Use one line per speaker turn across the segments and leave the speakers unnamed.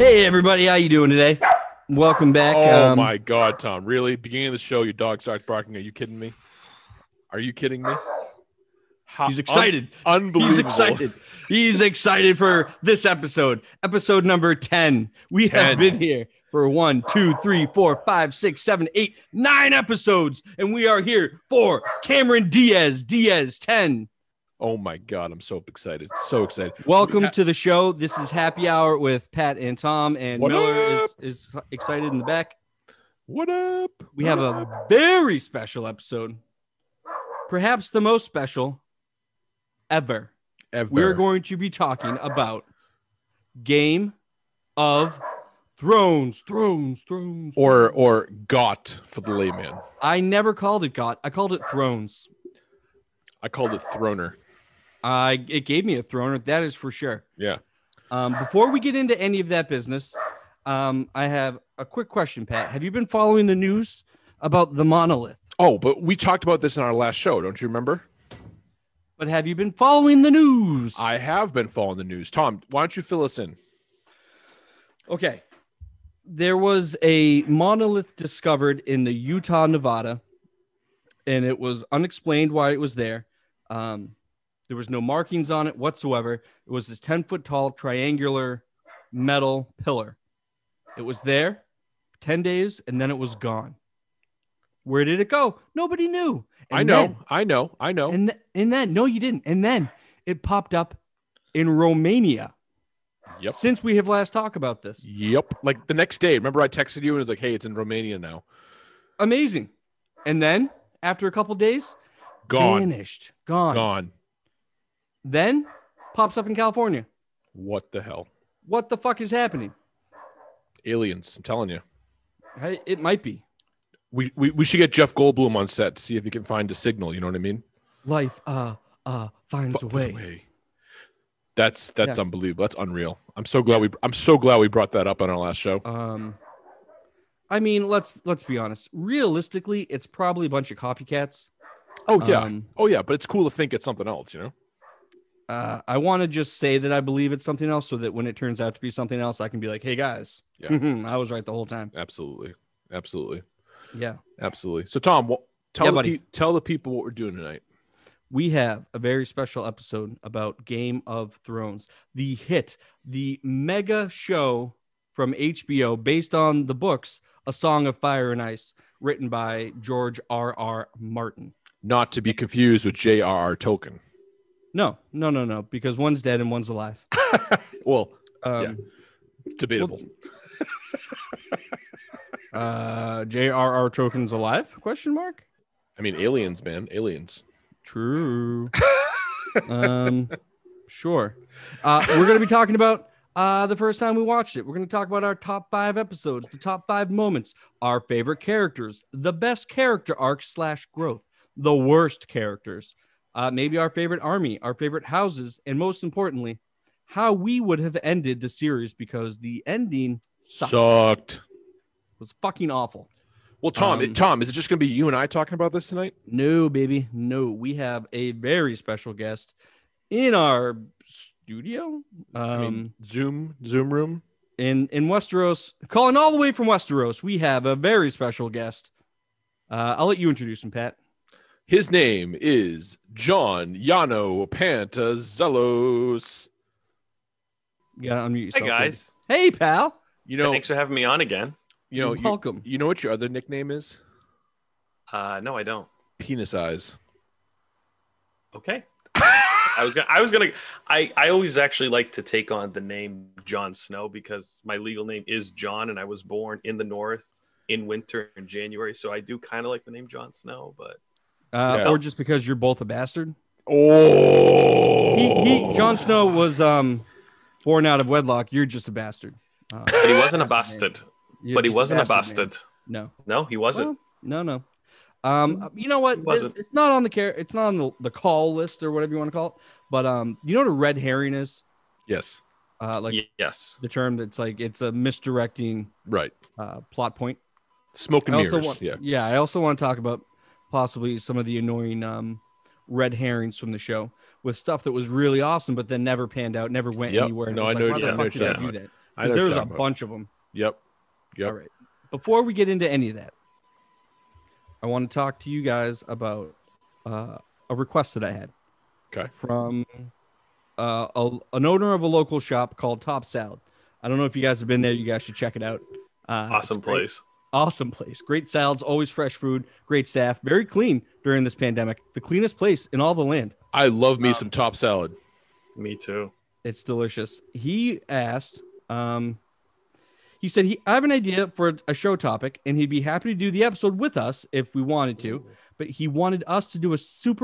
everybody, how you doing today? Welcome back.
Oh
Um,
my God, Tom! Really? Beginning of the show, your dog starts barking. Are you kidding me? Are you kidding me? How-
He's excited.
un- unbelievable.
He's excited. He's excited for this episode, episode number 10. We have
10.
been here for one, two, three, four, five, six, seven, eight, nine episodes, and we are here for Cameron Diaz, Diaz 10.
Oh my God! I'm so excited. So excited.
Welcome to the show. This is Happy Hour with Pat and Tom, and
What
Miller
up?
is, is excited in the back.
What up?
We have a very special episode, perhaps the most special ever.
Ever.
we're going to be talking about Game of Thrones, Thrones, Thrones.
or or got for the layman.
I never called it God. I called it Thrones.
I called it Throner.
I it gave me a throner. That is for sure.
Yeah.
Um, before we get into any of that business, um, I have a quick question, Pat. Have you been following the news about the monolith?
Oh, but we talked about this in our last show. Don't you remember?
But have you been following the news?
I have been following the news. Tom, why don't you fill us in?
Okay. There was a monolith discovered in the Utah, Nevada, and it was unexplained why it was there. Um, there was no markings on it whatsoever. It was this 10 foot tall triangular metal pillar. It was there for 10 days and then it was gone. Where did it go? Nobody knew.
I
And
know,
then-
I know, I know.
and, th- and then, no, you didn't. And then it popped up in Romania
yep.
since we have last talked about this.
Yep. Like the next day, remember I texted you and it was like, "Hey, it's in Romania now."
amazing. And then after a couple days,
Gone.
vanished, gone.
Gone.
Then pops up in California.
What the hell?
What the fuck is happening?
Aliens, I'm telling you.
Hey, It might be
We, we, we should get Jeff Goldblum on set to see if he can find a signal. You know what I mean?
life. Uh, uh, finds
Fu-
a
fu-
way.
way. That's that's unbelievable. That's unreal. I'm so glad we I'm so glad we brought that up on our last show.
Um, I mean, let's let's be honest. Realistically, it's probably a bunch of copycats.
Oh yeah.
Um,
oh yeah, but it's cool to think it's something else, you know?
Uh, I want to just say that I believe it's something else, so that when it turns out to be something else, I can be like, "Hey guys,
Yeah.
I was right the whole time."
Absolutely. Absolutely.
Yeah.
Absolutely. So Tom, wh- tell
Yeah,
the
buddy.
pe- tell the people what we're doing tonight.
we have a very special episode about Game of Thrones, the hit, the mega show from HBO based on the books A Song of Fire and Ice, written by George R. R. Martin.
Not to be confused with J.R.R. Tolkien.
No, no, no, no, because one's dead and one's alive.
Well,
Um,
it's debatable.
uh, J.R.R. Tolkien's alive? Question mark.
I mean, aliens, man, aliens.
True. um, sure. Uh, we're going to be talking about uh, the first time we watched it. We're going to talk about our top five episodes, the top five moments, our favorite characters, the best character arcs slash growth, the worst characters, uh, maybe our favorite army, our favorite houses, and most importantly, how we would have ended the series because the ending
Sucked.
Sucked. was fucking awful.
Well, Tom,
Um,
Tom, is it just going to be you and I talking about this tonight?
No, baby. No, we have a very special guest in our studio
I
um,
mean, Zoom, Zoom room.
in, in Westeros. Calling all the way from Westeros, we have a very special guest. Uh, I'll let you introduce him, Pat.
His name is John Yano Pantazelos.
Yeah, unmute
Hi
yourself. baby.
guys,
Hey, pal.
You know,
thanks for having me on again.
you know,
You're
you,
welcome.
you know what your other nickname is?
Uh, no, I don't.
Penis eyes.
Okay. I was gonna. I was gonna. I I always actually like to take on the name John Snow because my legal name is John, and I was born in the north in winter in January, so I do kind of like the name John Snow. But
uh,
Yeah.
Or just because you're both a bastard.
Oh,
He, he, Jon Snow was um, born out of wedlock. You're just a bastard. Uh,
but he wasn't a
Bastard
bastard.
you're
But he
just
wasn't a
man.
bastard.
No.
No, he wasn't.
Well, no, no. Um, you know what?
It
It's,
wasn't.
it's not on the care. It's not on the, the call list or whatever you want to call it. But um, you know what a red herring is?
Yes,
Uh, like
Y- yes.
the term that's like it's a misdirecting
right.
uh, plot point.
Smoke and
I also
mirrors.
want,
yeah.
I also want to talk about possibly some of the annoying um, red herrings from the show with stuff that was really awesome, but then never panned out, never went
Yep.
anywhere. and
No,
it was
I know-
Why
yeah,
the
I know
fuck
what
did
you're
I
talking
do that?
I
'Cause
know
there was
what you're
a
talking about.
bunch of them.
Yep. Yep.
All right. Before we get into any of that, I want to talk to you guys about uh, a request that I had.
Okay.
From uh, a, an owner of a local shop called Top Salad. I don't know if you guys have been there. You guys should check it out. Uh, it's
Awesome
great.
place.
Awesome place. Great salads, always fresh food, great staff, very clean during this pandemic. The cleanest place in all the land.
I love
uh,
me some top salad.
Me too.
It's delicious. He asked, um, he said, he, I have an idea for a show topic, and he'd be happy to do the episode with us if we wanted to. But he wanted us to do a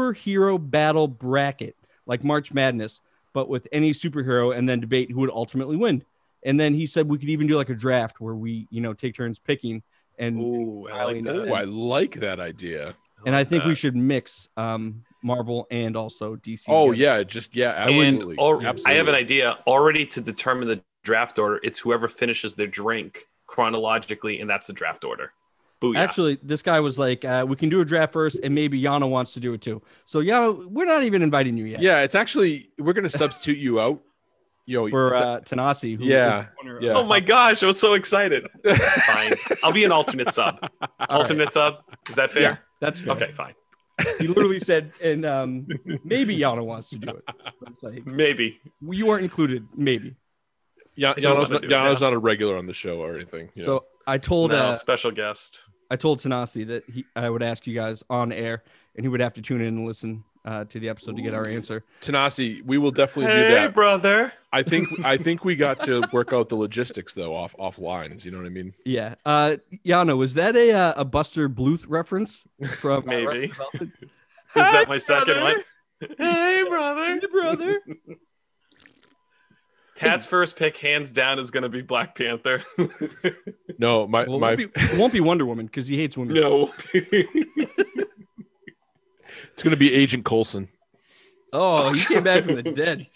superhero battle bracket, like March Madness, but with any superhero, and then debate who would ultimately win. And then he said we could even do like a draft where we, you know, take turns picking. And
Ooh, I
Piling
like that.
Oh, I like that idea.
and I
like
think we
that.
should mix um, Marvel and also DC.
Oh
together.
yeah, just yeah,
And
absolutely.
or,
absolutely.
I have an idea already to determine the draft order. It's whoever finishes their drink chronologically, and that's the draft order. Booyah.
Actually, this guy was like, uh, "We can do a draft first, and maybe Yana wants to do it too." So, Yana, we're not even inviting you yet
Yeah, it's actually we're gonna substitute you out. You know,
for
it's-
uh, Tanasi. Who is
Yeah,
the owner of-
yeah.
oh my gosh, I was so excited. fine, I'll be an alternate sub.
All right,
Alternate sub, is that fair?
that's fair.
Okay, fine.
He literally said, "And um, maybe Yana wants to do it." It's like,
Maybe.
well, you weren't included, maybe.
yeah,
I don't
Yano's
wanna
not,
do it now.
Yano's not a regular on the show or anything. You know?
So I told
No,
uh,
special guest.
I told Tanasi that he, I would ask you guys on air, and he would have to tune in and listen uh, to the episode to get our answer.
Tanasi, we will definitely do
Hey,
that.
brother.
I think I think we got to work out the logistics though off offline. You know what I mean?
Yeah, uh, Yana, was that a uh, a Buster Bluth reference from uh,
Maybe.
Arrested Development?
Is that my
Hey,
second one? Hey, brother.
Hey, brother.
Pat's first pick, hands down, is going to be Black Panther.
No, my
Well, it
my
won't, be, it won't be Wonder Woman because he hates women.
no.
it's gonna be Agent Coulson.
Oh, he came back from the dead.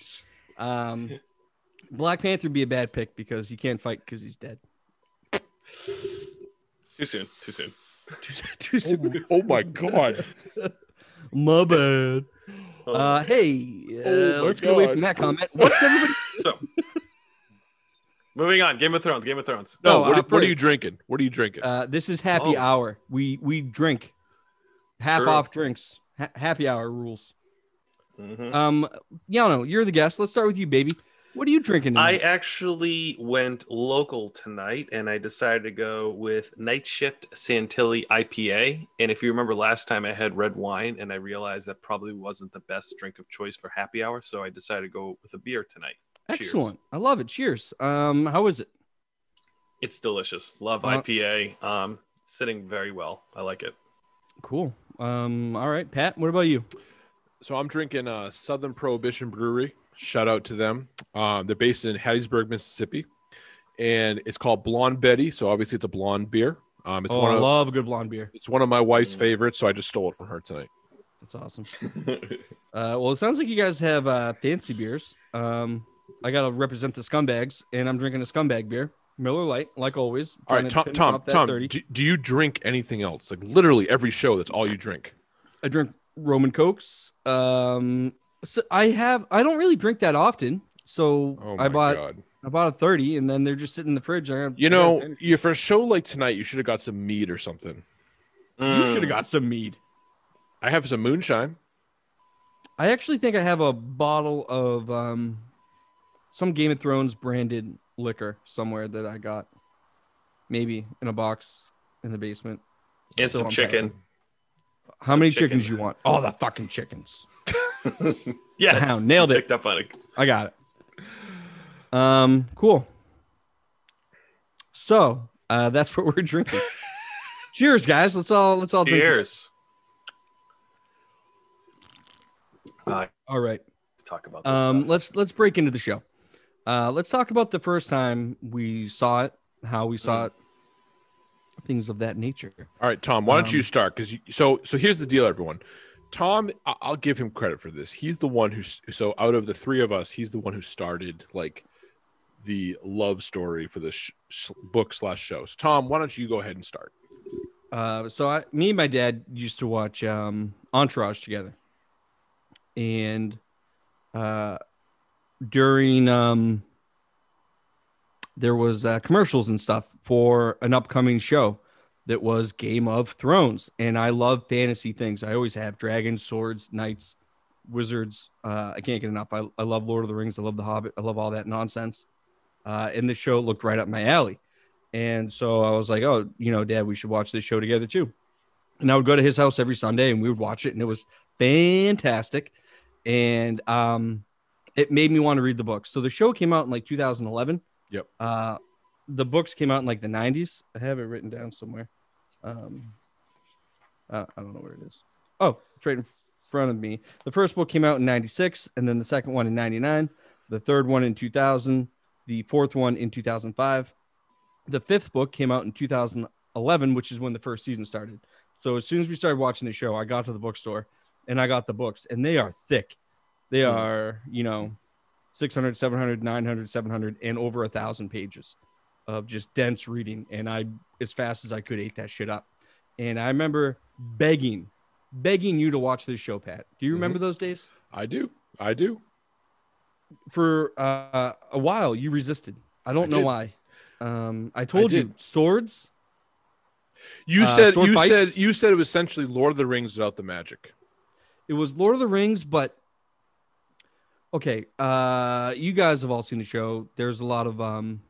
Um, Black Panther would be a bad pick because he can't fight because he's dead.
Too soon. Too soon.
Too
Oh,
soon.
oh my god.
My bad.
Oh.
Uh, hey, uh,
Oh my
let's get away
God.
from that comment. What's everybody?
So, moving on. Game of Thrones. Game of Thrones.
No,
Oh,
what,
uh,
what are
Bray.
you drinking? What are you drinking?
Uh, this is happy
Oh.
hour. We we drink half
True.
off drinks. Ha- happy hour rules.
Mhm.
Um, Yano, you're the guest. Let's start with you, baby. What are you drinking?
I
Tonight?
actually went local tonight and I decided to go with Night Shift Santilli IPA. And if you remember last time, I had red wine and I realized that probably wasn't the best drink of choice for happy hour. So I decided to go with a beer tonight. cheers.
Excellent. I love it. Cheers. Um, how is it?
It's delicious. Love
Uh,
IPA. Um, sitting very well. I like it.
Cool. Um, all right, Pat. What about you?
so I'm drinking uh, Southern Prohibition Brewery. Shout out to them. Um, they're based in Hattiesburg, Mississippi, and it's called Blonde Betty. So obviously it's a blonde beer. Um, it's
oh,
one
I
of
love a good blonde beer.
it's one of my wife's
Mm.
favorites. So I just stole it from her tonight.
That's awesome. Uh, well, it sounds like you guys have uh, fancy beers. Um, I gotta represent the scumbags, and I'm drinking a scumbag beer, Miller Light, like always.
All
trying
right,
to
Tom,
finish
Tom,
off that
Tom.
30.
Do, do you drink anything else? Like literally every show, that's all you drink.
I drink Roman Cokes. Um, so I have. I don't really drink that often, so
Oh my
I bought
god!
I bought a thirty, and then they're just sitting in the fridge. I gotta-
You
I gotta
know,
finish.
you for a show like tonight, you should have got some mead or something.
you
Mm.
mm.
should have got some mead.
I have some moonshine.
I actually think I have a bottle of um, some Game of Thrones branded liquor somewhere that I got, maybe in a box in the basement.
and
Still
some
unpacking.
chicken.
How
Some
many
chicken.
chickens you want? All the fucking chickens.
Yes.
Wow, nailed it.
Picked up on it.
I got it. Um, cool. So uh, that's what we're drinking. Cheers, guys. Let's all let's all drink. to-
Cheers. Uh,
All right.
talk about this.
Um,
stuff.
let's let's break into the show. Uh, let's talk about the first time we saw it, how we saw it,
Mm.
things of that nature.
All right, Tom, why don't you
Um,
start? Because so so here's the deal, everyone. Tom, I- I'll give him credit for this. He's the one who's so out of the three of us, he's the one who started like the love story for this sh- sh- book slash show. So, Tom, why don't you go ahead and start?
Uh, so I, me and my dad used to watch um, Entourage together, and uh, during um, there was uh, commercials and stuff for an upcoming show that was Game of Thrones, and I love fantasy things. I always have dragons, swords, knights, wizards. Uh, I can't get enough. I, I love Lord of the Rings. I love The Hobbit. I love all that nonsense. Uh, and this show looked right up my alley, and so I was like, "Oh, you know, Dad, we should watch this show together too." And I would go to his house every Sunday, and we would watch it, and it was fantastic. And um, it made me want to read the books. So the show came out in like 2011.
Yep.
Uh, the books came out in like the 90s. I have it written down somewhere. Um, uh, I don't know where it is. Oh, it's right in front of me. The first book came out in 96, and then the second one in 99, the third one in 2000, the fourth one in 2005. The fifth book came out in 2011, which is when the first season started. So as soon as we started watching the show, I got to the bookstore and I got the books, and they are thick. They
Mhm.
are, you know, 600, 700, 900, 700, and over a thousand pages of just dense reading. And I, as fast as I could, ate that shit up. And I remember begging, begging you to watch this show, Pat. Do you
Mhm.
remember those days?
I do. I do.
For uh, a while, you resisted. I don't
I
know
did.
why. Um, I told you
did.
swords.
You
Uh,
said
sword
you
fights?
said you said it was essentially Lord of the Rings without the magic.
It was Lord of the Rings, but okay. Uh, you guys have all seen the show. There's a lot of um,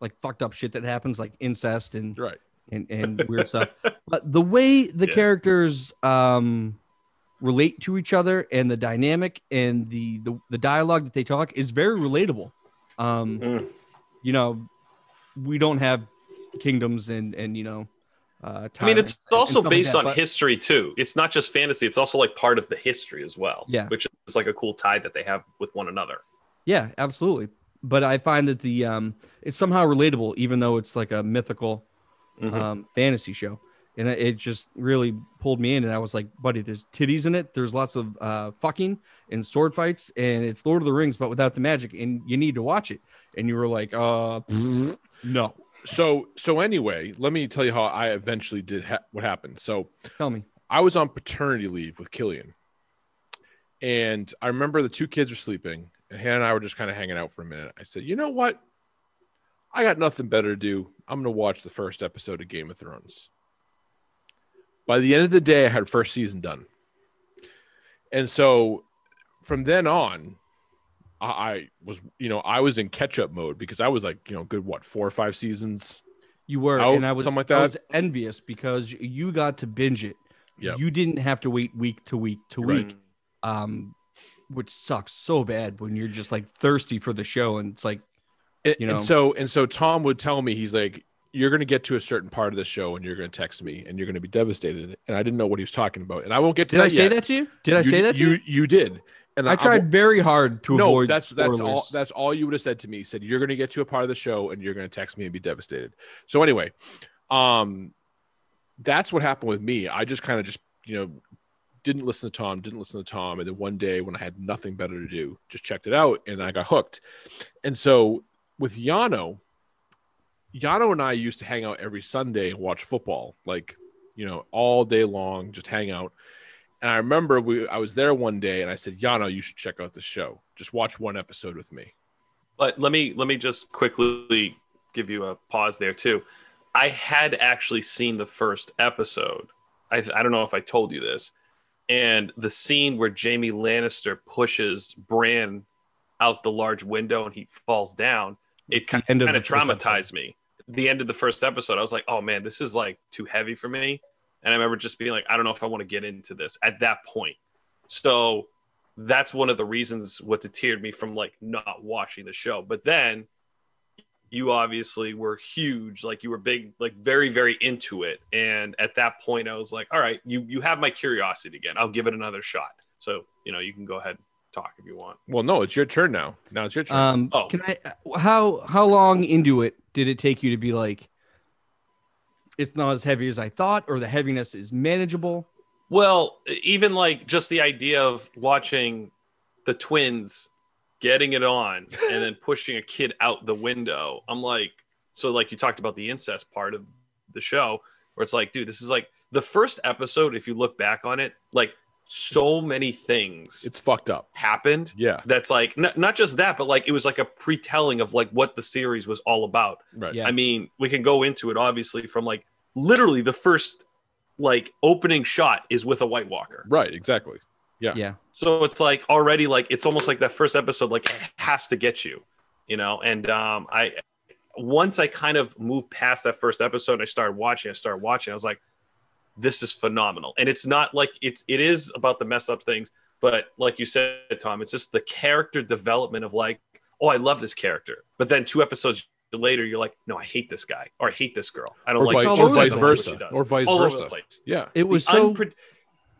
like fucked up shit that happens, like incest and
You're right.
and, and weird stuff. But the way the
Yeah.
characters um, relate to each other and the dynamic and the, the the dialogue that they talk is very relatable. Um,
Mm.
You know, we don't have kingdoms and and you know. Uh,
I mean,
tyrants
it's
and
also
stuff like
based
that,
on
but-
history too. It's not just fantasy; it's also like part of the history as well.
Yeah.
which is like a cool tie that they have with one another.
Yeah, absolutely. But I find that the um, it's somehow relatable, even though it's like a mythical
Mm-hmm.
Mhm.
um, fantasy show, and it- it just really pulled me in. And I was like, "Buddy, there's titties in it. There's lots of uh, fucking and sword fights, and it's Lord of the Rings, but without the magic. And you need to watch it." And you were like, "Uh, no,
So so anyway, let me tell you how I eventually did ha- what happened. So
tell me."
I was on paternity leave with Killian, and I remember the two kids were sleeping, and Hannah and I were just kind of hanging out for a minute. I said, you know what? I got nothing better to do. I'm gonna watch the first episode of Game of Thrones. By the end of the day, I had first season done, and so from then on, I, I was you know I was in catch up mode because I was like you know good what four or five seasons.
You were,
Out,
and I was,
something like
I was envious because you got to binge it.
Yep.
You didn't have to wait week to week to
Right.
week. um, which sucks so bad when you're just like thirsty for the show and it's like,
And,
you
and
know?
so and so Tom would tell me he's like you're going to get to a certain part of the show and you're going to text me and you're going to be devastated and I didn't know what he was talking about and I won't get to
did
that
I say
yet.
that to you? Did I
You-
say that to you?
you you did and
I tried very hard to
no
avoid.
that's that's all
spoilers.
that's all you would have said to me He said you're going to get to a part of the show and you're going to text me and be devastated so anyway um that's what happened with me I just kind of just you know didn't listen to Tom didn't listen to Tom and then one day when I had nothing better to do just checked it out and I got hooked and so with Yano Yano and I used to hang out every Sunday and watch football, like you know, all day long, just hang out. And I remember we I was there one day and I said, Yano, you should check out the show. Just watch one episode with me.
But let me let me just quickly give you a pause there too. I had actually seen the first episode. I I don't know if I told you this, and the scene where Jamie Lannister pushes Bran out the large window and he falls down. It kind
end
of
the first episode.
traumatized me. The end of the first episode, I was like, "Oh man, this is like too heavy for me." And I remember just being like, "I don't know if I want to get into this at that point." So that's one of the reasons what deterred me from like not watching the show. But then you obviously were huge, like you were big, like very, very into it. And at that point, I was like, all right, you you have my curiosity again. I'll give it another shot. So you know, you can go ahead and talk if you want.
Well, no, it's your turn now. Now it's your turn.
Um,
Oh.
Can I? How how long into it did it take you to be like? It's not as heavy as I thought, or the heaviness is manageable.
Well, even like just the idea of watching the twins getting it on and then pushing a kid out the window. I'm like, so like you talked about the incest part of the show, where it's like, dude, this is like the first episode. If you look back on it, like so many things
It's fucked up.
happened
Yeah.
that's like n- not just that but like it was like a pre-telling of like what the series was all about
Right.
Yeah.
i mean we can go into it obviously from like literally the first like opening shot is with a white walker
Right. Exactly. Yeah.
yeah.
so it's like already like it's almost like that first episode like has to get you you know and um i once i kind of moved past that first episode and i started watching i started watching i was like this is phenomenal and it's not like it's it is about the mess up things but like you said tom it's just the character development of like oh i love this character but then two episodes later you're like no i hate this guy or i hate this girl i don't
Or,
like
vice,
all
or
over the
vice
place.
versa. Or vice
all over the
versa.
place
Yeah.
It was
The
so
unpre-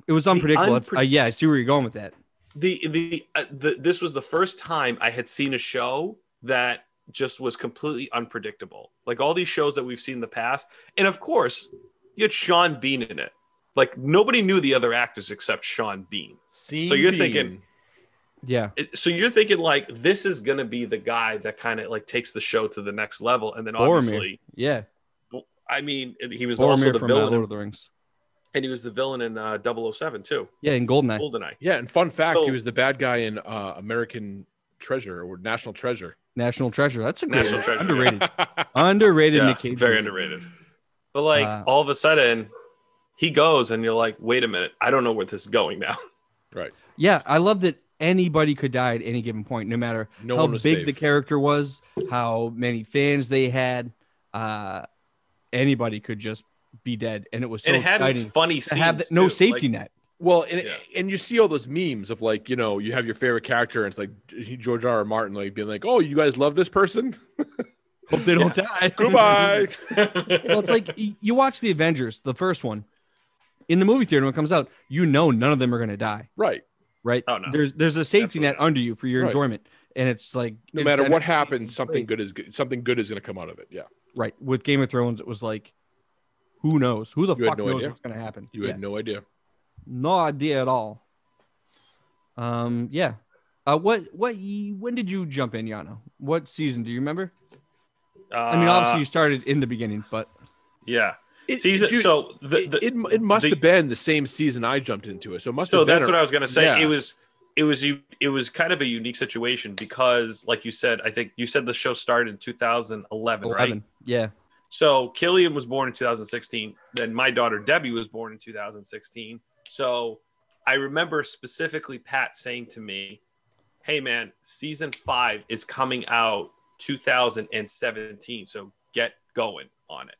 it was unpredictable.
unpre-
Uh, yeah, I see where you're going with that.
the the, uh, the this was the first time I had seen a show that just was completely unpredictable. Like all these shows that we've seen in the past, and of course, you had Sean Bean in it. Like nobody knew the other actors except Sean Bean.
Scene
So you're
being-
thinking-
Yeah.
It- So you're thinking like this is gonna be the guy that kind of like takes the show to the next level, and then
Boromir.
obviously,
Yeah.
I mean, he was also
Boromir
the
from uh,
villain,
Lord of the Rings.
and he was the villain in uh, 007 too,
Yeah, in Goldeneye.
Goldeneye.
Yeah. And fun fact, he
So-
was the bad guy in uh, American Treasure or National Treasure.
National Treasure. That's a good
National
one.
Treasure, yeah.
Underrated. Underrated Nick Cage
very
movie.
underrated. But like
Uh,
all of a sudden, he goes, and you're like, wait a minute, I don't know where this is going now.
Right.
Yeah, I love that anybody could die at any given point, no matter
No
how
one was
big
safe.
the character was, how many fans they had. Uh, anybody could just be dead, and it was so
and it had its
exciting
funny
to
scenes.
have that, no
too.
safety
Like,
net.
Well, and
Yeah.
and you see all those memes of like you know you have your favorite character, and it's like G- George R. R. Martin like being like, "Oh, you guys love this person?
Hope they don't die.
Goodbye."
well, it's like y- you watch the Avengers, the first one, in the movie theater when it comes out. You know, none of them are going to die,
right.
right?
Oh, no.
There's there's a safety
Definitely
net
not.
under you for your
Right.
enjoyment, and it's like
No
it's
matter
that-
what happens, something good is good. Something good is going to come out of it. Yeah.
Right. With Game of Thrones, it was like, who knows? Who the
You had
fuck
no
knows
idea.
what's going to happen?
You
Yeah.
had no idea.
no idea at all. Um, yeah. Uh, what what ye- when did you jump in, Yano? What season do you remember? I mean,
Uh,
obviously you started in the beginning, but
yeah,
It,
season.
dude,
so the,
it,
the,
it, it must
the-
have been the same season I jumped into it. So it must
so
have been.
that's what I was gonna say.
yeah.
It was it was you. It was kind of a unique situation because, like you said, I think you said the show started in 2011, right?
eleven. Yeah.
So Killian was born in 2016. Then my daughter Debbie was born in 2016. So I remember specifically Pat saying to me, Hey man, season five is coming out 2017. So get going on it.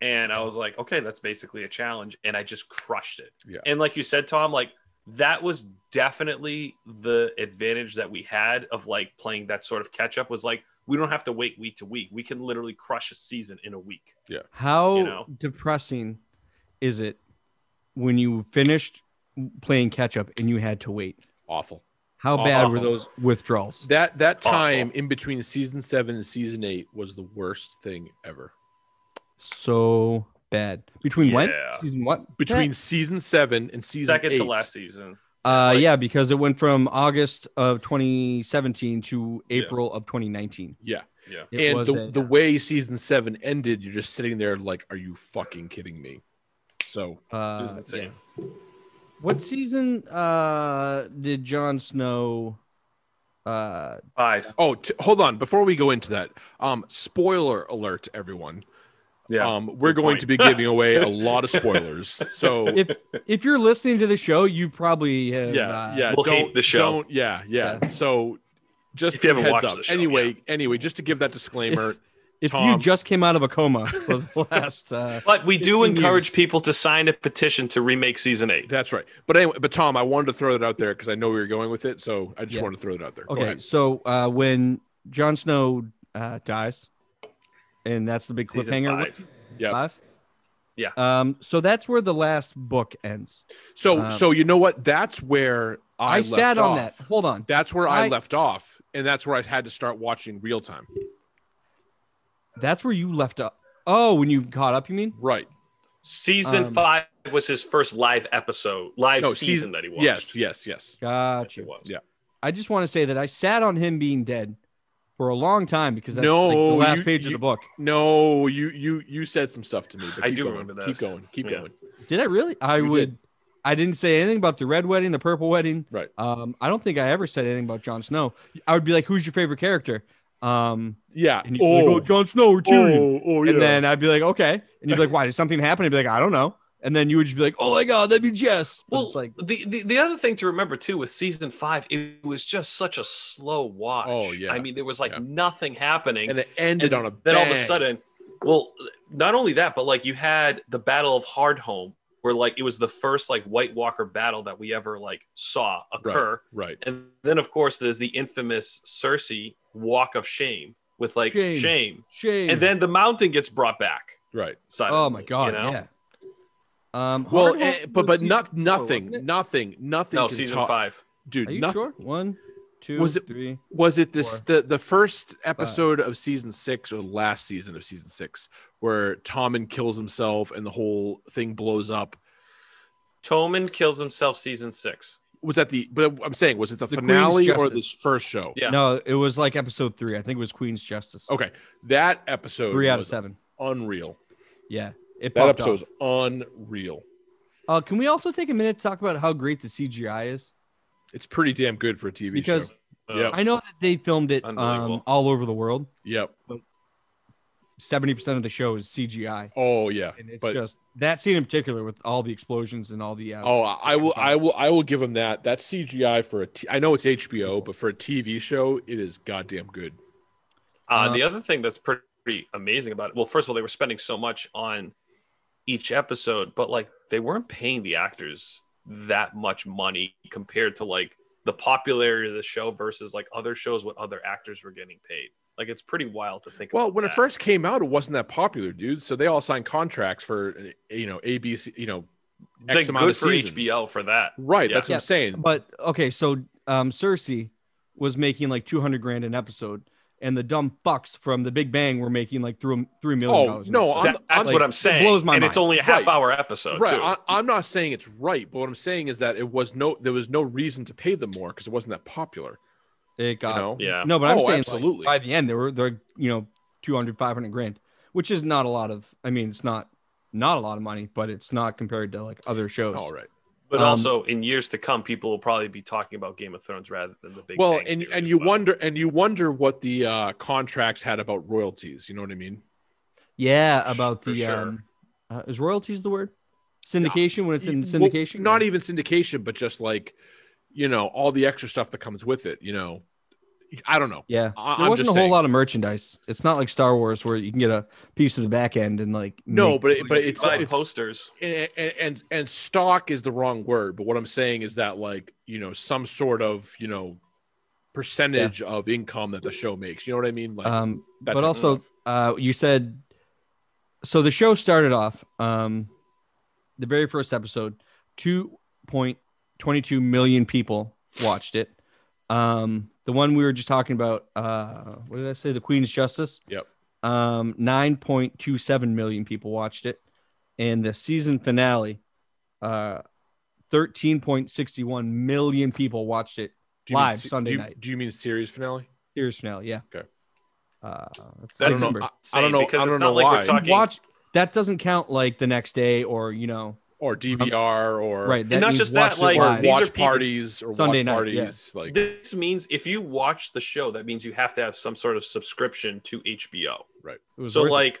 And I was like, okay, that's basically a challenge. And I just crushed it.
Yeah.
And like you said, Tom, like that was definitely the advantage that we had of like playing that sort of catch up was like, we don't have to wait week to week. We can literally crush a season in a week.
How
You know.
depressing is it when you finished playing catch up and you had to wait?
awful.
How bad were
Awful.
those withdrawals?
That that
Awful.
time in between season seven and season eight was the worst thing ever.
So bad. Between when?
Yeah.
Season what?
Between season seven and season
Second
eight,
to last season.
Uh,
Like-
yeah, because it went from August of 2017 to
Yeah.
April of 2019.
yeah,
Yeah.
It
and
was
the,
a-
the way season seven ended, you're just sitting there like, are you fucking kidding me? So
uh,
It was insane.
yeah. What season uh, did Jon Snow? Uh,
Five.
oh, t- hold on. Before we go into that, um, spoiler alert, everyone.
Yeah.
um, we're
good
going
point.
to be giving away a lot of spoilers. So
if if you're listening to the show, you probably have,
yeah,
uh,
yeah,
We'll
don't
hate the show.
Don't, yeah, yeah, So just
If you haven't
heads
watched
up.
the show,
anyway, anyway, just to give that disclaimer.
If you
Tom.
just came out of a coma for the last, uh,
But we do
15
encourage
years.
people to sign a petition to remake season eight.
That's right. But anyway, but Tom, I wanted to throw that out there because I know we were going with it. So I just
Yeah.
wanted to throw that out there. Go
okay,
ahead.
so uh, when Jon Snow uh, dies, and that's the big
Season
cliffhanger.
five.
What's-
Yep.
five?
Yeah.
Um. So that's where the last book ends.
So
um,
so you know what? That's where
I,
I, left
sat on
off.
that. Hold on.
That's where I,
I-
left off, and that's where I had to start watching real time.
That's where you left up. Oh, when you caught up, you mean?
Right.
Season
Um,
five was his first live episode, live
No,
season,
season-
that he watched.
Yes, yes, yes.
Got
It
you.
was.
Yeah.
I just want to say that I sat on him being dead for a long time because that's like
No,
the last
you-
page
you-
of the book.
No, you you you said some stuff to me. But
I
keep
do
going.
remember
Keep
this.
going. Keep
Yeah.
going.
Did I really? I
You
would
did.
I didn't say anything about the red wedding, the purple wedding.
Right.
Um, I don't think I ever said anything about Jon Snow. I would be like, "Who's your favorite character?" Um,
Yeah.
and you'd be like, "Oh,
Oh,
Jon Snow, or Tyrion."
oh, oh, yeah.
and then I'd be like, "Okay," and you'd be like, "Why did something happen?" I'd be like, "I don't know." And then you would just be like, "Oh my god, that'd be Jess." But
Well,
it's like,
the, the the other thing to remember too with season five, it was just such a slow watch.
Oh, yeah.
I mean, there was like
Yeah.
nothing happening,
and it ended on a
then all of a
bang.
sudden, well, not only that, but like you had the Battle of Hardhome, where like it was the first like White Walker battle that we ever like saw occur,
Right.
and then of course there's the infamous Cersei Walk of Shame with like
Shame.
shame,
shame.
and then the Mountain gets brought back.
Right.
Suddenly,
oh my god,
you know?
yeah. Um,
Well,
Hardhome
eh, but but
was
not
season four, Oh, wasn't
nothing,
it?
nothing, nothing.
No,
can
season
top-
five.
dude.
Are you
nothing.
sure? One, two,
Was it-
three.
Was it this
Four,
the the first episode of season six or last season of season six where Tommen kills himself and the whole thing blows up?
Toman kills himself. Season six.
Was that the? But I'm saying, was it the,
The Queen's
finale or
Justice.
this first show?
Yeah.
No, it was like episode three. I think it was Queen's Justice.
Okay, that episode
three out of
was
seven.
unreal.
Yeah, it
That
popped off.
episode was unreal.
Uh, can we also take a minute to talk about how great the CGI is?
It's pretty damn good for a TV
Because-
show. Yep.
I know that they filmed it um,
Unbelievable.
all over the world.
Yep.
Seventy percent of the show is CGI,
Oh yeah.
and it's
But
just that scene in particular with all the explosions and all the. Uh,
Oh, I I will, I will, I will give them that. That CGI for a, t- I know it's HBO, but for a TV show, it is goddamn good.
Uh,
Um,
Uh,
the other thing that's pretty amazing about it, well, first of all, they were spending so much on each episode, but like they weren't paying the actors that much money compared to like the popularity of the show versus like other shows what other actors were getting paid. Like it's pretty wild to think.
Well,
about
when it
that.
first came out, it wasn't that popular, dude. So they all signed contracts for, uh, you know, ABC, you know, X
Thank
amount
good
of
for
seasons.
HBO for that.
right.
Yeah.
That's what
Yeah,
I'm saying.
But okay, so um, Cersei was making like two hundred grand an episode, and the dumb fucks from The Big Bang were making like three three million
oh
dollars. an
no,
episode.
I'm,
That- that's
I'm-
like,
what I'm
it
saying.
blows my
and
mind.
it's only a half
Right.
hour episode
right.
too.
I, I'm not saying it's right, but what I'm saying is that it was no, there was no reason to pay them more because it wasn't that popular.
it got
you know,
yeah.
No, but I'm
Oh,
saying like,
absolutely.
by the end they were they're you know 200 500 grand, which is not a lot of I mean it's not not a lot of money, but it's not compared to like other shows.
All right.
But
Um,
also in years to come, people will probably be talking about Game of Thrones rather than the Big
well,
Bang
and
Theory
and
as
you
well.
wonder, and you wonder what the uh, contracts had about royalties. You know what I mean?
Yeah, about
For
the
sure.
um, uh, is royalties the word? Syndication when it's in
Well,
syndication?
not
or-
even syndication, but just like, you know, all the extra stuff that comes with it. You know, I don't know.
Yeah.
I-
There
I'm
wasn't
just
a whole
saying.
lot of merchandise. It's not like Star Wars where you can get a piece of the back end and like
No,
make-
but it, but it's,
Side
it's
posters.
and, and and stock is the wrong word. But what I'm saying is that like you know some sort of you know percentage of income that the show makes. You know what I mean? Like,
um but
that type of
also
stuff.
uh you said so the show started off um the very first episode 2.22 million people watched it um the one we were just talking about uh what did i say the queen's justice
Yep.
um 9.27 million people watched it and the season finale uh 13.61 million people watched it
do you mean
live
se-
Sunday
do you-
night.
Do you mean series finale?
series finale yeah
Okay.
uh that's
I
That's
don't
number.
know. I, I don't know.
Because
I
it's
don't
not
know
like we're
why.
talking-
watch that doesn't count like the next day or you know
or DVR or
right that
not
means
just that,
watch it
like,
or
live.
these are
watch
people-
parties or
Sunday
watch
night, yeah.
parties like
this means if you watch the show, that means you have to have some sort of subscription to HBO.
It was
So
worth it.
like,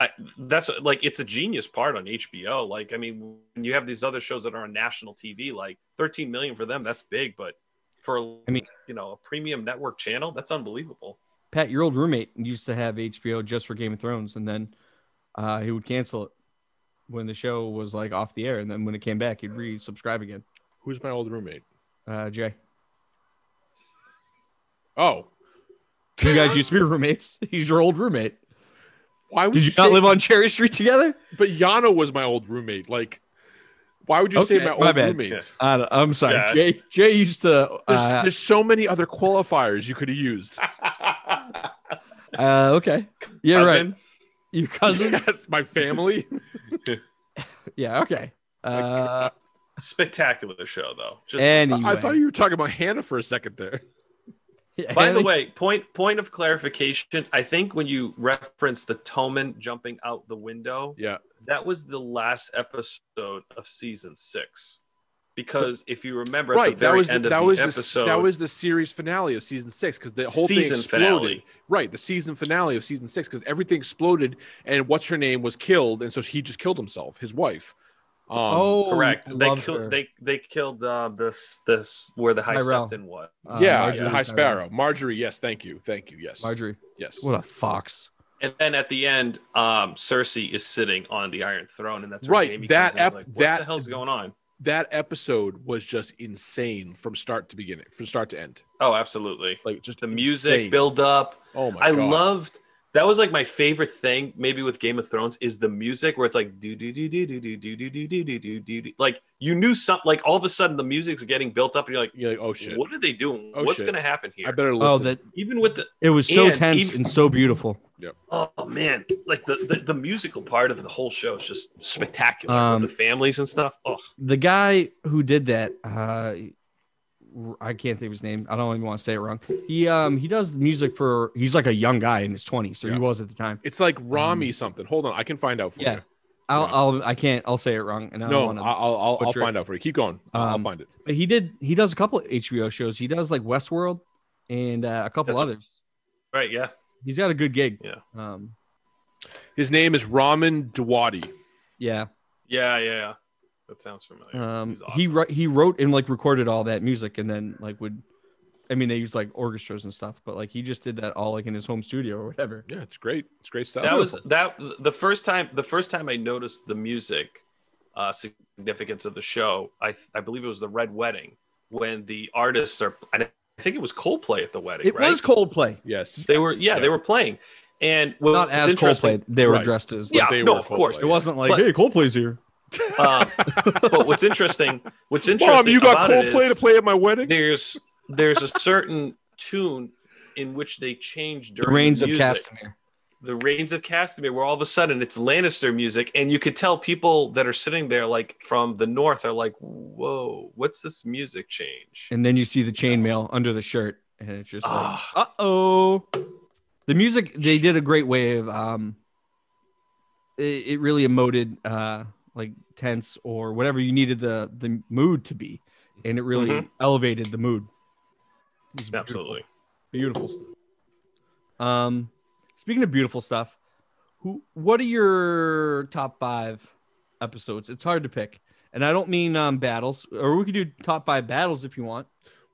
I, that's like it's a genius part on HBO. Like, I mean, when you have these other shows that are on national TV, like 13 million for them, that's big, but for
I mean-
you know a premium network channel, that's unbelievable.
pat your old roommate used to have hbo just for game of thrones and then uh he would cancel it when the show was like off the air and then when it came back he'd resubscribe again
who's my old roommate?
uh jay
Oh,
you guys used to be roommates he's your old roommate
why would
did you
say-
not live on cherry street together
But Yano was my old roommate. Like, why would you say
Okay,
my
my
old
bad.
roommate?
I don't, i'm sorry
Yeah.
jay jay used to
There's,
uh,
there's so many other qualifiers you could have used.
uh okay yeah right
Cousin?
your cousin
Yes, my family.
yeah okay uh
Spectacular show though. Just
anyway
I thought you were talking about Hannah for a second there.
Yeah,
By the
Haley-
way, point point of clarification. I think when you reference the Toman jumping out the window,
Yeah.
that was the last episode of season six. because if you remember, at
right that
the very
was the,
end of
that
the
was
episode,
the, that was the series finale of season six because the whole thing
season
exploded
finale.
right the season finale of season six because everything exploded and what's her name was killed and so he just killed himself his wife um,
oh, I
Correct. They
love
killed.
her.
They they killed uh, this this where the high
Tyrell.
septon was.
Uh,
yeah
Marjorie
the high
Tyrell.
sparrow marjorie yes thank you thank you yes
Marjorie,
yes
what a fox.
And then at the end, um, Cersei is sitting on the Iron Throne, and that's where
Right,
Jamie
that
comes in and is
ep-
like, what
that-
the hell's going on?
that episode was just insane from start to beginning from start to end
Oh, absolutely.
like just
The music
insane.
build up.
oh my
I
god
loved that was like my favorite thing, maybe with Game of Thrones, is the music where it's like do do do do do do do do do do do do do do. Like you knew something. Like all of a sudden the music's getting built up, and you're like,
you're like oh shit
what are they doing?
Oh,
What's
shit.
going to happen
i
here?
better listen
Oh, that
Even with the
it was so
And
tense
even-
and so beautiful.
oh man, like the, the the musical part of the whole show is just spectacular.
Um,
with the families and stuff. Oh,
the guy who did that uh i can't think of his name i don't even want to say it wrong he um he does the music for he's like a young guy in his 20s so
Yeah.
he was at the time
it's like rami something hold on i can find out for
Mm-hmm. Yeah.
you
i'll
Yeah.
i'll i can't i'll say it wrong and i
no,
don't want to
I'll I'll, I'll
butcher it.
find out for you. Keep going. I'll- I'll
Um,
find it.
but he did he does a couple of hbo shows he does like westworld and uh, a couple
That's-
others
right, yeah.
he's got a good gig
Yeah.
um
His name is Raman Dwadi.
yeah
Yeah, yeah, yeah. That sounds familiar.
um
He's
he
awesome.
wrote he wrote and like recorded all that music and then like would i mean they used like orchestras and stuff but like he just did that all like in his home studio or whatever
Yeah, it's great. It's great stuff.
that was that the first time the first time I noticed the music uh, significance of the show. I I believe it was the Red Wedding when the artists are. I think it was Coldplay at the wedding.
it
right?
was coldplay
yes.
They were yeah,
Yeah.
they were playing, and well,
not as Coldplay. They were
Right.
dressed as.
Yeah,
Like,
they
no,
were
of course.
Coldplay.
it wasn't like,
But-
hey, Coldplay's here.
Um, but what's interesting, what's interesting,
Mom, you got
about it
Coldplay
is
to play at my wedding?
There's there's a certain tune in which they change during
Reigns
the
of
music.
Castamere.
the reigns of Castamere, where all of a sudden it's Lannister music, and you could tell people that are sitting there, like from the north, are like, "Whoa, what's this music change?"
And then you see the chainmail under the shirt, and it's just like,
Ah.
uh oh. The music they did a great way of um. It, it really emoted uh like tense or whatever you needed the the mood to be, and it really
Mm-hmm.
Mhm.
elevated the mood. It was
Absolutely.
beautiful stuff. Um, speaking of beautiful stuff, who? What are your top five episodes? It's hard to pick, and I don't mean um battles, or we could do top five battles if you want.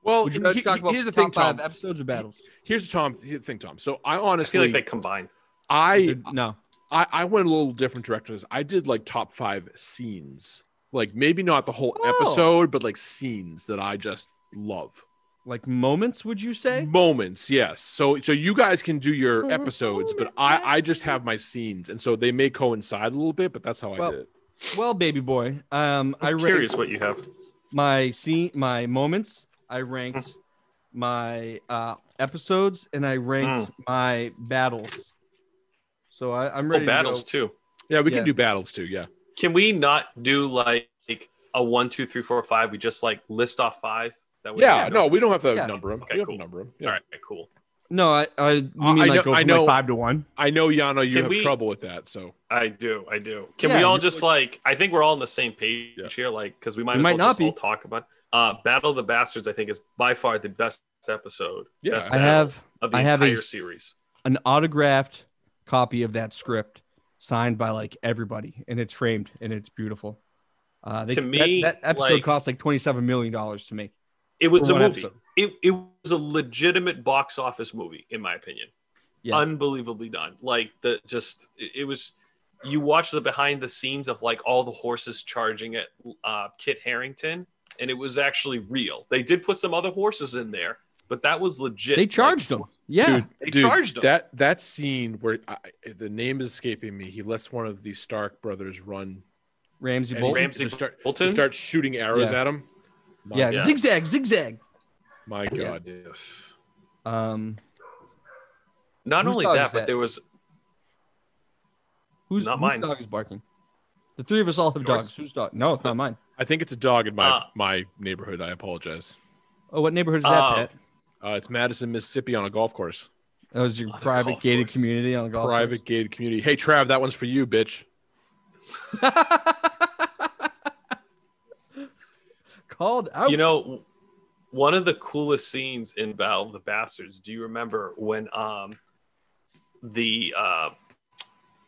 Well,
Would you
he-
rather
Oh, he-
talk about
here's the
top
thing,
five
Tom.
episodes or battles?
Here's the Tom here's the thing, Tom. So I
I feel
honestly,
like they combine.
I,
They're- no,
I I went a little different direction. I did like top five scenes, like maybe not the whole
Oh.
episode, but like scenes that I just love.
like moments. Would you say?
moments yes so so you guys can do your
Mm-hmm.
episodes
Oh,
but i i just have my scenes and so they may coincide a little bit but that's how i
Well,
did it
Well, baby boy, um, I
I'm
ranked
curious what you have. Oh,
my scene, my moments. I ranked my uh episodes, and I ranked my battles. So I, I'm ready.
Hmm. Oh, battles
To
too.
yeah we
yeah.
can do battles too yeah
Can we not do like a one, two, three, four, five? We just like list off five. That
yeah
we
no we don't have to
Yeah.
number them
Okay,
we don't
cool.
have to number them yeah.
All right, cool.
go. No, I. Oh, I you mean
I
like
know-
go
I
from,
know-
like five to one.
i know yana you
Can
have
we-
trouble with that so
I do, I do. Can
Yeah,
we all
you-
just like? I think we're all on the same page
Yeah.
here, like because we might
We
as
might
well
not
just
be.
all talk about. Uh, Battle of the Bastards, I think, is by far the best episode.
Yeah.
best
I
battle
have
of the
I have a
entire
s-
series.
an autographed copy of that script signed by like everybody, and it's framed and it's beautiful. Uh, they,
To
that-
me,
that, episode
like-
cost like twenty-seven million dollars to make.
It was
for
a
one
movie.
episode.
It, it was a legitimate box office movie, in my opinion.
Yeah.
Unbelievably done. Like the just it it was. You watch the behind the scenes of like all the horses charging at uh, Kit Harrington, and it was actually real. They did put some other horses in there, but that was legit.
They
like,
charged them. Yeah,
dude,
They
dude,
charged 'em.
that that scene where I, the name is escaping me he lets one of the stark brothers run
Ramsey
and
Bolton.
he-
Ramsay
to start, to
Bolton?
start shooting arrows
Yeah.
at him my,
yeah,
Yeah.
zigzag, zigzag.
my god
Um,
Not
Whose
only
dog
that,
is that?
but there was
who's
Not
whose
mine.
Dog is barking. The three of us all have
Yours.
dogs. Whose dog? No, it's not mine.
i think it's a dog in my
Uh,
my neighborhood i apologize
Oh, what neighborhood is that?
Oh.
Pat?
uh, it's madison mississippi on a golf course
That was your
On a
private
golf
gated
course.
community on a golf.
private gated community. Hey, Trav, that one's for you, bitch.
course. called out.
You know, one of the coolest scenes in Battle of the Bastards. Do you remember when um, the uh,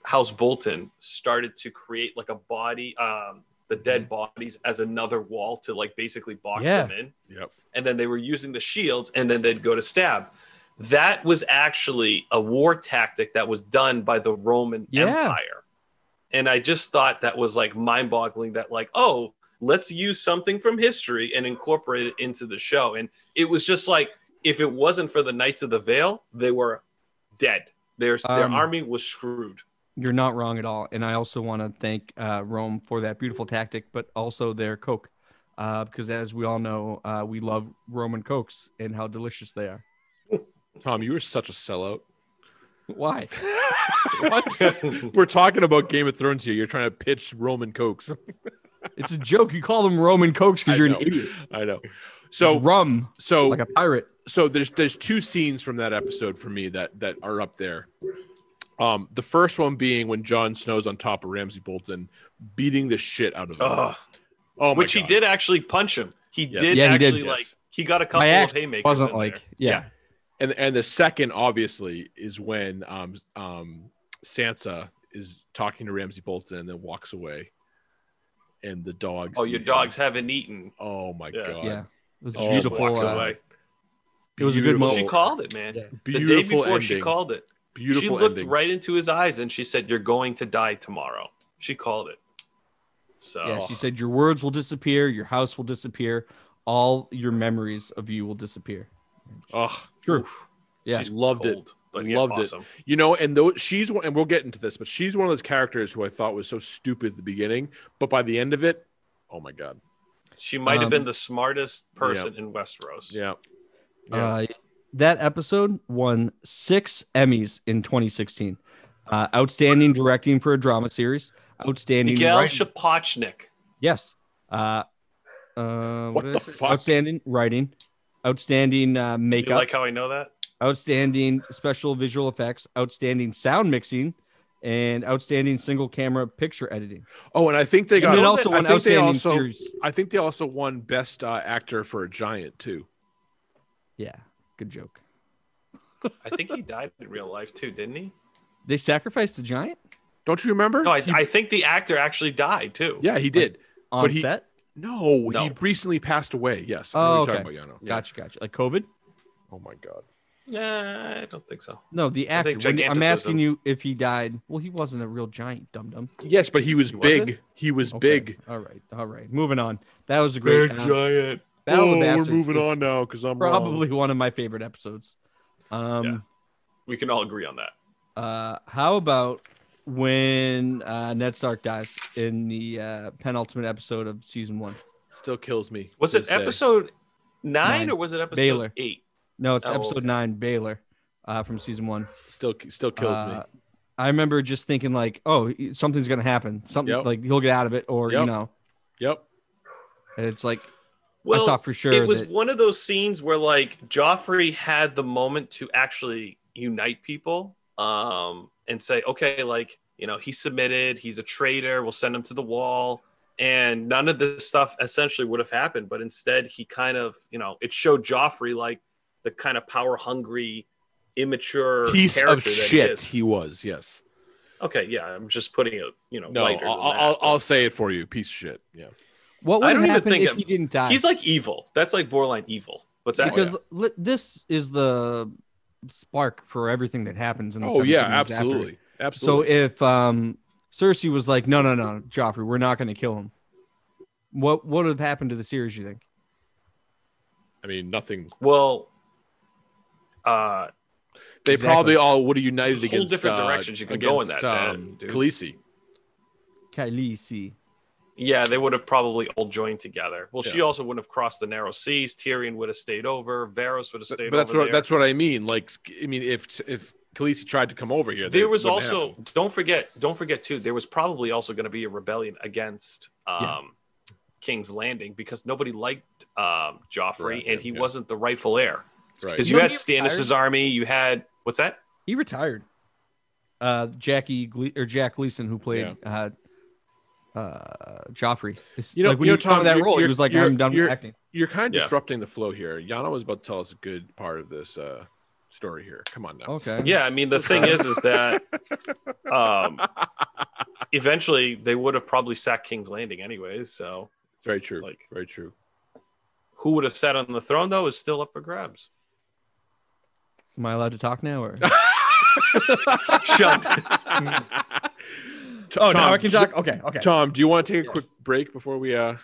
House Bolton started to create like a body, um, the dead bodies as another wall to like basically box
Mm-hmm. Yeah.
them in?
Yep.
and then they were using the shields and then they'd go to stab that was actually a war tactic that was done by the roman
Yeah.
empire and i just thought that was like mind-boggling that like oh let's use something from history and incorporate it into the show and it was just like if it wasn't for the knights of the veil they were dead their, their
Um,
army was screwed
You're not wrong at all. And I also want to thank uh, Rome for that beautiful tactic, but also their Coke, uh, because as we all know, uh, we love Roman Cokes and how delicious they are.
Tom, you were such a sellout.
Why?
We're talking about Game of Thrones here. You're trying to pitch Roman Cokes.
It's a joke. You call them Roman Cokes
I
because you're
know.
an idiot.
I know. So
rum,
so
like a pirate.
so there's there's two scenes from that episode for me that that are up there. Um, the first one being when Jon Snow's on top of Ramsey Bolton, beating the shit out of him.
Ugh.
oh, my
which he
God.
did actually punch him he
Yes.
did
Yeah, he did.
actually like
Yes.
he got a couple
axe
of haymakers
Wasn't
in there.
like, yeah.
and and the second obviously is when um um Sansa is talking to Ramsey Bolton and then walks away, and the dogs.
oh
eat
your
him.
dogs haven't eaten
Oh my
Yeah.
god!
Yeah. It was a
Oh,
She just
beautiful.
walks
uh,
away.
it was a good
Beautiful-
moment.
She called it, man.
Yeah.
The day
Beautiful
before
ending.
she called it. she
Beautiful
looked
ending.
right into his eyes and she said, You're going to die tomorrow. She called it. So
Yeah, she said, Your words will disappear, your house will disappear, all your memories of you will disappear.
Ugh.
True. Yeah.
she's
Loved
cold, but yeah,
Loved it.
awesome.
You know, and though she's one, and we'll get into this, but she's one of those characters who I thought was so stupid at the beginning, but by the end of it, oh my god,
She might
Um,
have been the smartest person in Westeros.
yeah, Yeah.
Uh, that episode won six Emmys in 2016. Uh, outstanding directing for a drama series. Outstanding.
Miguel
writing-
Shapochnik.
yes. Uh, uh,
What
did I
the
say?
fuck?
Outstanding writing. Outstanding uh,
You
makeup.
like how I know that?
outstanding special visual effects. Outstanding sound mixing. And outstanding single camera picture editing.
Oh, and I think they
And
got.
then also
I
won
think they
outstanding
also.
series.
I think they also won best uh, actor for a giant too.
Yeah, good joke.
I think he died in real life too, didn't he?
They sacrificed the giant
Don't you remember?
No, I,
He-
I think the actor actually died too.
yeah, he did.
on
But he-
set.
No, he
No.
recently passed away. Yes.
Oh,
I know what
okay.
you're talking about, Yano.
Gotcha, gotcha. Like COVID.
Oh my god.
Nah, I don't think so.
No, the
I
actor.
think
When- I'm
giganticism-
asking you if he died. Well, he wasn't a real giant, dum dum.
Yes, but he was
He
big.
wasn't?
He was
Okay.
big.
All right, all right. Moving on. That was a great uh,
giant.
Battle of
oh,
the Bastards.
we're moving
is
on now because I'm wrong.
Probably one of my favorite episodes. Um,
We can all agree on that.
uh, how about when uh, Ned Stark dies in the uh, penultimate episode of season one?
still kills me.
Was
to
it
this day.
episode nine,
Nine.
or was it episode
Baylor.
eight?
No, it's
Oh,
episode
okay.
nine, Baylor, uh, from season one.
Still, still kills me.
Uh, I remember just thinking like, oh, something's gonna happen. Something
Yep.
like he'll get out of it, or
Yep.
you know,
Yep.
and it's like I
Well,
thought for sure
it was
that-
one of those scenes where like Joffrey had the moment to actually unite people um, and say, okay, like you know, he submitted, he's a traitor, we'll send him to the wall, and none of this stuff essentially would have happened. But instead, he kind of, you know, it showed Joffrey like the kind of power hungry, immature
Piece
character
of
that he
shit.
is.
He was. Yes.
Okay, yeah, I'm just putting it, you know,
No, I'll,
lighter. than that,
I'll,
but-
I'll say it for you. Piece of shit. Yeah.
What would
I don't
have
even
happened
think
if
of-
he didn't die?
he's like evil. That's like borderline evil. What's that?
because li- this is the spark for everything that happens in the
Oh
seven
yeah,
kingdoms after.
absolutely,
So
absolutely.
if um Cersei was like, no, no, no, Joffrey, we're not going to kill him. What what would have happened to the series? You think?
I mean, nothing.
well, uh,
They
Exactly.
probably all would have united
Whole
against
different
uh,
directions you can go in
against,
that,
Um,
dude.
Khaleesi.
Khaleesi.
Yeah, they would have probably all joined together. Well, she
Yeah.
also wouldn't have crossed the narrow seas. Tyrion would have stayed over. Varys would have
But,
stayed
but that's
over
what
there.
that's what I mean. Like, I mean, if if Khaleesi tried to come over here, they
there was
wouldn't have
also
him.
don't forget don't forget too there was probably also going to be a rebellion against um,
Yeah.
King's Landing because nobody liked um, Joffrey
Correct,
and he
yeah.
wasn't the rightful heir
right.
because
You
you
know
had
he retired?
Stannis's army. You had what's that?
He retired. Uh, Jackie Gle- or Jack Gleason, who played uh, uh Joffrey. It's-
You know-
like when
you know,
he took over
Tom,
that
you're-
role, he
you're-
was like,
you're-
"I'm done
you're-
with acting."
You're kind of
Yeah.
disrupting the flow here. Yana was about to tell us a good part of this uh, story here. Come on now.
Okay.
Yeah, I mean the thing is, is that um, eventually they would have probably sacked King's Landing anyways. So
It's very true.
Like-
very true.
who would have sat on the throne though is still up for grabs.
Am I allowed to talk now? Or
Shut.
T-
oh,
Tom,
now I can
j-
talk. Okay, okay.
Tom, do you want to take a
Yeah.
quick break before we? uh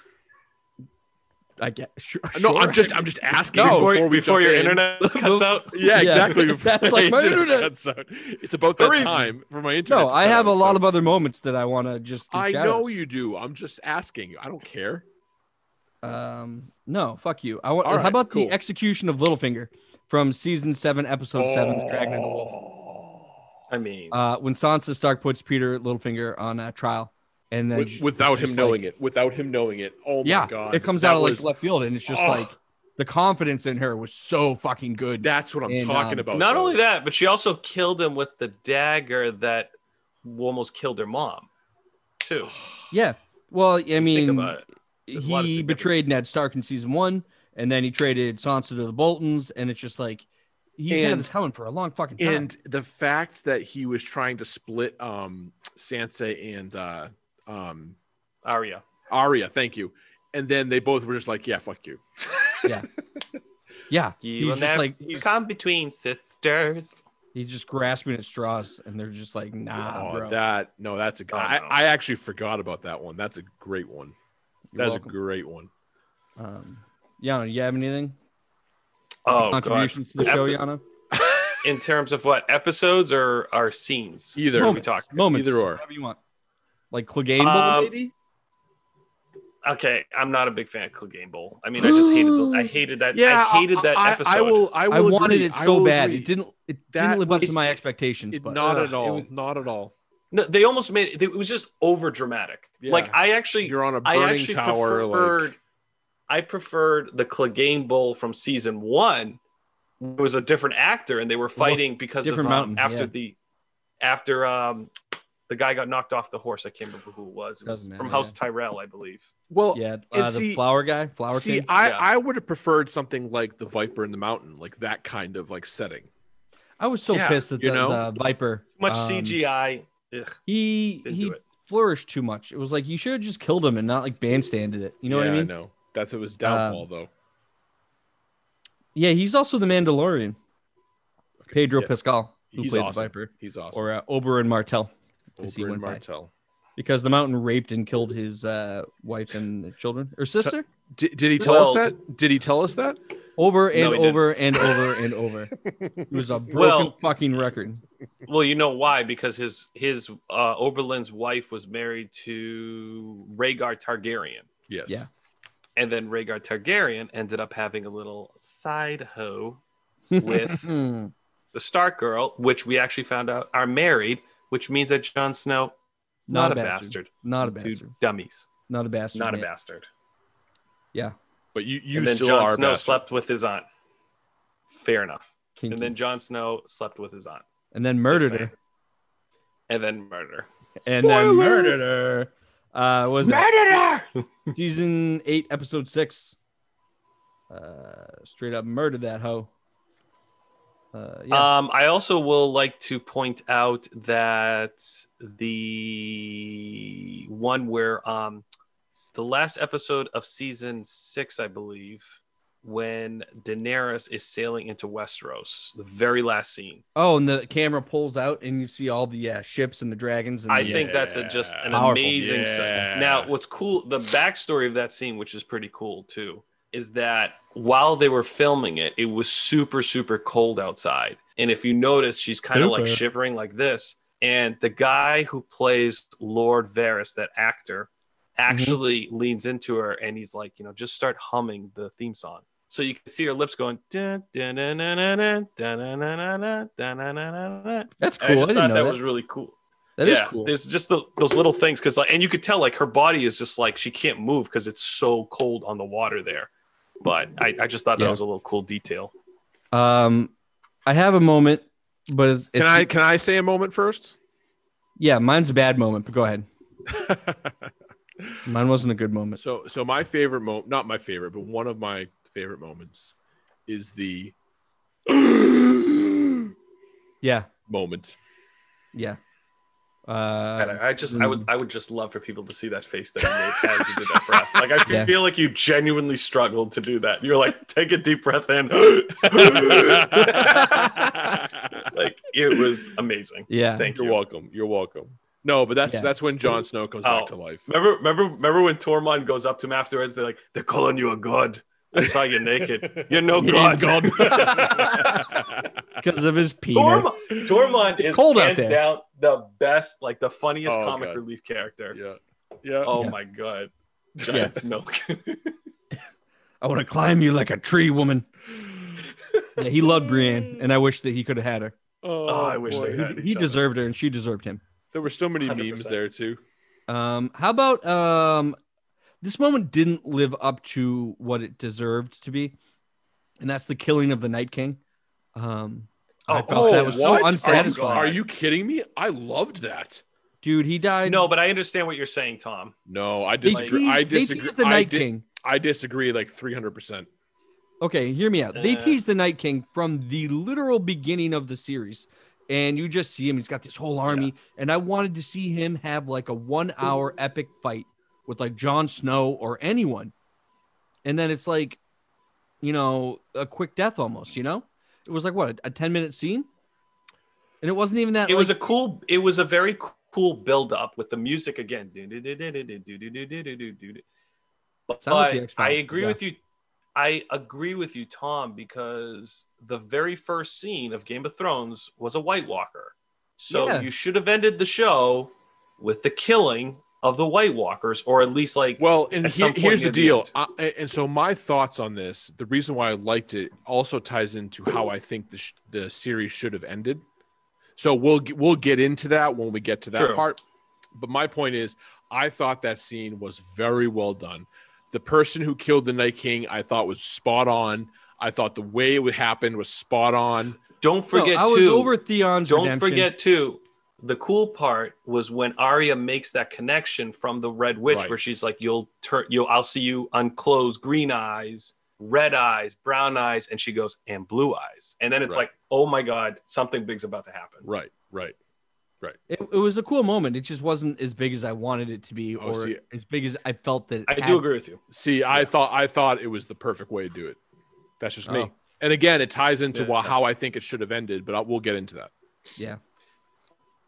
I get. Sure,
No, I'm just, I'm just asking.
No, before,
before, we
before
jump
your
in.
internet cuts out.
Yeah,
Yeah.
exactly. before
That's like
the
my
internet
internet.
cuts out. It's about that
Hurry.
time for my internet.
No,
to
I
cut
have a
out,
lot
so-
of other moments that I want to just. give
I
shout
know
outs.
you do. I'm just asking. I don't care.
Um, no, fuck you. I want.
All right,
how about
cool.
the execution of Littlefinger from season seven, episode seven, The Dragon and the
Oh.
Wolf?
I mean,
Uh, when Sansa Stark puts Peter Littlefinger on uh, trial, and then
With-
j-
without
just
him
like-
knowing it. Without him knowing it. Oh my
yeah,
god.
it comes
That
out of like
was-
left field, and it's just
Ugh.
like the confidence in her was so fucking good.
That's what I'm
And,
talking
um,
about.
not
though.
only that, but she also killed him with the dagger that almost killed her mom, too.
yeah. Well, I mean,
Think about it. There's a lot of
he
significance.
betrayed Ned Stark in season one, and then he traded Sansa to the Boltons, and it's just like he's had
And-
this coming for a long fucking time.
and the fact that he was trying to split um Sansa and uh um
Arya.
Arya, thank you. And then they both were just like, yeah, fuck you.
yeah,
You
he's
will
just
never
like he's,
come between sisters.
he's just grasping at straws, and they're just like, nah,
Oh,
Ah, bro.
that no, that's a
Oh,
I-
no.
I actually forgot about that one. That's a great one.
You're
That's a
welcome.
great one.
Um, Yana, you have anything?
Oh, God.
Contributions to the show,
Epi-
Yana?
in terms of what episodes or our scenes?
Either
What are we
Moments,
talking?
Moments.
Either or.
Whatever you want. Like Clegane Bowl,
Um,
maybe?
Okay, I'm not a big fan of Clegane Bowl. I mean, I just hated. The, I hated that. I hated that
I,
episode.
I will. I, will
I wanted
agree.
it
I
so
will
bad.
agree.
It didn't it
That
didn't live up to
was-
my expectations,
It-
but
not
ugh,
at all.
it was-
not at all.
No, they almost made it. It was just over dramatic.
Yeah.
Like I actually,
You're on a
I
burning
actually
tower.
preferred.
Like,
I preferred the Clegane Bowl from season one. It was a different actor, and they were fighting because of
different
um,
mountain,
after
yeah.
the after um the guy got knocked off the horse. I can't remember who it was. It was
Doesn't
from
matter,
House Tyrell, I believe.
well,
yeah,
and
uh,
see-
the flower guy, flower
see,
king.
I
Yeah.
I would have preferred something like the Viper in the Mountain, like that kind of like setting.
I was so
Yeah,
pissed at the,
you know?
the Viper.
Too much
um,
CGI. Ugh,
He
didn't
he
do it.
flourished too much. It was like you should have just killed him and not like bandstanded it. You know
Yeah,
what I mean?
know that's it was downfall though.
Yeah, he's also the Mandalorian. Pedro
Yeah,
Pascal, who
he's
played
awesome.
the Viper,
He's awesome.
or uh, Oberyn Martell, as he
Oberyn
went by.
Martell.
because the Mountain raped and killed his uh, wife and children or sister
Did, did he tell
Well-
us that? Did he tell us that?
over and
he didn't.
over and over and over. It was a broken
Well-
fucking record.
Well, you know why? Because his his uh, Oberlin's wife was married to Rhaegar Targaryen,
Yes.
Yeah.
and then Rhaegar Targaryen ended up having a little side hoe with
Hmm.
the Stark girl, which we actually found out are married, which means that Jon Snow not, a bastard,
Not a
Two
bastard.
dummies,
Not a bastard.
not a
man.
bastard.
Yeah.
But you you
and then
still
Jon
are. a
Snow
bastard.
slept with his aunt. Fair enough.
Kinky.
And then Jon Snow slept with his aunt,
and then murdered
saying.
her.
and then murder.
And then
Spoiler!
murdered her. Uh, was it
Murder!
season eight, episode six? Uh, straight up murdered that hoe. Uh, yeah.
Um, I also will like to point out that the one where um, it's the last episode of season six, I believe, when Daenerys is sailing into Westeros, the very last scene.
oh, and the camera pulls out, and you see all the uh, ships and the dragons. And
I
the-
think that's a, just an
Powerful.
amazing. se-
Yeah.
Now, what's cool, the backstory of that scene, which is pretty cool too, is that while they were filming it, it was super, super cold outside. And if you notice, she's kind of like
Super.
shivering like this. And the guy who plays Lord Varys, that actor,
Mm-hmm.
actually leans into her and he's like, you know, just start humming the theme song. So you can see her lips going. dun, dun, dun, dun, dun, dun, dun, dun, dun, dun, dun, dun, dun, dun, dun.
that's cool.
And
I,
I just
didn't
thought
know
that
that.
was really cool.
That is
Yeah,
cool.
There's just the, those little things because, like, and you could tell like her body is just like she can't move because it's so cold on the water there. But I, I just thought that
Yeah.
was a little cool detail.
Um, I have a moment, but it's,
Can
it's
I can I say a moment first?
yeah, mine's a bad moment, but go ahead. Mine wasn't a good moment.
So so my favorite moment, not my favorite, but one of my favorite moments is the
Yeah,
moment.
yeah. Uh,
And I, I just, I would, I would just love for people to see that face that you made as you did that breath. Like I
Yeah.
feel like you genuinely struggled to do that. You're like, take a deep breath in. like it was amazing.
yeah.
Thank
You're
you.
welcome. You're welcome. No, but that's
Yeah.
that's when Jon Snow comes back
Oh.
to life.
Remember, remember, remember when Tormund goes up to him afterwards? They're like, they're calling you a god. I saw you naked. You're no
You
god.
ain't God.
Because of his penis.
Tormund, Tormund is
cold out
hands
there.
down the best, like the funniest
Oh,
comic
God.
relief character.
yeah. Yeah.
Oh
Yeah.
my god.
Yeah.
Giant's milk.
I want to climb you like a tree, woman. Yeah, he loved Brienne, and I wish that he could have had her.
Oh, I wish they
He-
boy.
had.
He,
each other.
deserved her, and she deserved him.
There were so many memes
100%.
there too.
Um, how about um, this moment didn't live up to what it deserved to be, and that's the killing of the Night King. Um, I
Oh,
felt that was
what?
so
Are you-
unsatisfying.
Are you, kidding me? I loved that.
dude? He died.
no, but I understand what you're saying, Tom.
No, I
they
disagree.
teased,
I
they
disagree.
teased the
I,
Night
di-
King.
I disagree like 300%.
Okay, hear me out. They
Uh.
teased the Night King from the literal beginning of the series, and you just see him. He's got this whole army, and I wanted to see him have like a one-hour epic fight with like Jon Snow or anyone, and then it's like, you know, a quick death almost. You know, it was like what a ten-minute scene, and it wasn't even that.
It was a
like-
cool. It was a very cool build up with the music again. Du-du-du-du-du-du-du-du-du-du-du-du. But
Sounds like the
but
X-Files,
I agree
yeah.
with you. I agree with you, Tom, because the very first scene of Game of Thrones was a White Walker. So
Yeah.
you should have ended the show with the killing of the White Walkers, or at least like
Well, and
At
he-
some point
here's the
near the
deal.
end.
I, and so my thoughts on this, the reason why I liked it also ties into how I think the, sh- the series should have ended. So we'll g- we'll get into that when we get to that
True.
part. But my point is, I thought that scene was very well done. The person who killed the Night King, I thought was spot on. I thought the way it would happen was spot on.
No,
don't forget
I was
too.
over Theon's
Don't
redemption.
forget too. The cool part was when Arya makes that connection from the Red Witch, where
Right.
she's like, "You'll turn, you'll, I'll see you unclose green eyes, red eyes, brown eyes," and she goes, "And blue eyes," and then it's
Right.
like, "Oh my God, something big's about to happen."
Right, right.
It, it was a cool moment. It just wasn't as big as I wanted it to be,
Oh,
or
see-
as big as I felt that. It
I
had
do
to
agree with you.
See, I thought I thought it was the perfect way to do it. That's just
Oh.
me. And again, it ties into
Yeah.
wha- how I think it should have ended, but I, we'll get into that.
Yeah.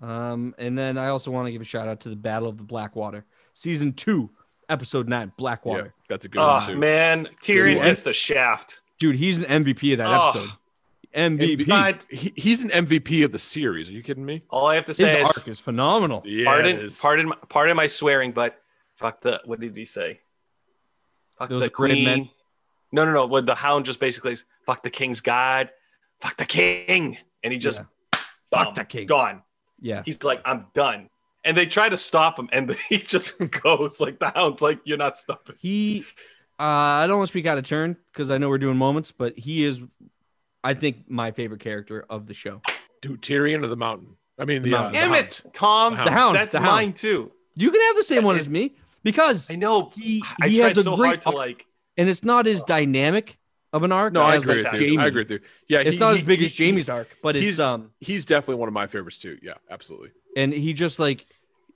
Um, and then I also want to give a shout out to the Battle of the Blackwater, season two, episode nine,
Yeah,
Blackwater.
that's a good one
Oh
too.
man, Tyrion
one.
gets the shaft.
Dude, he's an MVP of that
Oh.
episode. MVP.
MVP. He, he's an MVP of the series. Are you kidding me?
All I have to
His
say is,
arc is phenomenal.
Yeah,
pardon, pardon, my- pardon my swearing, but fuck the. What did he say? Fuck
Those
the
red
queen.
men.
No, no, no. What the hound just basically is fuck the king's god, fuck the king, and he just
Yeah.
boom,
Fuck the king.
He's gone.
Yeah.
He's like, I'm done. And they try to stop him, and he just goes like the hound's like, you're not stopping.
He, uh, I don't want to speak out of turn because I know we're doing moments, but he is, I think, my favorite character of the show.
Dude, Tyrion of the Mountain. I mean,
The
the, uh,
Mountain.
the
Damn
Hound.
it, Tom.
The hound.
hound,
That's
the hound.
mine too.
You can have the same
Yeah,
one
it-
as me because
I know.
he,
I
he
tried
has a
so
great
hard to
arc,
like.
and it's not as dynamic of an arc.
No, I
as,
agree
like,
with you.
Jamie.
I agree with you. Yeah,
It's
he-
not
he-
as big
he-
as Jamie's arc, but it's
he's-
um.
He's definitely one of my favorites too. Yeah, absolutely.
and he just like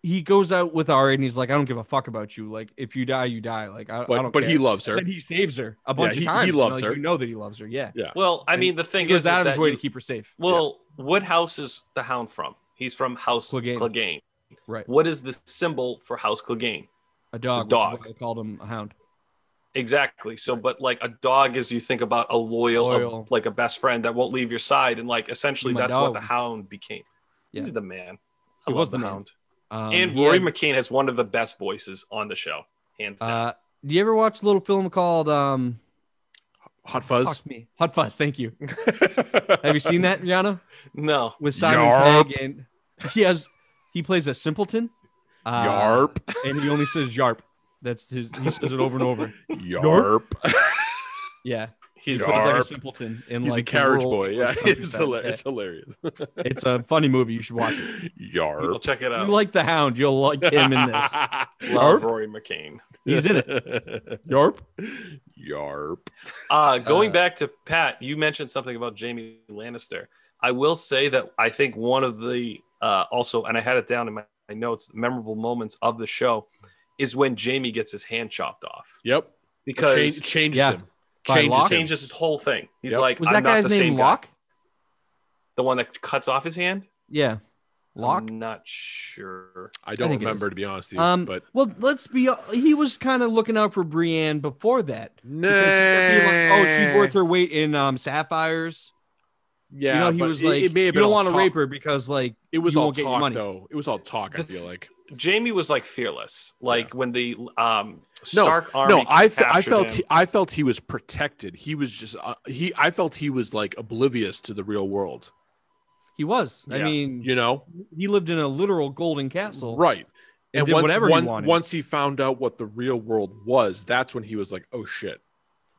he goes out with Arya and he's like, I don't give a fuck about you. Like if you die, you die. Like I, I
But
don't.
but
care.
he loves her.
And then he saves her a bunch
he- he
of times. you know,
loves
like,
her.
You know that he loves her. Yeah.
Well, I
And
mean, the thing
He goes
is,
out
is
of his
that
way
you-
to keep her safe.
Well, what house is the hound from? He's from House
Clegane.
Clegane.
Right.
What is the symbol for House Clegane?
A dog.
the
Dog.
dog.
I called him a hound.
Exactly. So, but like a dog is you think about a loyal,
Loyal.
like a best friend that won't leave your side, and like essentially
My
that's what the
dog.
hound became.
Yeah.
He's the man.
He
I
was
love
the
the
man.
hound.
Um,
and
he
Rory
had-
McCain has one of the best voices on the show, hands down.
Uh, do you ever watch a little film called um,
Hot fuzz.
Fuck Me, Hot Fuzz? Thank you. Have you seen that, Rihanna?
no,
With Simon
Yarp.
Pegg and he has he plays a simpleton. Uh,
Yarp.
And he only says yarp. That's his. He says it over and over.
Yarp.
Yeah. He's
He's
he's like a
Arp.
simpleton in
He's
like
a carriage
rural
boy. Yeah,
countryside.
it's, hila- it's hilarious.
Yeah. It's a funny movie. You should watch it.
I'll
Yarp.
check it
You
out.
like the Hound, you'll like him in this.
Love
Yarp.
Rory McCain.
He's in it.
it.
Yarp.
Yarp.
Uh, going
Uh,
back to Pat, you mentioned something about Jamie Lannister. I will say that I think one of the uh, also, and I had it down in my, my notes, memorable moments of the show is when Jamie gets his hand chopped off
Yep.
because
Change, changes
Yeah.
him.
By
Changes
Locke?
him.
changes his whole thing. He's
Yep.
like,
Was
I'm
that
not
guy's
the
name
same guy."
Locke?
The one that cuts off his hand?
Yeah. Locke?
I'm not sure.
I don't
think it
remember
is.
to be honest with you,
Um,
but
Well, let's be he was kind of looking out for Brienne before that.
nah.
Because he kept being like, oh, she's worth her weight in um sapphires.
Yeah,
you know, he
but
was
it-
like,
it may
you
have been
don't
all
want to
talk.
rape her because like
It was
you
all
won't get your
talk,
money.
though. It was all talk. I
The-
feel like.
Jamie was like fearless. Like when the um
No,
Stark army
No, I, fe- I
captured
felt
him.
he, I felt he was protected. He was just uh, he. I felt he was like oblivious to the real world.
he was. I
Yeah.
mean,
You know,
he lived in a literal golden castle.
right?
And, did
once,
whatever
one-
he wanted.
once he found out what the real world was, that's when he was like, "Oh shit!"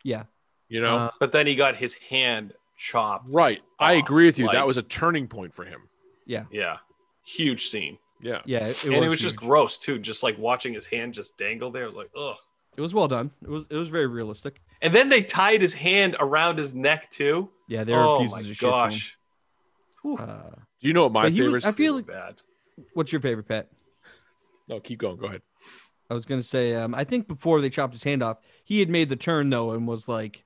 Yeah.
You know,
Uh,
but then he got his hand chopped.
right? I
uh,
agree with you. that
like-
was a turning point for him.
Yeah. Huge scene.
Yeah,
yeah, it,
and
was
it was just
huge.
gross too, just like watching his hand just dangle there. It was like, ugh.
it was well done. It was it was very realistic.
And then they tied his hand around his neck too.
Yeah, there are
Oh
pieces
my
of shit.
gosh,
to him. Uh,
Do you know what my
But he was-
favorite?
I feel like-
bad.
what's your favorite pet?
no, keep going. Go ahead.
I was gonna say, um, I think before they chopped his hand off, he had made the turn though and was like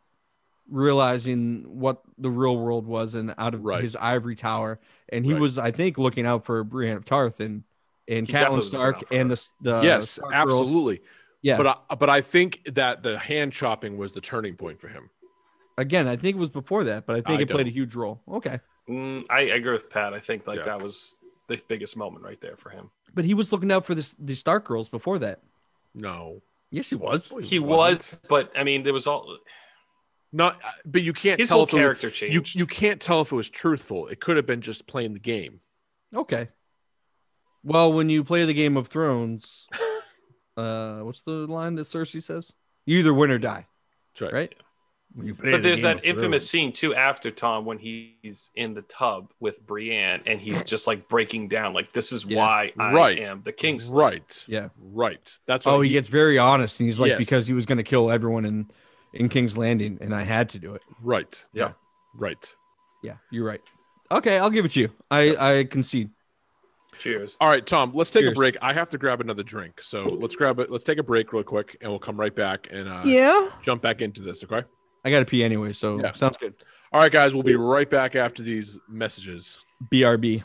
realizing what the real world was and out of
Right.
his ivory tower. And he
Right.
was, I think, looking out for Brienne of Tarth and and
He definitely
Catelyn
was looking
Stark
out for
and
her.
the, the
yes,
Stark Uh, girls.
absolutely.
Yeah.
But I, but I think that the hand chopping was the turning point for him.
Again, I think it was before that, but I think
I
it played a
don't.
huge role. Okay.
Mm, I, I agree with Pat. I think like
Yeah.
that was the biggest moment right there for him.
But he was looking out for this the Stark girls before that.
No,
Yes, he was.
No,
He
wasn't.
was, but I mean, there was all
not. uh, But you can't
his
tell
whole
if it was-
character changed.
you you can't tell if it was truthful. It could have been just playing the game.
Okay. Well, when you play the Game of Thrones, uh, what's the line that Cersei says? You either win or die.
That's right.
Right. When you play
but
the
there's
Game
that
of
infamous
Thrones.
scene too after Tom when he's in the tub with Brienne and he's just like breaking down, like this is
Yeah.
why I
Right.
am the king's.
Right.
Yeah.
Right. That's what
Oh, he, gets very honest, and he's like,
Yes.
because he was going to kill everyone in in King's Landing, and I had to do it.
right.
Yeah.
Right.
Yeah, you're right. Okay, I'll give it to you. I I concede.
Cheers.
All right, Tom. Let's take
Cheers.
a break. I have to grab another drink, so let's grab it. Let's take a break real quick, and we'll come right back and uh,
yeah.
jump back into this. Okay.
I got to pee anyway, so
Yeah.
sounds good.
All right, guys. We'll be right back after these messages.
BRB.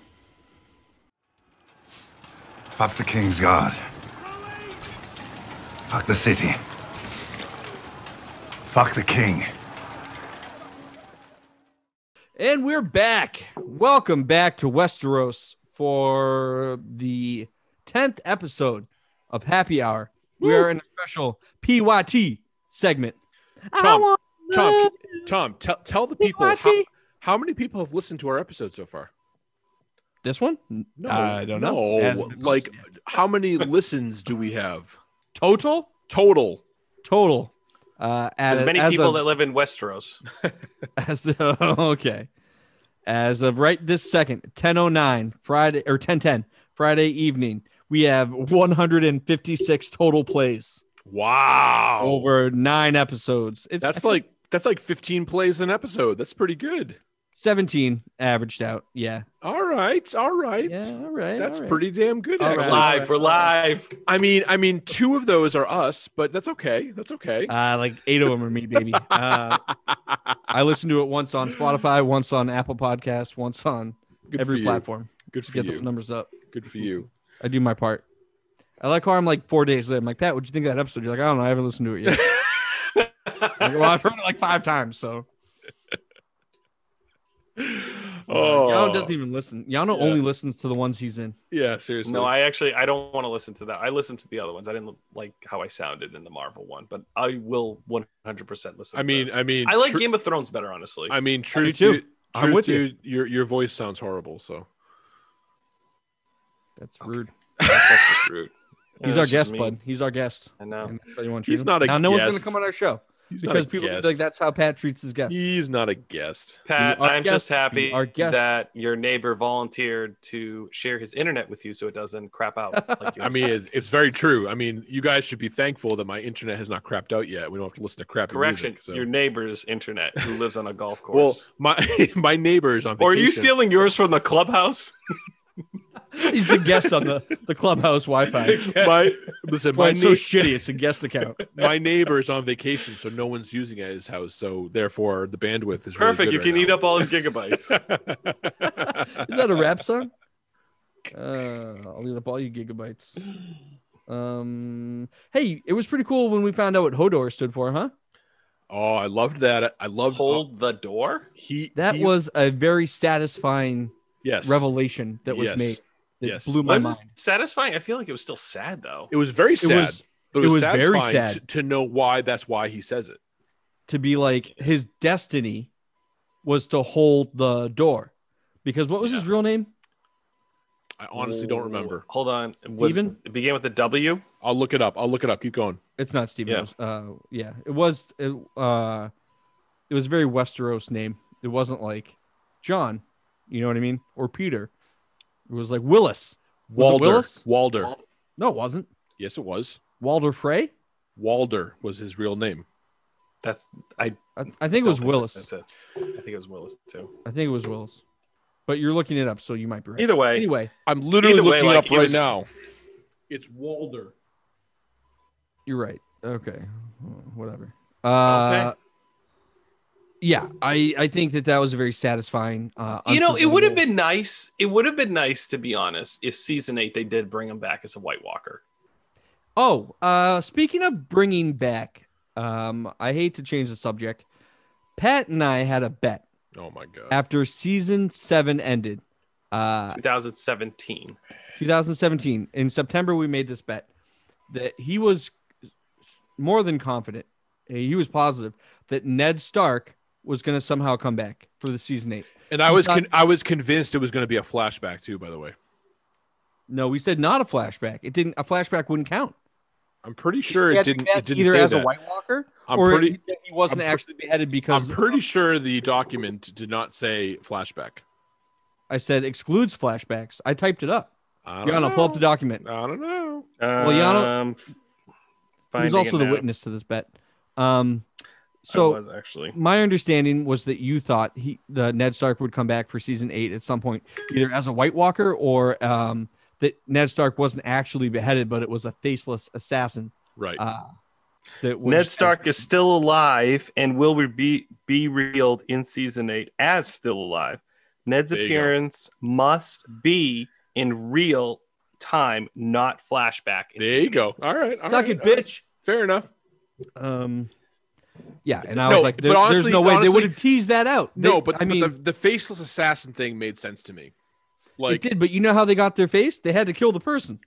Fuck the King's Guard. Fuck the city. Fuck the King.
And we're back. Welcome back to Westeros for the 10th episode of Happy Hour. We
Woo.
are in a special PYT segment.
Tom, Tom, c- Tom, tell tell the people how,
watching.
how many people have listened to our episode so far.
This one?
No,
I don't know. It hasn't
No,
been
like
posted
how many listens do we have
Total?
total?
Total. Uh, as,
As many
as
people
of,
that live in Westeros.
as okay. As of right this second, 1009 Friday or 1010 Friday evening, we have 156 total plays
Wow,
over 9 episodes. It's
Oh. that's like that's like 15 plays an episode. That's pretty good.
17 averaged out. Yeah.
All right, all right.
Yeah. All right.
That's
all right.
pretty damn good.
All
actually.
right.
Live. We're live.
I mean, I mean, two of those are us, but that's okay. That's okay.
Uh, like eight of them are me, baby. Uh, I listened to it once on Spotify, once on Apple Podcasts, once on
Good for
every
you.
platform
Good
to
for
get those
you.
numbers up.
Good for you.
I do my part. I like how I'm like four days later. I'm like, Pat, what'd you think of that episode? You're like, I don't know. I haven't listened to it yet. Like, well, I've heard it like five times. So
Oh,
Yano doesn't even listen. Yano
Yeah.
only listens to the ones he's in.
yeah, seriously.
No, I actually I don't want to listen to that. I listened to the other ones. I didn't like how I sounded in the Marvel one, but I will 100% listen.
I
to
mean,
this.
I mean,
I like
tru-
Game of Thrones better, honestly.
I mean, true
too.
to,
I'm
true
with
to,
you.
your your voice sounds horrible. So
That's rude.
That's just rude.
He's
Yeah,
our
that's just
guest,
me.
bud. He's our guest.
I know.
And that's how you wanna treat
Oh. He's
him.
not a
now, no one's
guest.
gonna come on our show.
He's not a
because people
guest.
like that's how Pat treats his guests.
He's not a guest.
Pat,
You are
I'm
guest.
just happy
You are guest.
that your neighbor volunteered to share his internet with you so it doesn't crap out. Like
I
yours.
mean, it's, it's very true. I mean, you guys should be thankful that my internet has not crapped out yet. We don't have to listen to crappy
correction,
music, so.
your neighbor's internet who lives on a golf
well,
course.
my my neighbors on
or are you
vacation-
stealing yours from the clubhouse?
He's the guest on the, the clubhouse Wi-Fi.
my listen
Why
my,
it's so
nei-
shitty? It's a guest account.
my neighbor's on vacation, so no one's using it at his house. So therefore, the bandwidth is
Perfect. you can eat up all his gigabytes.
up.
Is that a rap song? Uh, I'll eat up all you gigabytes. Um, hey, it was pretty cool when we found out what Hodor stood for, huh?
oh, I loved that. I loved
Hold the door.
he
That
he-
was a very satisfying
yes.
revelation that was
Yes.
made. That
Yes.
blew my
Was it
mind.
satisfying? I feel like it was still sad though.
It was very sad.
was-
but
it
it was,
was very
satisfying
sad.
To, to know why that's why he says it.
To be like his destiny was to hold the door, because what was his real name?
I honestly don't
Oh,
remember.
Hold on. Was,
Steven?
It began with a W.
I'll look it up. I'll look it up. Keep going.
It's not Stephen.
Yeah.
Yeah. Uh, yeah, it was. It, uh, it was a very Westeros name. It wasn't like John, you know what I mean, or Peter. It was like Willis. Was it
Walder.
Willis?
Walder.
No, it wasn't.
Yes, it was.
Walder Frey.
Walder was his real name.
That's I
I, I think it was
don't
Willis.
That's it. I think it was Willis too.
I think it was Willis. But you're looking it up, so you might be right.
Either way,
Anyway,
I'm literally
Either way,
looking it
like,
up
it
right
was-
now. It's Walder.
you're right. Okay, whatever. Uh, Yeah, I I think that that was a very satisfying. Uh,
you know, it would have
unforgettable-
been nice. It would have been nice to be honest if season eight they did bring him back as a White Walker.
Oh, uh, speaking of bringing back, um, I hate to change the subject. Pat and I had a bet
Oh my god.
after season seven ended, uh,
2017.
2017. In September, we made this bet that he was more than confident. eh, He was positive that Ned Stark was going to somehow come back for the season eight.
And I was
He's
con- I was convinced it was going to be a flashback too. By the way,
No, we said not a flashback. It didn't. A flashback wouldn't count.
I'm pretty sure it
He had to be
didn't.
back
It didn't
either
say
as a
that.
White Walker,
I'm
or
pretty-
that he wasn't
I'm pr-
actually beheaded
I'm
because
pretty sure the document did not say flashback.
I said excludes flashbacks. I typed it up.
I don't
Yana,
know.
pull up the document.
I don't know.
Well, Yano-
um,
He was
finding
also
it
the
now.
witness to this bet. Um,
I
so
was actually
my understanding was that you thought he, the Ned Stark, would come back for season eight at some point, either as a White Walker or um, that Ned Stark wasn't actually beheaded, but it was a faceless assassin.
Right.
Uh, that was
Ned Stark is still alive and will re- be be revealed in season eight as still alive. Ned's
There you go.
appearance must be in real time, not flashback. in
there
season
you go. All right. all
Suck
right,
it,
all right.
bitch.
Fair enough.
Um, yeah, and
a-
I was
no,
like,
but
there-
honestly-
there's no way
honestly-
they would have teased that out. They-
No, but
I mean,
but the, the faceless assassin thing made sense to me. Like
it did. But you know how they got their face? They had to kill the person.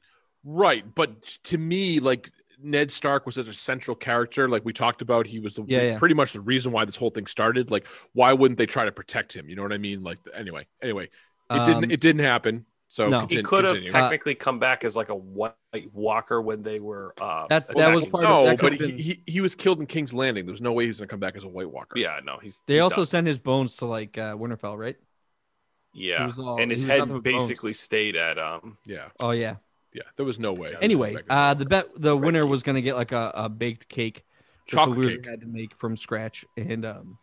Right, but to me, like Ned Stark was such a central character. Like we talked about, he was the
Yeah, yeah.
pretty much the reason why this whole thing started. Like, why wouldn't they try to protect him? You know what I mean? Like, anyway, anyway, it
Um,
didn't. It didn't happen. So
no.
He
contin-
could have
continue.
technically come back as like a white walker when they were. Uh,
That- that was
attacking-
part of
no,
that
but
could've
he,
been-
he he was killed in King's Landing. There was no way he was going to come back as a White Walker.
Yeah, no, he's.
They
he's
also
done.
sent his bones to like uh, Winterfell, right? he
Yeah,
was all-
and his
he was nothing but
head basically
bones.
stayed at um.
yeah,
Oh yeah.
yeah. There was no way.
Anyway, uh, the bet the
Red
winner
cake.
was gonna get like a, a baked cake that the
chocolate
loser
cake.
had to make from scratch, and um,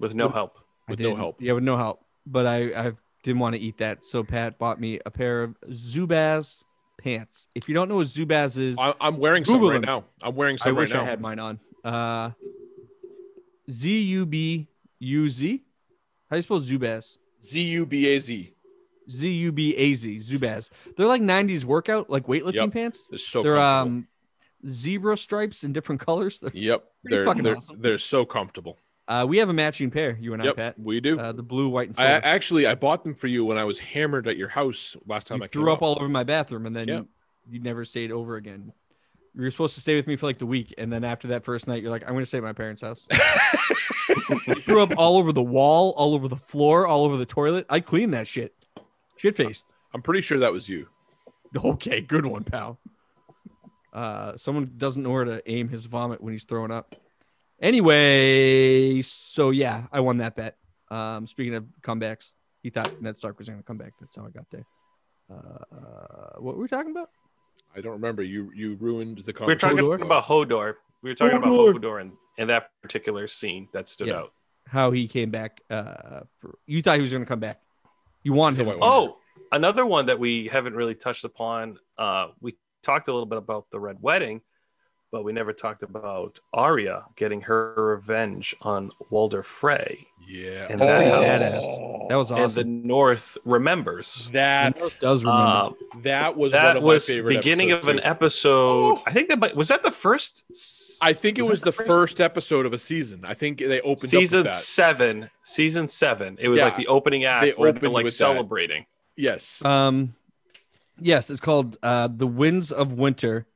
with no help.
I
With no
didn't-
help.
Yeah, with no help. But I I didn't want to eat that, so Pat bought me a pair of Zubaz pants. If you don't know what Zubaz is,
I, I'm wearing some
Google
right
them.
now. I'm wearing
I
some right
wish
now.
I had mine on. Uh, Z U B U Z. How do you spell Zubaz?
Z U B A Z.
Z U B A Z. Zubaz. They're like '90s workout, like weightlifting
Yep.
pants.
It's so
They're
comfortable.
um zebra stripes in different colors. They're-
Yep,
pretty
they're
fucking
they're,
awesome.
they're so comfortable.
Uh, we have a matching pair, you and
Yep,
I, Pat.
we do.
Uh, the blue, white, and
I
silver.
actually I bought them for you when I was hammered at your house last time
you
I
threw
came
up all over my bathroom, and then
Yeah.
you, you never stayed over again. You were supposed to stay with me for like the week, and then after that first night, you're like, "I'm going to stay at my parents' house." you threw up all over the wall, all over the floor, all over the toilet. I cleaned that shit. Shit faced.
I'm pretty sure that was you.
Okay, good one, pal. Uh, someone doesn't know where to aim his vomit when he's throwing up. Anyway, so yeah, I won that bet. Um, speaking of comebacks, he thought Ned Stark was going to come back. That's how I got there. Uh, what were we talking about?
I don't remember. You you ruined the
We were
conversation.
talking
Hodor?
about Hodor. We were talking
Hodor.
about Hodor and, and that particular scene that stood
Yeah.
out.
How he came back? Uh, for, you thought he was going to come back. You want him?
So I
to come
won.
back.
Oh, another one that we haven't really touched upon. Uh, we talked a little bit about the Red Wedding, but we never talked about Arya getting her revenge on Walder Frey.
yeah.
And that
badass. that was
Oh, And the
awesome. Mm-hmm.
North remembers.
Oh, that
does remember?
Uh,
that was one
that
of
was
my favorite
beginning of
episodes,
an
too.
episode.
Oh.
I think that might- was that the first. s-
I think it was,
that
the first? episode of a season. I think they opened up
season
with that.
seven. Season seven. It was
Yeah.
like the opening act.
They
where
opened
like
with that.
celebrating.
Yes.
Um, yes, it's called uh, "The Winds of Winter."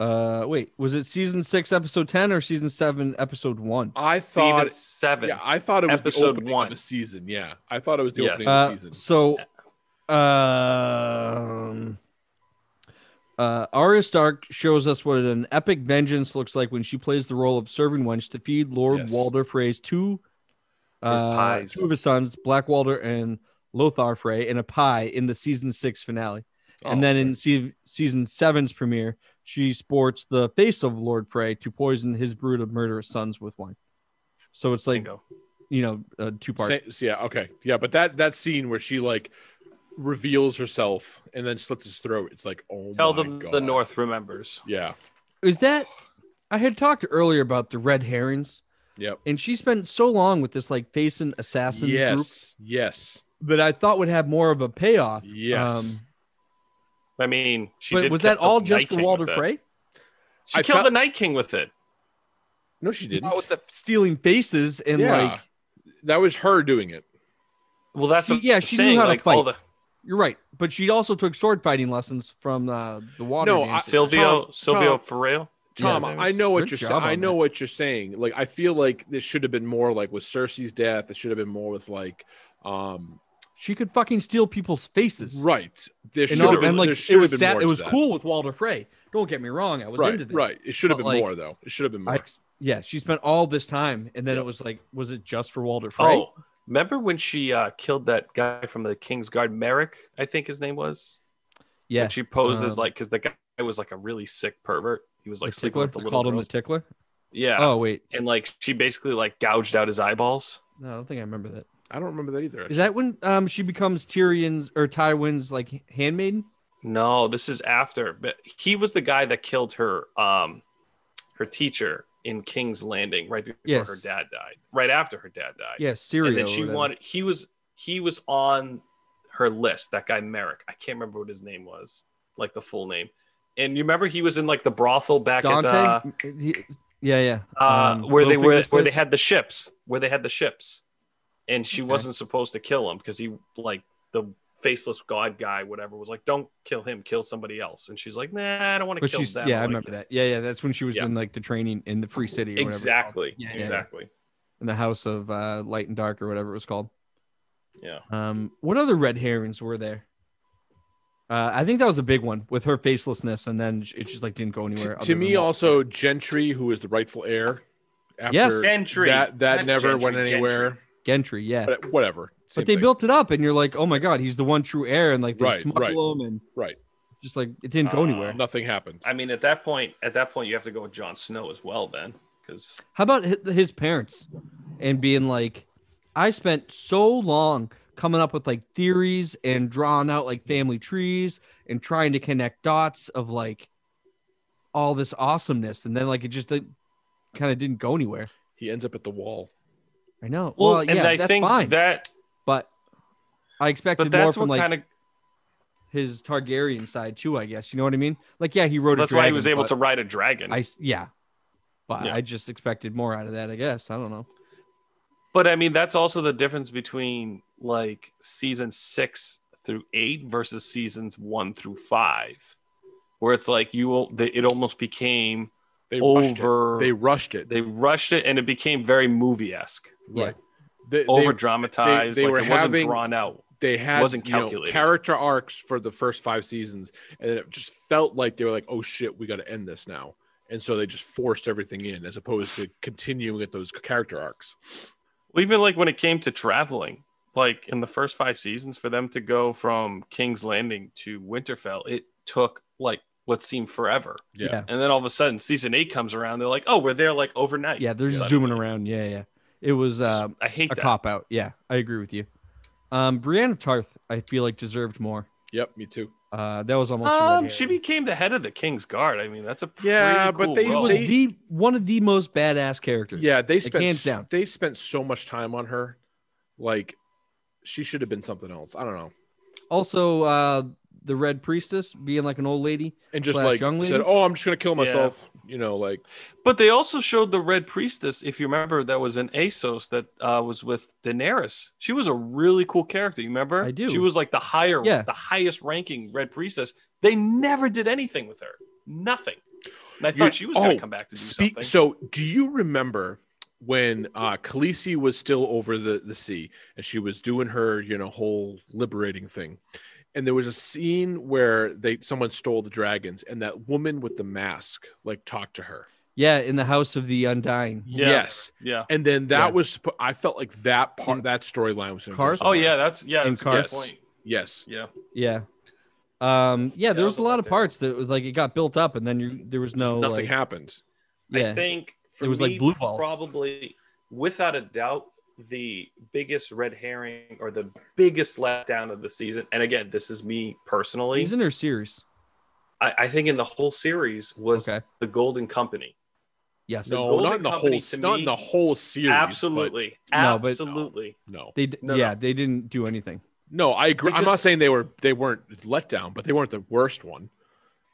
Uh, wait, was it season six, episode ten, or season seven, episode one? Uh,
I
Season
thought
seven.
Yeah, I thought it was the
Episode
opening
one.
of the season. Yeah. I thought it was the
Yes.
opening
Uh,
of the season.
so, um, uh, Arya Stark shows us what an epic vengeance looks like when she plays the role of serving wench to feed Lord
Yes.
Walder Frey's two,
His
uh,
pies.
two of his sons, Black Walder and Lothar Frey, in a pie in the season six finale.
Oh,
and then in se- season seven's premiere, she sports the face of Lord Frey to poison his brood of murderous sons with wine. So it's like
Bingo.
you know, uh, two part.
Sa- so yeah, okay. Yeah, but that that scene where she like reveals herself and then slits his throat. It's like, oh
Tell
my
them
God.
the North remembers.
Yeah.
Is that I had talked earlier about the red herrings,
Yep.
and she spent so long with this like facing assassin group
Yes. Yes.
that I thought would have more of a payoff. Um,
Yes.
I mean, she
but
did
was
kill
that all
the
just
Night
for
King with
Walder
that.
Frey?
She
I
killed
felt-
the Night King with it.
No, she didn't.
Not with the stealing faces and
yeah.
like
that was her doing it.
Well, that's
She-
what
yeah,
I'm
she knew
saying.
how to
like all the
you're right, but she also took sword fighting lessons from uh, the water.
No,
dancers.
Silvio
Tom-
Silvio
Tom.
Ferrell.
Tom,
Yeah, that
I
was-
know what
good
you're saying.
job
I
on
know
that.
what you're saying. Like, I feel like this should have been more like with Cersei's death. It should have been more with like, um,
she could fucking steal people's faces.
right. There should
and,
have
all,
been.
and like
there
it
should
was
have been
sad,
more
it
to
was
that.
cool with Walter Frey. Don't get me wrong, I was
Right.
into that.
Right. It should have
But,
been
like,
more though. It should have been more.
I, yeah, she spent all this time, and then
Yeah.
it was like, was it just for Walter Frey?
Oh, remember when she uh, killed that guy from the King's Guard, Merrick? I think his name was.
yeah,
When she posed as
um,
like because the guy was like a really sick pervert. He was
like
like sleeping
tickler.
with the
They
little
called him the
girls.
tickler.
yeah,
Oh wait,
and like she basically like gouged out his eyeballs.
no, I don't think I remember that.
I don't remember that either.
Is that when um she becomes Tyrion's or Tywin's like handmaiden?
No, this is after. But he was the guy that killed her, um, her teacher in King's Landing right before
Yes.
her dad died. Right after her dad died.
Yeah, Syria.
and then she wanted. He was he was on her list. That guy Merrick. I can't remember what his name was, like the full name. And you remember he was in like the brothel back
Dante.
at uh,
He- yeah, yeah.
uh,
Um,
where they were
Littlefinger's
where they
place?
had the ships where they had the ships, and she
Okay.
wasn't supposed to kill him because he like the faceless god guy whatever was like don't kill him kill somebody else and she's like nah I don't want to
But
kill
she's
them
yeah, I
like,
remember that. Yeah, yeah. That's when she was
Yeah.
in like the training in the free city. Or whatever it's called.
exactly
Yeah, yeah, yeah.
exactly
in the house of uh, light and dark or whatever it was called.
Yeah.
Um, what other red herrings were there? Uh, I think that was a big one with her facelessness, and then it just like didn't go
T-
anywhere. other
to
than
me,
that.
also Gentry, who is the rightful heir. After
Yes.
Gentry.
That that
Not
never
Gentry,
went anywhere.
Gentry.
Gentry, yeah. But,
But whatever. Same
they
thing.
built it up, and you're like, oh my god, he's the one true heir, and like they
Right,
smuggle him, and
right.
just like it didn't go
Uh,
anywhere.
Nothing happened.
I mean at that point at that point you have to go with Jon Snow as well then because
How about hi- his parents and being like, I spent so long coming up with like theories and drawing out like family trees and trying to connect dots of like all this awesomeness. And then like it just like, kind of didn't go anywhere.
He ends up at the wall.
I know.
well,
Well,
and
yeah,
I
that's
think
fine.
that
but I expected
but
more
that's
from
what
like
kind of
his Targaryen side too, I guess. You know what I mean? Like, yeah, he wrote
that's
a dragon.
why he was able
but
to ride a dragon
I, s- yeah. But
Yeah.
I just expected more out of that, I guess. I don't know.
But I mean, that's also the difference between like season six through eight versus seasons one through five, where it's like you will, they, it almost became
They rushed it.
over.
They rushed it.
They rushed it and it became very movie esque,
Yeah.
Right. They, they-
over dramatized.
they- they
like
were
it wasn't
having-
drawn out.
they had
wasn't
you know,
calculated.
character arcs for the first five seasons, and it just felt like they were like, "Oh shit, we got to end this now." and so they just forced everything in as opposed to continuing at those character arcs.
Well, even like when it came to traveling, like in the first five seasons, for them to go from King's Landing to Winterfell, it took like what seemed forever.
Yeah.
Yeah.
And then all of a sudden, season eight comes around. They're like, oh, we're there like overnight.
Yeah, they're just
Yeah.
zooming around. Yeah, yeah. It was
Just-
uh,
Um, I hate
a
that.
cop out. Yeah, I agree with you. Um, Brienne of Tarth, I feel like deserved more.
Yep. Me too.
Uh, that was almost. a red
Um,
herring.
she became the head of the King's Guard. I mean, that's a pretty
Yeah, but
cool
they
role.
was
they-
the one of the most badass characters.
Yeah. They spent
hands down.
they spent so much time on her, like she should have been something else. I don't know.
Also, uh, the Red Priestess being like an old lady.
And just
Slash
like
young
said,
lady?
oh, I'm just gonna kill
Yeah.
myself. You know, like
But they also showed the Red Priestess, if you remember, that was in Asos that uh, was with Daenerys. She was a really cool character. You remember?
I do.
She was like the higher,
Yeah.
the highest ranking Red Priestess. They never did anything with her. Nothing. And I
You-
thought she was going
oh,
to come back to do
Speak,
something.
so, do you remember when uh, Khaleesi was still over the, the sea and she was doing her, you know, whole liberating thing? And there was a scene where they someone stole the dragons, and that woman with the mask like talked to her.
Yeah, in the House of the Undying.
Yeah.
Yes,
yeah.
and then that
Yeah. Mm.
was suppo- I felt like that part that storyline was gonna go
Karth?
Oh
somewhere.
yeah, that's yeah.
In
That's a good
Karth.
point.
yes
Yeah.
Yeah. Um, yeah,
that
there was
was
a
a
lot
lot
of
there.
parts that was like it got built up, and then you there was
Just
no
nothing
like,
happened
yeah.
I think for
It was
me,
like blue balls.
probably without a doubt the biggest red herring or the biggest letdown of the season. And again, this is me personally.
Season or series?
I, I think in the whole series was
Okay.
the Golden Company.
Yes.
no
Golden
not in the
Company
whole
to
not in
me-
the whole series but
absolutely,
No, but-
absolutely.
no
They d-
No,
yeah,
no.
they didn't do anything.
no I agree
They
I'm not
just-
saying they were they weren't let down but they weren't the worst one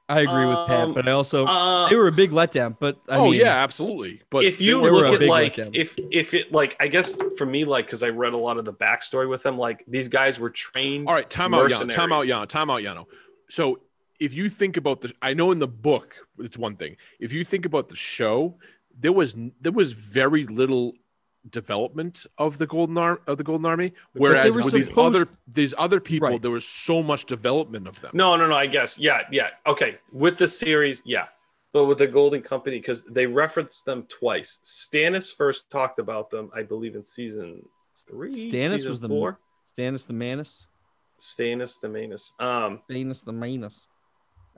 I agree with Pat,
Um,
but I also
Uh,
they were a big letdown. But I
oh
mean,
yeah, absolutely. But
if you
they were a
look at
big
like
letdown.
if if it like I guess for me like because I read a lot of the backstory with them like these guys were trained.
all right, time out, Yano, time out,
mercenaries.
Yano, time out, Yano. So if you think about the, I know in the book it's one thing. If you think about the show, there was there was very little development of the golden arm of the golden army. Whereas
were
with these
supposed-
other these other people,
Right.
there was so much development of them.
No, no, no. I guess. Yeah, yeah. Okay. With the series, yeah. But with the Golden Company, because they referenced them twice. Stannis first talked about them, I believe, in season three.
Stannis
season
was the-
four.
Stannis the Manus,
Stannis the Manus. Um,
Stannis the Manus.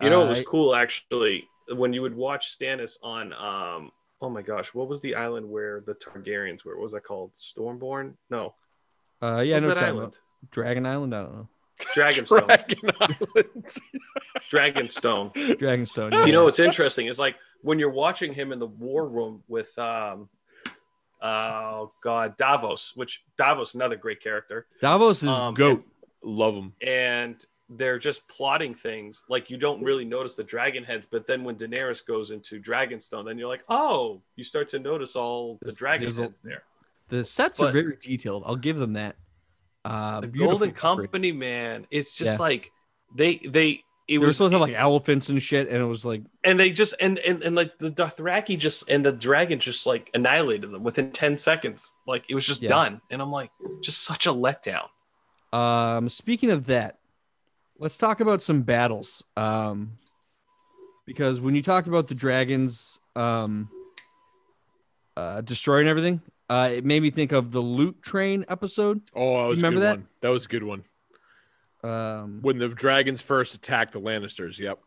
you know, it
I-
was cool actually when you would watch Stannis on. Um, oh my gosh, what was the island where the Targaryens were? What was that called? Stormborn? No.
Uh, yeah, I
what
know
was
what you're
that
talking about.
island?
Dragon Island. I don't know.
Dragonstone.
Dragon Island.
Dragonstone.
Dragonstone. yeah.
you know what's interesting is like when you're watching him in the war room with um oh god davos which davos another great character
Davos is
Um,
goat.
Love them.
and they're just plotting things like you don't really notice the dragon heads but then when daenerys goes into dragonstone then you're like oh you start to notice all the
There's-
dragon
there's a-
heads there
The sets are
but-
very detailed. I'll give them that. Uh,
the
beautiful
golden
decoration.
company man it's just
Yeah.
like they they
They
it
were
was
supposed to have like elephants and shit, and it was like
and they just and, and and like the Dothraki just and the dragon just like annihilated them within ten seconds. Like it was just
Yeah.
done, and I'm like, just such a letdown.
Um, speaking of that, let's talk about some battles. Um, because when you talked about the dragons um, uh, destroying everything, uh, it made me think of the loot train episode.
Oh, that was a
Remember
good
that?
one. That was a good one.
Um,
When the dragons first attacked the Lannisters. Yep.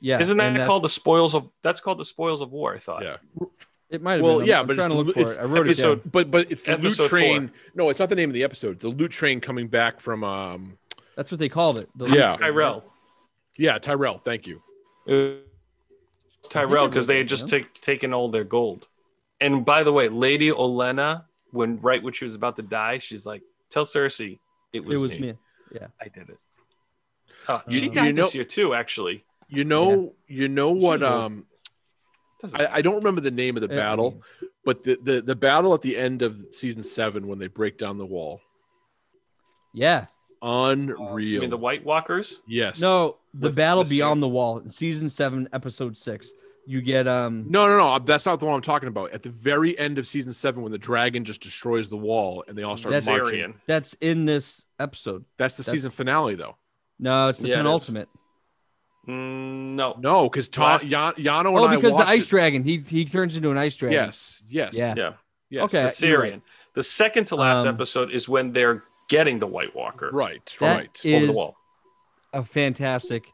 yeah,
Isn't
and
that
that's-
called the spoils of? That's called the spoils of war. I thought.
Yeah.
It might have
Well,
been. I'm
yeah, but
trying
it's
to
the
look
lo-
for
it's
it. I wrote it down.
episode-
But but it's the
Episode
loot train. No, it's not the name of the episode. It's the loot train coming back from um
That's what they called it. the
Yeah.
loot train.
Tyrell.
yeah, Tyrell, thank you.
It was Tyrell, because they had just
Yeah.
take, taken all their gold. And by the way, Lady Olenna, when right when she was about to die, she's like, "Tell Cersei it was,
It was
me.
me. Uh,
I did it." Oh,
You-
she
you
died
know-
this year too, actually.
You know, you know what
She's old.
um
Doesn't
I, I don't remember the name of the
Yeah, I
battle,
mean-
but the, the the battle at the end of season 7 when they break down the wall.
Yeah.
Uh, you
Unreal.
mean the White Walkers?
yes.
No, the
With
battle
the
beyond the wall, season seven, episode six. You get um.
No, no, no. That's not the one I'm talking about. At the very end of season 7 when the dragon just destroys the wall and they all start
That's-
marching.
Viserion.
That's in this episode.
That's the
That's-
season finale though.
No, it's the
Yeah, it is.
penultimate.
Mm, no.
No, because Tom
Last-
Yan, Yano and
Oh,
I
because the
watched
ice
it.
dragon, he he turns into an ice dragon.
Yes, yes,
Yeah.
Yeah.
yes.
Okay.
The
you're
Syrian. The second to last
Um,
episode is when they're getting the White Walker
Right,
That
right.
is-
over the wall.
a fantastic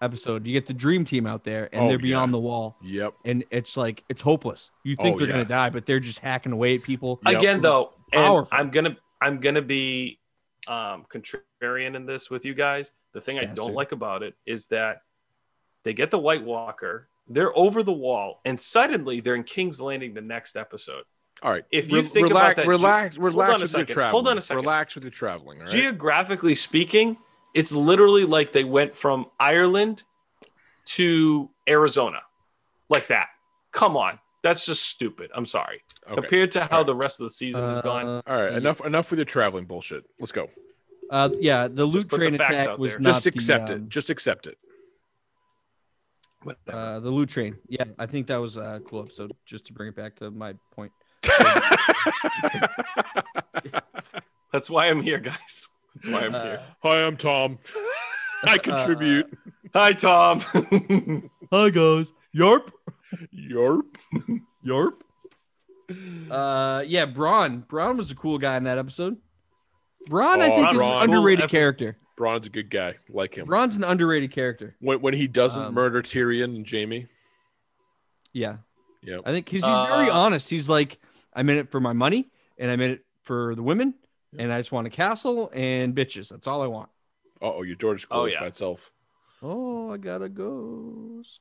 episode. You get the dream team out there, and
Oh,
they're beyond
yeah.
the wall,
Yep.
and it's like it's hopeless. You think
Oh,
they're
yeah.
gonna die, but they're just hacking away at people.
Yep.
Again, though, and
Powerful.
I'm gonna I'm gonna be um, contrarian in this with you guys. The thing I don't
Bastard.
like about it is that they get the White Walker, they're over the wall, and suddenly they're in King's Landing the next episode.
All right.
If you
Re-
think
relax,
about that,
relax,
on
relax
a
with
second.
your traveling.
Hold on a second.
Relax with your traveling. All right.
geographically speaking, it's literally like they went from Ireland to Arizona, like that. Come on, that's just stupid. I'm sorry.
okay.
Compared to how
Alright.
the rest of the season has gone,
Uh,
All right. Enough. Enough with your traveling bullshit. Let's go.
uh, yeah, the loot
put the
train
facts
attack
out
was
there.
not
Just accept
the, um,
it. Just accept it.
it. Uh, the loot train. Yeah, I think that was a cool episode. Just to bring it back to my point.
that's why I'm here, guys. That's why I'm
Uh,
here.
Hi, I'm Tom. I contribute.
Hi, Tom.
Hi guys. Yarp.
Yarp.
Yarp. Uh, yeah, Braun. Braun was a cool guy in that episode. Braun, I
Oh,
think, is an
Braun.
underrated
Cool epi-
character.
Braun's a good guy. Like him.
Braun's an underrated character.
When, when he doesn't
Um,
murder Tyrion and Jamie.
Yeah.
Yep.
I think because he's very
Uh,
honest. He's like, I'm in it for my money and I'm in it for the women
Yeah.
and I just want a castle and bitches. That's all I want.
Oh, your door just
Oh,
closed
yeah.
by itself.
Oh, I got a ghost.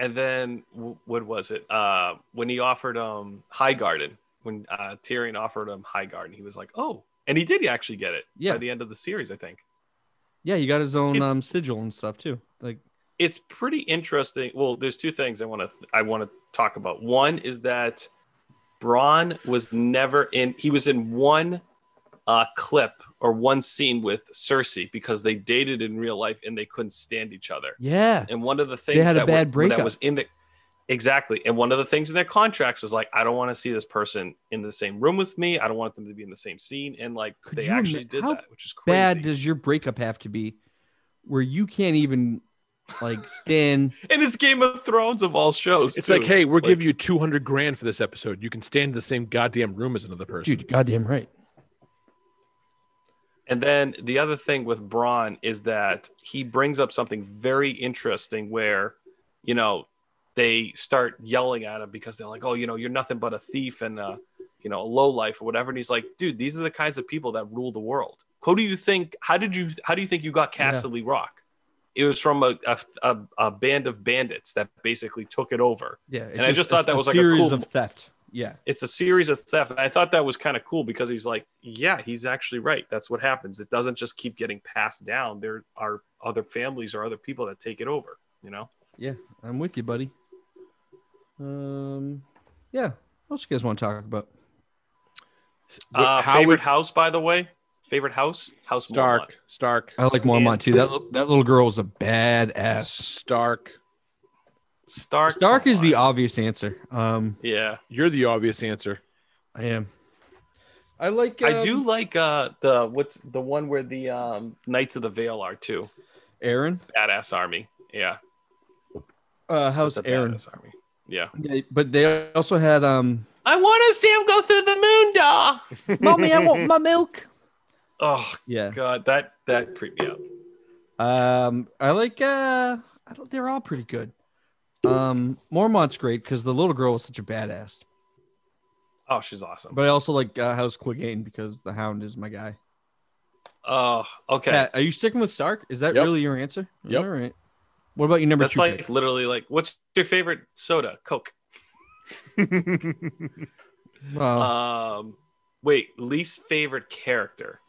and then w- what was it? Uh, when he offered um High Garden, when uh, Tyrion offered him High Garden, he was like, "Oh," and he did actually get it
Yeah.
by the end of the series, I think.
Yeah, he got his own
It's-
um, sigil and stuff too. Like,
it's pretty interesting. Well, there's two things I want to I want to talk about. One is that Braun was never in. He was in one uh, clip or one scene with Cersei because they dated in real life and they couldn't stand each other.
yeah,
And one of the things
had a
that,
bad
were,
breakup.
that was in the exactly. And one of the things in their contracts was like, I don't want to see this person in the same room with me. I don't want them to be in the same scene. And like
Could
they
you
actually
ima-
did
how
that, which is crazy.
bad does your breakup have to be where you can't even like stand?
and it's Game of Thrones of all shows.
It's
too.
like, hey, we're
Like-
giving you two hundred grand for this episode. You can stand in the same goddamn room as another person.
Dude, goddamn right.
And then the other thing with Braun is that he brings up something very interesting where, you know, they start yelling at him because they're like, oh, you know, you're nothing but a thief and, uh, you know, a low life or whatever. And he's like, dude, these are the kinds of people that rule the world. Who do you think? How did you? How do you think you got
Yeah.
Casterly Rock? It was from a, a, a, a band of bandits that basically took it over.
Yeah, it's
And I just thought
it's
that was, like, a
series
cool-
of theft. Yeah,
It's a series of theft. And I thought that was kind of cool because he's like, yeah, he's actually right. That's what happens. It doesn't just keep getting passed down. There are other families or other people that take it over, you know?
I'm with you, buddy. Um, yeah. What else you guys want to talk about?
Wh-
Uh,
how
favorite
would
house, by the way. Favorite house? House Mormont.
Stark? Stark.
I like Mormont too. That li- that little girl was a badass.
Stark.
Stark.
Stark is the
Mormont.
obvious answer. Um,
Yeah.
You're the obvious answer.
I am. I like. um,
I do like uh the what's the one where the um Knights of the Vale are too.
Aaron.
Badass army. Yeah.
Uh,
it's
how's
a
Aaron?
badass army. Yeah.
Yeah, but they also had um.
I want to see him go through the moon door.
Mommy, I want my milk.
Oh
Yeah.
god, that that creeped me out.
Um, I like. Uh, I don't, they're all pretty good. Um, Mormont's great because the little girl was such a badass.
Oh, she's awesome.
But I also like uh, House Clegane because the Hound is my guy.
Oh, okay.
Pat, are you sticking with Stark? Is that
Yep.
really your answer?
Yep.
All right. What about your number
That's
two?
like
pick?
literally like, what's your favorite soda? Coke.
Because
Um, wait, least favorite character.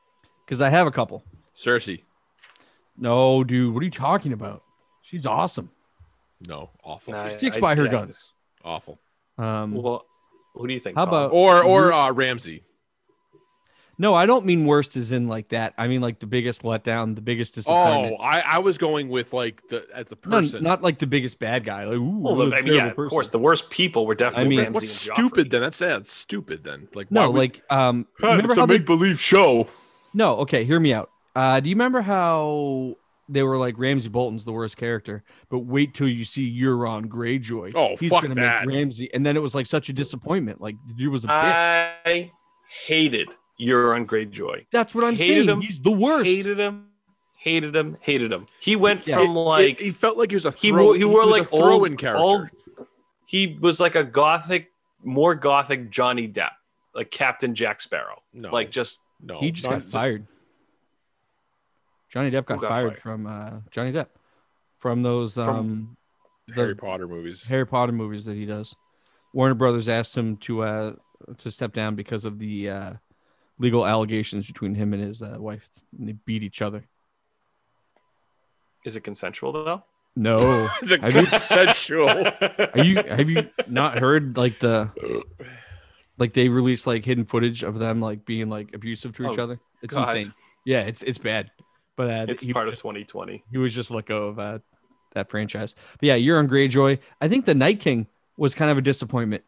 I have a couple.
Cersei.
No, dude, what are you talking about? She's awesome.
No, awful,
Nah,
She
I-
sticks
I-
by her
yeah.
guns.
awful.
Um,
Well, who do you think?
How
Tom?
about-
Or or uh, Ramsey.
no, I don't mean worst as in like that. I mean like the biggest letdown, the biggest
Oh,
disappointment.
I, I was going with like the as the
No,
person.
not like the biggest bad guy. Like, ooh,
Well,
what a
the, I mean,
terrible
yeah, of
person.
course, the worst people were definitely
I mean-
Ramsay
What's
and Joffrey.
stupid then? That's sad. Stupid then. Like why
No,
would-
like um, remember how they
believe show.
No, okay, hear me out. Uh, do you remember how they were like Ramsey Bolton's the worst character, but wait till you see Euron Greyjoy.
Oh,
He's
fuck
gonna
that.
make Ramsey, and then it was like such a disappointment. Like the dude was a bitch.
I hated Euron Greyjoy.
That's what I'm
hated
saying.
him.
He's the worst.
Hated him. Hated him. Hated him. He went
Yeah.
from like
he felt like he was a
he
throw-
wore- he wore,
was a
like, old-
throw-in character.
old- he was like a gothic, more gothic Johnny Depp, like Captain Jack Sparrow.
no,
Like just
no,
he just
not-
got fired. Johnny Depp got,
got
fired
fired?
from uh, Johnny Depp from those um,
Harry
the
Potter movies.
Harry Potter movies that he does. Warner Brothers asked him to uh, to step down because of the uh, legal allegations between him and his uh, wife, and they beat each other.
is it consensual though?
No,
It's a
Have you-
consensual.
are you have you not heard like the like they released like hidden footage of them like being like abusive to each
Oh,
other? It's
God.
insane. Yeah, it's it's bad. But uh,
It's
he-
part of 2020.
he was just let go of uh, that franchise. But yeah, Euron Greyjoy. I think the Night King was kind of a disappointment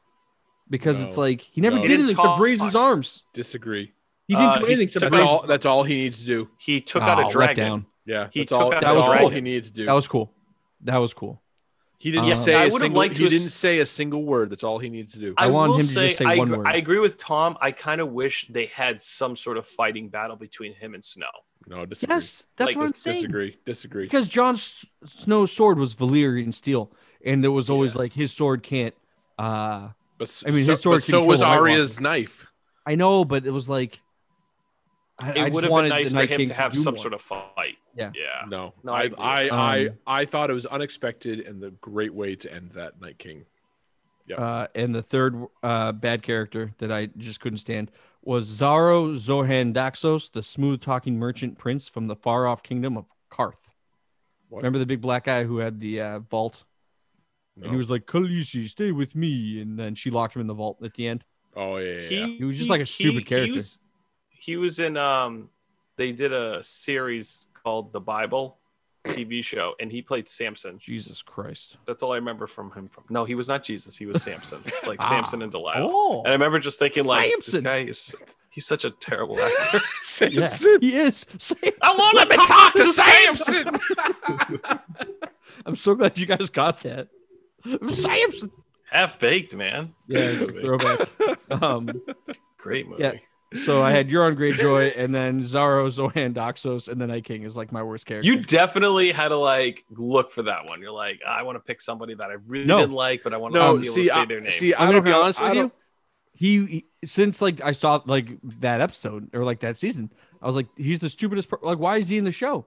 because it's
No.
like he never
No.
did
He didn't
anything except
talk.
raise his arms.
Disagree.
He didn't
Uh,
do
he
anything except
took
That's
raise
all. That's all he needs to do.
He took out
Oh,
a
let
dragon.
down.
Yeah.
He
that's
took
all,
out
that's
the
all
dragon.
he needs to do.
That was uh, cool. That was cool.
he didn't
Yeah,
say.
I
a
would've
single,
liked
he
to
didn't
s-
say a single word. That's all he needs to do.
I want
will
him to just say
I,
one
agr-
word.
I agree with Tom. I kind of wish they had some sort of fighting battle between him and Snow.
No, disagree.
Yes, that's
Like,
what I'm
it's
saying.
disagree. Disagree.
Because Jon S- Snow's sword was Valyrian steel, and there was always like his sword can't. uh
But s-
I mean, his
so,
sword
but
can
so
kill
was
a White
Arya's knife.
I know, but it was like. I,
It would have been nice for him to have some
sort of.
sort of fight.
Yeah.
Yeah.
No,
No, I
I,
agree.
I, I,
Um,
I thought it was unexpected and the great way to end that Night King.
Uh, and the third uh, bad character that I just couldn't stand was Zaro Zohan Daxos, the smooth talking merchant prince from the far off kingdom of Karth.
What?
Remember the big black guy who had the uh, vault?
No.
And he was like, Khaleesi, stay with me. And then she locked him in the vault at the end.
oh yeah, yeah, yeah.
He was just like a stupid character.
He was, he was in um they did a series called The Bible TV show and he played Samson.
Jesus Christ.
That's all I remember from him from. No, he was not Jesus, he was Samson. like
Ah.
Samson and Delilah.
Oh,
And I remember just thinking like
Samson.
this guy is he's such a terrible actor.
yeah. He is. Samson.
I want
Let me talk to Samson.
I'm so glad you guys got that. Samson.
half baked, man.
Yeah, it's a throwback. Um,
Great movie.
Yeah. So I had Euron Greyjoy and then Zaro, Zohan, Doxos, and then Night King is like my worst character.
You definitely had to like look for that one. You're like, I want to pick somebody that I really
No.
didn't like, but I want
no,
to be able
see,
to say
I,
their name.
see, I
I'm gonna
don't
be
have-
honest
I
with
don't-
you. He, he- since like I saw like that episode or like that season, I was like, he's the stupidest. Per- like, why is he in the show?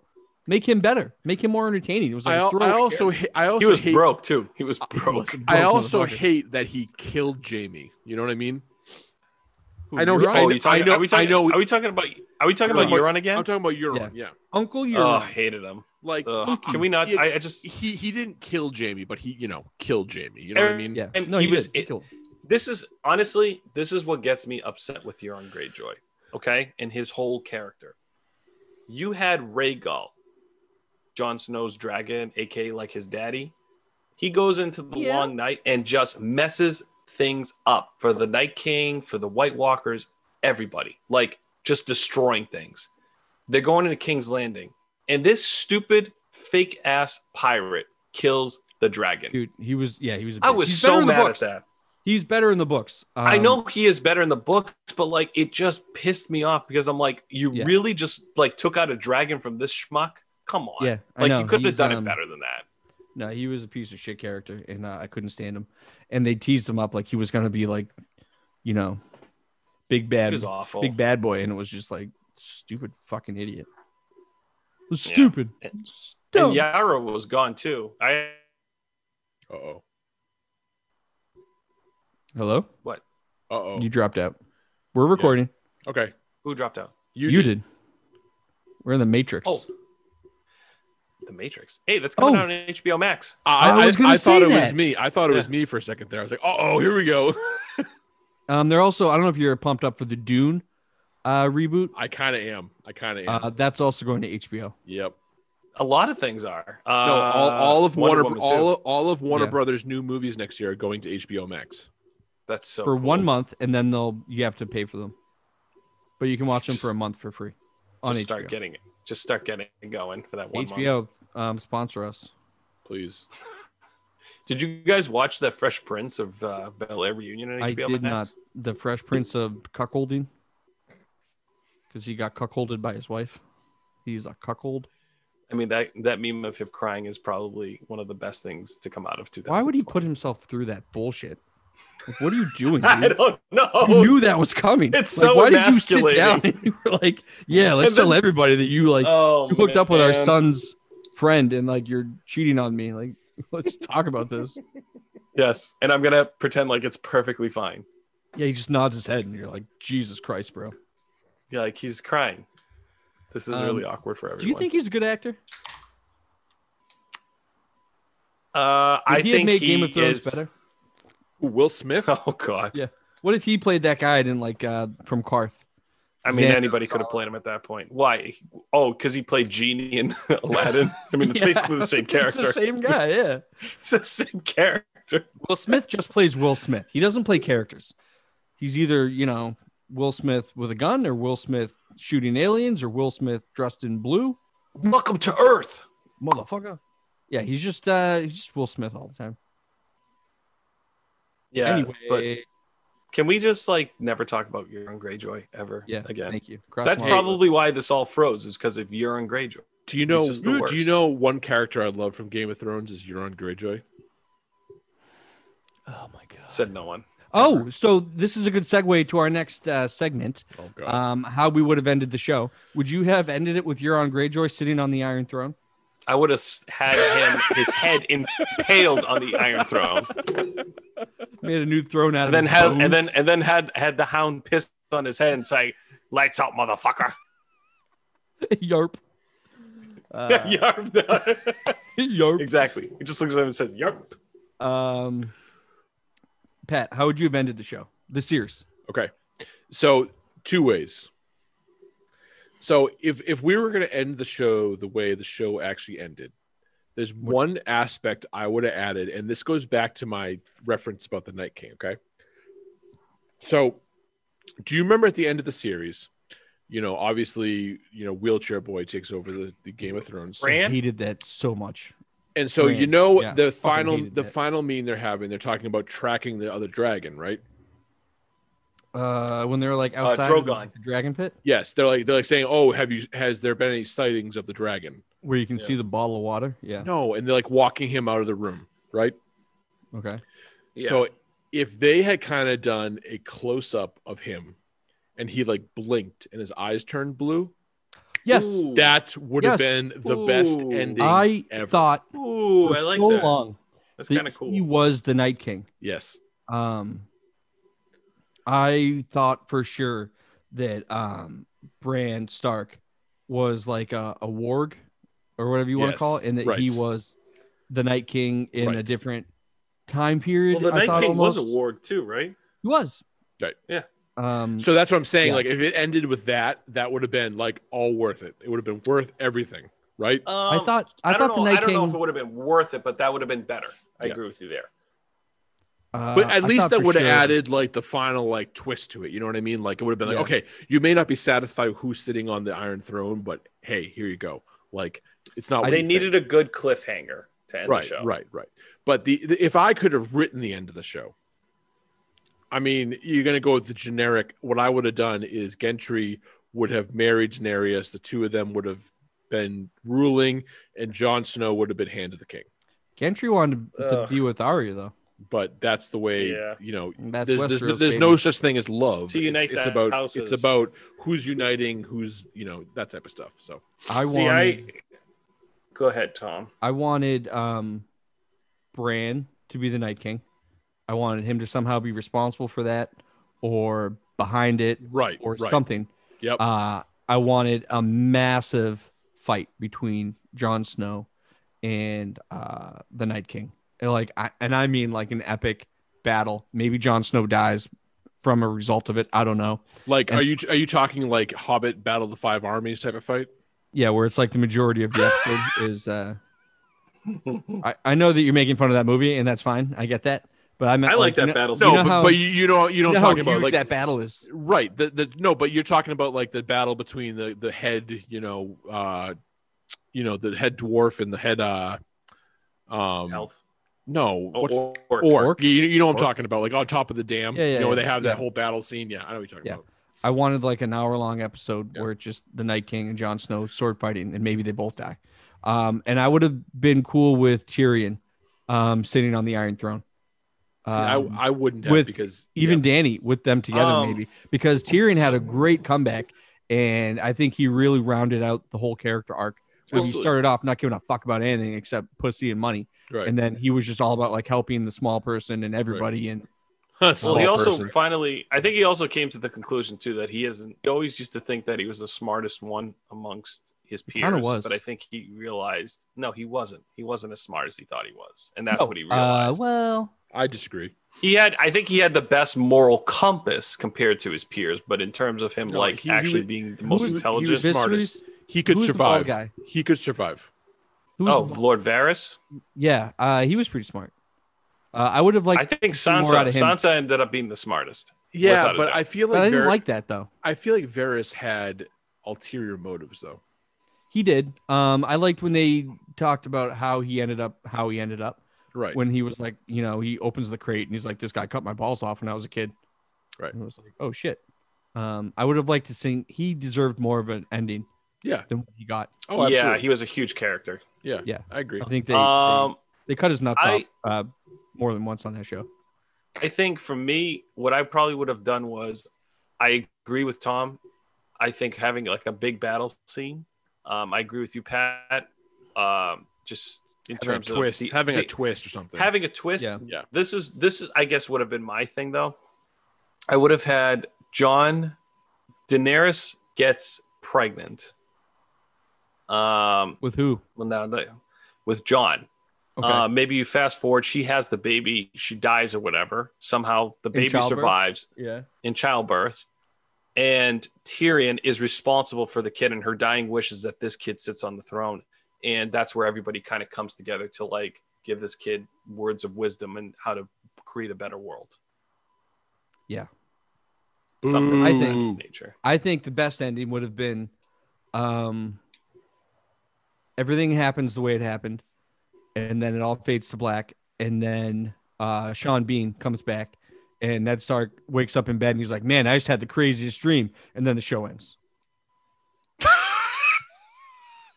Make him better. Make him more entertaining. It was like
I,
a
al- I
throwaway
also, ha- I also
he was
hate,
broke too. He was broke.
character. Broke
I also
motherfucker.
hate that he killed Jamie. You know what I mean?
Who,
I know he-
Euron?
I-
Oh, you talking?
I know-
are we talking?
I know-
Are we talking about? Are we talking
Euron.
about Euron again?
I'm talking about Euron. Yeah,
Uncle
oh,
Euron.
I hated him.
like
Ugh.
Loki.
Can we not?
Yeah,
I, I just.
he he didn't kill Jamie, but he you know killed Jamie. You know what I mean?
yeah,
and
no,
he
you
was-
did. You
it-
killed.
This is honestly, this is what gets me upset with Euron Greyjoy. Okay, and his whole character. You had Rhaegal, Jon Snow's dragon, aka like his daddy. He goes into the
Yeah.
long night and just messes things up for the Night King, for the White Walkers, everybody. Like just destroying things. They're going into King's Landing, and this stupid fake ass pirate kills the dragon.
dude. He was yeah. He was. a
I
bitch.
was
He's better
so
in the
mad at
books.
that.
He's better in the books.
I
Um,
know he is better in the books, but like it just pissed me off because I'm like, you
Yeah.
really just like took out a dragon from this schmuck? Come on.
Yeah, I
Like
know.
you could have
He's,
done
um,
it better than that.
No, he was a piece of shit character, and uh, I couldn't stand him. And they teased him up like he was gonna be like, you know, big
It
bad,
was awful.
big bad boy, and it was just like stupid fucking idiot. It was
Yeah.
stupid.
And-
Dumb.
And Yara was gone too. I
Uh oh.
Hello,
Uh oh.
you dropped out. We're recording.
Okay.
who dropped out?
You, did. We're in the Matrix.
Oh. The Matrix. Hey, that's coming
Oh.
out on HBO Max.
I,
I
I,
was gonna
I thought
say
it was
that.
me. I thought it was
Yeah.
me for a second there. I was like, oh, oh here we go.
Um, they're also. I don't know if you're pumped up for the Dune, uh, reboot.
I kind of am. I kind of am.
Uh, that's also going to HBO.
yep.
A lot of things are. Uh,
No, all, all of Warner,
Woman, too.
all, all of Warner
Yeah.
Brothers' new movies next year are going to HBO Max.
that's so
for
cool.
one month, and then they'll you have to pay for them, but you can watch them for a month for free on
Just
HBO.
start getting it. Just start getting it going for that one month.
HBO um, sponsor us.
Please.
Did you guys watch that Fresh Prince of uh, Bel Air reunion on
I
HBO
did
Max?
not. The Fresh Prince of cuckolding, because he got cuckolded by his wife. He's a cuckold.
I mean that that meme of him crying is probably one of the best things to come out of 2000.
Why would he put himself through that bullshit? Like, what are you doing?
I
Dude?
don't know.
You knew that was coming.
It's
like,
so
why did you sit
emasculating.
down and you were like, "Yeah, let's
And then-
tell everybody that you like
oh,
you hooked up with our
man.
son's friend and like you're cheating on me. Like, let's talk about this."
Yes, and I'm gonna pretend like it's perfectly fine.
Yeah, he just nods his head and you're like, "Jesus Christ, bro."
Yeah, like he's crying. This is
Um,
really awkward for everyone.
Do you think he's a good actor?
Uh,
Would
I
he have
think
made
he
Game of Thrones
is...
better.
Ooh, Will Smith.
Oh God!
Yeah. What if he played that guy in like uh from Karth?
I mean,
Xander
anybody could have played him at that point. Why? Oh, because he played genie in Aladdin. I mean, it's
Yeah.
basically the same character.
It's the same guy, yeah.
It's the same character.
Will Smith just plays Will Smith. He doesn't play characters. He's either, you know, Will Smith with a gun or Will Smith shooting aliens or Will Smith dressed in blue.
Welcome to Earth.
Motherfucker. Yeah, he's just uh he's just Will Smith all the time.
Yeah.
anyway,
But can we just like never talk about Euron Greyjoy ever
yeah,
again?
thank you. Cross
That's
my-
probably why this all froze is because of Euron Greyjoy.
Do you know?
He's just the
Do you
worst.
know one character I love from Game of Thrones is Euron Greyjoy?
Oh my god.
Said no one.
Oh, so this is a good segue to our next uh, segment.
Oh God.
Um, how we would have ended the show. Would you have ended it with Euron Greyjoy sitting on the Iron Throne?
I would have s- had him his head impaled on the Iron Throne,
Made a new throne out of
and then
his
had and
bones?
then and then had had the Hound pissed on his head and say, "Lights out, motherfucker."
Yarp. Uh,
Yarp.
Yarp.
exactly. He just looks at him and says, "Yarp."
Um, Pat, how would you have ended the show? The Sears.
Okay. So two ways. So if if we were going to end the show the way the show actually ended, there's one aspect I would have added, and this goes back to my reference about the Night King. Okay. So, do you remember at the end of the series? You know, obviously, you know, wheelchair boy takes over the, the Game of Thrones.
I
Bran.
hated that so much.
And so you
Grand.
know
Yeah,
the
fucking
final
hated
the
that.
final mean they're having, they're talking about tracking the other dragon, right?
Uh, when they were like outside of
Drogon.
the dragon pit,
Yes, they're like they're like saying, "Oh, have you has there been any sightings of the dragon?"
where you can
Yeah.
see the bottle of water. Yeah.
No, and they're like walking him out of the room, right?
Okay.
Yeah.
So if they had kind of done a close up of him and he like blinked and his eyes turned blue,
Yes.
Ooh.
that would have
Yes.
been the best
Ooh.
ending.
I
ever.
thought
Ooh,
for
I like
so
that.
long
That's
that
kind of
he
cool.
was the Night King.
Yes.
Um, I thought for sure that um, Bran Stark was like a, a warg or whatever you want to call
Yes,
it, and that he
right.
was the Night King in a
Right.
different time period.
Well, the
I
Night
thought
King was a
almost.
warg too, right?
He was.
Right.
Yeah.
Um,
So that's what I'm saying.
Yeah.
Like if it ended with that, that would have been like all worth it. It would have been worth everything, right?
I thought I,
don't
thought
know,
the Night
um, I don't
King.
know if it would have been worth it, but that would have been better. I
Yeah.
agree with you there.
uh,
but at
I
least
thought
that
for
would have
sure-
added like the final like twist to it. You know what I mean? Like it would have been like, okay, you may not be satisfied with who's sitting on the Iron Throne, but hey, here you go. Like it's not. what
they
you
needed a good cliffhanger to
think.
end
right,
the show.
right, right. But the, the if I could have written the end of the show, I mean, you're gonna go with the generic. What I would have done is Gentry would have married Daenerys. The two of them would have been ruling, and Jon Snow would have been hand of the king.
Gentry wanted to, to
Ugh.
be with Arya though.
But that's the way
Yeah.
you know
That's
there's there's, no-
Westeros,
there's
baby.
no such thing as love.
To unite
it's, it's
the
about it's
houses.
about who's uniting, who's you know that type of stuff. So
I
See,
wanted.
I go ahead, Tom.
I wanted um Bran to be the Night King. I wanted him to somehow be responsible for that or behind it
right,
or
right.
something.
Yep.
Uh I wanted a massive fight between Jon Snow and uh the Night King. And like I and I mean like an epic battle. Maybe Jon Snow dies from a result of it. I don't know.
like,
and-
are you are you talking like Hobbit Battle of the Five Armies type of fight?
Yeah, where it's like the majority of the Um, episode is. Uh, I I know that you're making fun of that movie, and that's fine. I get that, But I meant
I like
you
that
know-
battle
you
No,
scene.
know
but,
how-
but you, you don't you
you
don't
know how
talk about
huge
like
that battle is.
right the, the no, but you're talking about like the battle between the the head you know uh you know the head dwarf and the head uh um
Elf.
no
Oh,
what's
orc.
Or You, you know what I'm
Orc.
talking about, like on top of the dam.
Yeah, yeah,
you know where
yeah,
they have that
yeah.
whole battle scene. Yeah, I know what you're talking
Yeah.
about.
I wanted like an hour long episode
Yeah.
where it's just the Night King and Jon Snow sword fighting, and maybe they both die. Um, and I would have been cool with Tyrion um, sitting on the Iron Throne.
See,
Um,
I, I wouldn't have
with
because
even
yeah.
Danny with them together,
Um,
maybe because Tyrion had a great comeback, and I think he really rounded out the whole character arc. When he
Absolutely.
started off not giving a fuck about anything except pussy and money,
right.
and then he was just all about like helping the small person and everybody. And
Well, he
Small
also
person.
finally, I think he also came to the conclusion too that he isn't. He always used to think that he was the smartest one amongst his
He kinda
peers,
was.
but I think he realized no, he wasn't. He wasn't as smart as he thought he was, and that's
No,
what he
uh,
realized.
well,
I disagree.
he had, I think, he had the best moral compass compared to his peers, but in terms of him
No,
like
he- he
actually
was-
being the
he
most
was- he was
intelligent,
just- smartest. He could
who's the bald
survive.
guy?
He could survive.
Who was
oh,
the bald-
Lord Varys.
Yeah, uh, he was pretty smart. Uh, I would have liked.
I think
see more out
Sansa.
of him.
Sansa ended up being the smartest.
Yeah,
Without a
but
doubt.
I feel
but I
like,
didn't
Ver-
like that though.
I feel like Varys had ulterior motives though.
He did. Um, I liked when they talked about how he ended up, how he ended up.
Right.
When he was like, you know, he opens the crate and he's like, "This guy cut my balls off when I was a kid."
Right.
And I was like, "Oh shit." Um, I would have liked to sing. He deserved more of an ending
yeah.
than what he got.
Oh, absolutely.
yeah, he was a huge character.
yeah.
Yeah.
I agree.
I think they
Um,
they, they cut his nuts
I-
off uh, more than once on that show.
I think for me, what I probably would have done was, I agree with Tom. I think having like a big battle scene. Um, I agree with you, Pat. Um, just in
having a
terms
twist,
of the-
having a
the-
twist or something.
having a twist.
Yeah.
Yeah.
This is this is I guess would have been my thing though. I would have had John Daenerys gets pregnant. Um,
With who?
well now the, with John.
Okay.
Uh, maybe you fast forward. She has the baby. She dies or whatever. Somehow the baby
childbirth?
survives
yeah.
in childbirth, and Tyrion is responsible for the kid. And her dying wish is that this kid sits on the throne, and that's where everybody kind of comes together to like give this kid words of wisdom and how to create a better world. Something
Boo.
I
of that
think-
nature.
I think the best ending would have been um everything happens the way it happened and then it all fades to black and then uh Sean Bean comes back and Ned Stark wakes up in bed and he's like, "Man, I just had the craziest dream." And then the show ends.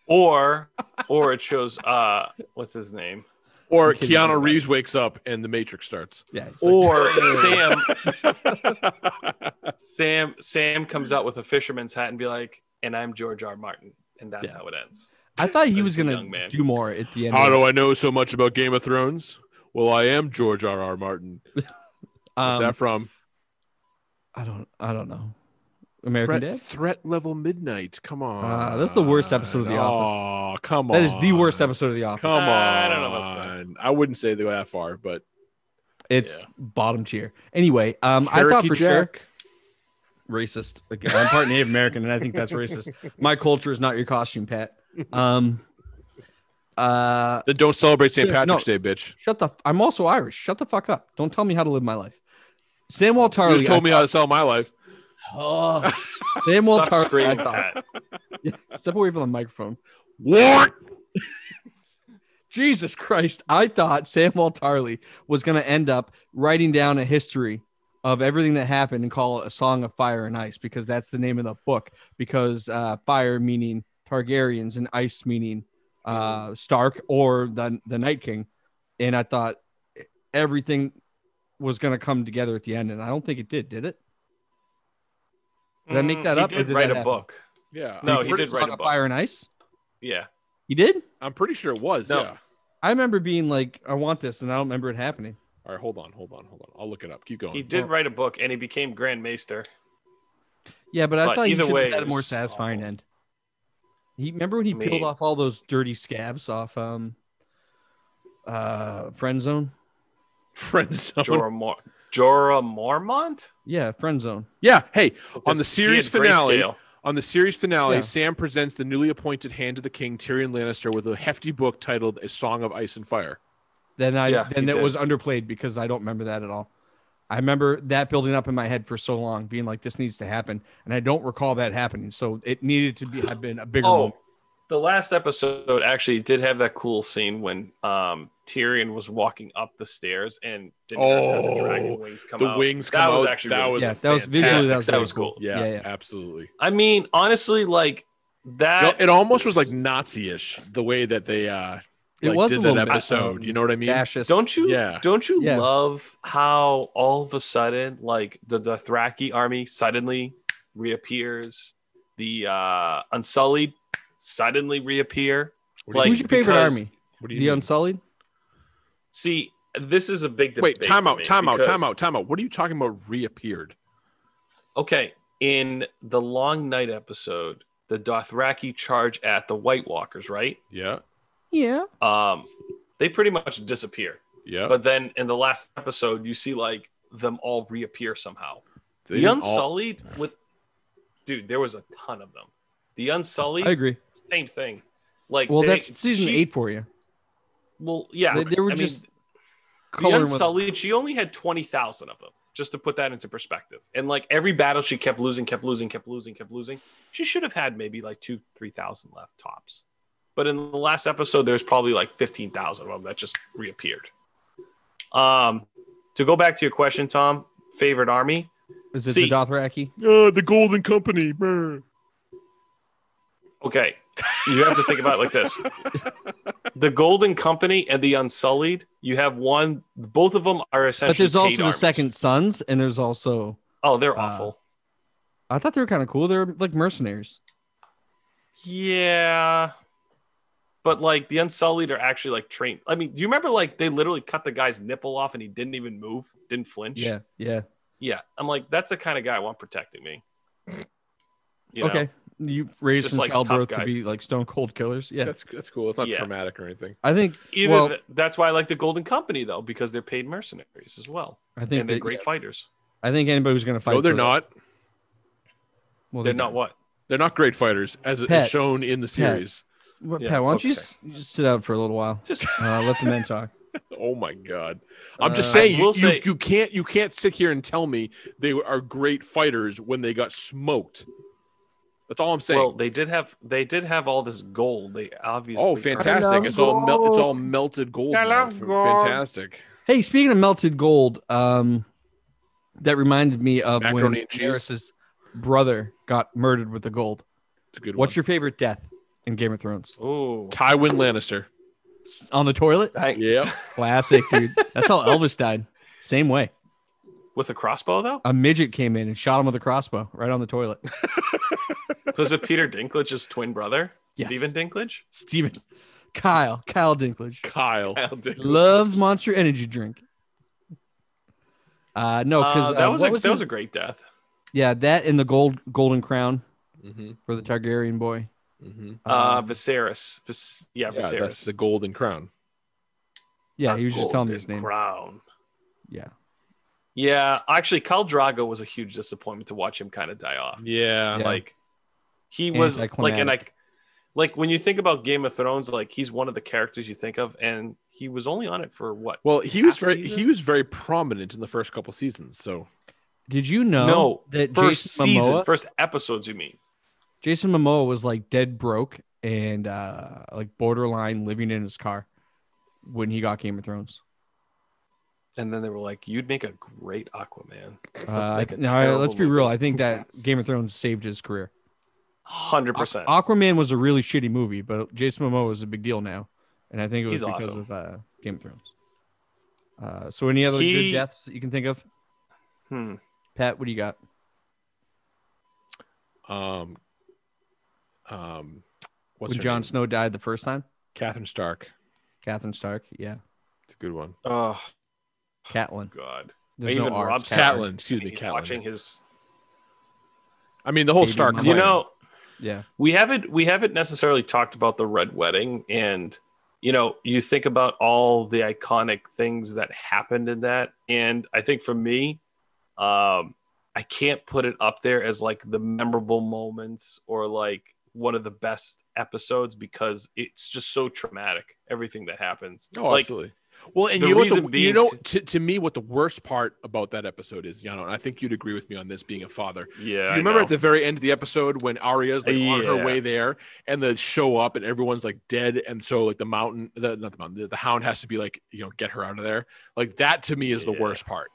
Or, or it shows. Uh, what's his name?
or
I'm kidding you,
Keanu
right.
Reeves wakes up and the Matrix starts.
Yeah. it's like-
Or Sam Sam Sam comes out with a fisherman's hat and be like, "And I'm George R. Martin," and that's
Yeah.
how it ends.
I thought he
That's
was
the
going
young
to
man.
do more at the end.
How
of
do I know so much about Game of Thrones? Well, I am George R. R. Martin.
it.
Where's
Um,
that from?
I don't I don't know. American
threat,
Dad? Ah,
Threat level midnight. Come on.
that's the worst episode of The
Office. Oh, come on.
That is the worst episode of The Office.
Come on.
I don't know about that.
I wouldn't say they go that far, but
It's
Yeah.
bottom tier. Anyway, um I thought
Cherokee
for sure
Jack.
racist. Again, I'm part Native American, and I think that's racist. My culture is not your costume, Pat. Um, uh,
Then don't celebrate St.
Yeah,
Patrick's
no.
Day, bitch.
shut the. I'm also Irish. Shut the fuck up. Don't tell me how to live my life. Sam Waltari.
you just told me how to sell my life.
Oh, Sam Waltari.
Stop
I
screaming,
thought.
Pat.
Step away from the microphone.
What?
Jesus Christ! I thought Sam Waltarly was going to end up writing down a history of everything that happened and call it a Song of Fire and Ice because that's the name of the book. Because uh, fire meaning Targaryens and ice meaning uh, Stark or the the Night King, and I thought everything was going to come together at the end, and I don't think it did. Did it? Did I make that
Mm, he
up, or
Did
did
write
that
a
happen?
book.
Yeah.
No,
I'm
he
pretty,
did write
Song
a
of
book.
Fire and Ice.
Yeah,
He did.
I'm pretty sure it was.
No.
Yeah.
I remember being like, "I want this," and I don't remember it happening.
All right, hold on, hold on, hold on. I'll look it up. Keep going.
he did write a book, and he became Grand Maester.
Yeah, but I
But
thought he
either
should
way,
have had a
it
more
was
satisfying
awful.
end. He remember when he
I
peeled
mean-
off all those dirty scabs off um uh friend zone?
Friend zone.
Jorah Mor- Jorah Mormont
Yeah, friend zone.
Yeah. Hey, on the
He
series
had
finale,
grayscale.
on the series finale,
Yeah.
Sam presents the newly appointed Hand of the King, Tyrion Lannister, with a hefty book titled "A Song of Ice and Fire."
then I
Yeah,
then
he
it
did.
was underplayed because I don't remember that at all. I remember that building up in my head for so long, being like, "This needs to happen," and I don't recall that happening. So it needed to be have been a bigger.
Oh,
moment.
the last episode actually did have that cool scene when um, Tyrion was walking up the stairs and Daenerys had the
Oh,
dragon wings come
the
out.
wings
That
come
was
out,
actually
that
really
was
yeah,
a
that was visually that was,
fantastic-
really
that was cool.
Yeah,
yeah, yeah.
absolutely.
I mean, honestly, like that.
it it almost was like Nazi-ish the way that they uh
It
like,
was
did
a
that
little bit,
episode.
um,
you know what I mean?
Fascist.
don't you?
Yeah.
Don't you
Yeah.
love how all of a sudden, like the the Thraki army suddenly reappears, the uh, Unsullied suddenly reappear.
What do you
like-
Who's your favorite
because-
army?
What do you
The
mean?
Unsullied.
See, this is a big debate.
Wait, time
for
out,
me
time out,
because-
time out, time out. What are you talking about? Reappeared?
Okay, in the Long Night episode, the Dothraki charge at the White Walkers, right?
Yeah,
Yeah.
Um, they pretty much disappear.
yeah.
But then in the last episode, you see like them all reappear somehow.
They
the
didn't all-
Unsullied with, dude, there was a ton of them. The Unsullied,
I agree.
same thing. Like,
Well,
they-
that's season
she-
eight for you.
Well, yeah,
They- they were
I
just
mean, the
Coloring with-
Unsullied. She only had twenty thousand of them, just to put that into perspective. And like every battle, she kept losing, kept losing, kept losing, kept losing. She should have had maybe like two, three thousand left tops. But in the last episode, there's probably like fifteen thousand of them that just reappeared. Um, to go back to your question, Tom, favorite army.
Is it
See-
the Dothraki?
Uh, the Golden Company. brr.
Okay, you have to think about it like this: the Golden Company and the Unsullied. You have one; both of them are essentially.
But there's also
paid
the
armies.
Second Sons, and there's also
Oh, they're
uh,
awful.
I thought they were kind of cool. They're like mercenaries.
Yeah. But like the Unsullied are actually like trained. I mean, do you remember like they literally cut the guy's nipple off and he didn't even move, didn't flinch?
Yeah, yeah.
Yeah. I'm like, that's the kind of guy I want protecting me. You know?
okay, you raised
Just
from
like tough
childbirth to
guys.
be like stone cold killers. Yeah,
That's that's cool. It's not
Yeah.
traumatic or anything.
I think.
Either
well,
th- that's why I like the Golden Company though, because they're paid mercenaries as well.
I think
And they're
that-
great fighters.
I think anybody who's going to fight.
no, they're
for that-
not.
Well,
They're not what?
They're not great fighters, as it
Pet.
is shown in the series.
What,
Yeah,
Pat, why don't you
okay.
just, you just sit out for a little while?
Just
Uh, let the men talk.
Oh my god! I'm just
Uh,
saying,
I
you,
will
you,
say-
you can't you can't sit here and tell me they are great fighters when they got smoked. That's all I'm saying.
well, they did have they did have all this gold. They obviously
oh,
are-
fantastic! It's all mel- it's all melted gold.
I
now.
love
F-
gold.
Fantastic.
Hey, speaking of melted gold, um, that reminded me of
Macaroni
when
and cheese.
Daenerys' brother got murdered with the gold.
It's a good
What's
one.
your favorite death in Game of Thrones?
Oh,
Tywin Lannister?
On the toilet?
dang.
Yeah.
Classic, dude. That's how Elvis died. Same way.
with a crossbow though?
A midget came in and shot him with a crossbow right on the toilet.
Was it Peter Dinklage's twin brother?
Yes.
Stephen Dinklage?
Steven. Kyle. Kyle Dinklage.
Kyle.
Kyle Dinklage.
Loves Monster Energy drink. Uh no,
Uh,
because
that was, a, that was
his-
a great death.
yeah that and the gold golden crown
Mm-hmm.
for the Targaryen boy.
Mm-hmm.
Uh,
Um,
Viserys. Vis- yeah,
Yeah,
Viserys.
that's the golden crown.
yeah, he was just telling me his
Golden
name.
Crown.
Yeah,
Yeah, actually, Khal Drago was a huge disappointment to watch him kind of die off.
Yeah.
Yeah.
Like, he was like, and I,
Anticlimactic.
like when you think about Game of Thrones, like he's one of the characters you think of, and he was only on it for what?
Well, he was
Half
very
season?
he was very prominent in the first couple seasons. So
Did you know
no,
that
first
Jason
season,
Momoa,
first episodes. You mean?
Jason Momoa was like dead broke and uh like borderline living in his car when he got Game of Thrones.
And then they were like, "You'd make a great Aquaman."
Uh,
make a
now, I- let's
terrible
be real. I think that Game of Thrones saved his career.
Hundred
Aqu-
percent.
Aquaman was a really shitty movie, but Jason Momoa is a big deal now, and I think it was
He's
because
awesome.
of uh, Game of Thrones. Uh, so, any other
He-
good deaths that you can think of?
Hmm.
Pat, what do you got?
um um what's
when
her
Jon
name?
Snow died the first time,
Catherine Stark.
Catherine Stark, yeah,
It's a good one.
Oh
Catelyn.
God.
There's
Even
no R,
Rob
it's
Stark.
Catelyn, excuse me,
He's
Catelyn.
watching his
I mean the whole
Baby
Stark.
mama.
you
clan.
know
Yeah,
we haven't we haven't necessarily talked about the red wedding and you know you think about all the iconic things that happened in that and i think for me um i can't put it up there as like the memorable moments or like one of the best episodes because it's just so traumatic everything that happens
Oh,
like
absolutely. Well, and
The
you know, what
reason
the, you
being
know
to-
to, to me, what the worst part about that episode is, Yano, and I think you'd agree with me on this being a father.
Yeah.
Do you
I
remember
know.
at the very end of the episode when Arya's like on her
Yeah.
way there and they show up and everyone's like dead? And so, like, the mountain, the, not the mountain, the, the hound has to be like, you know, get her out of there. Like, that to me is the
Yeah.
worst part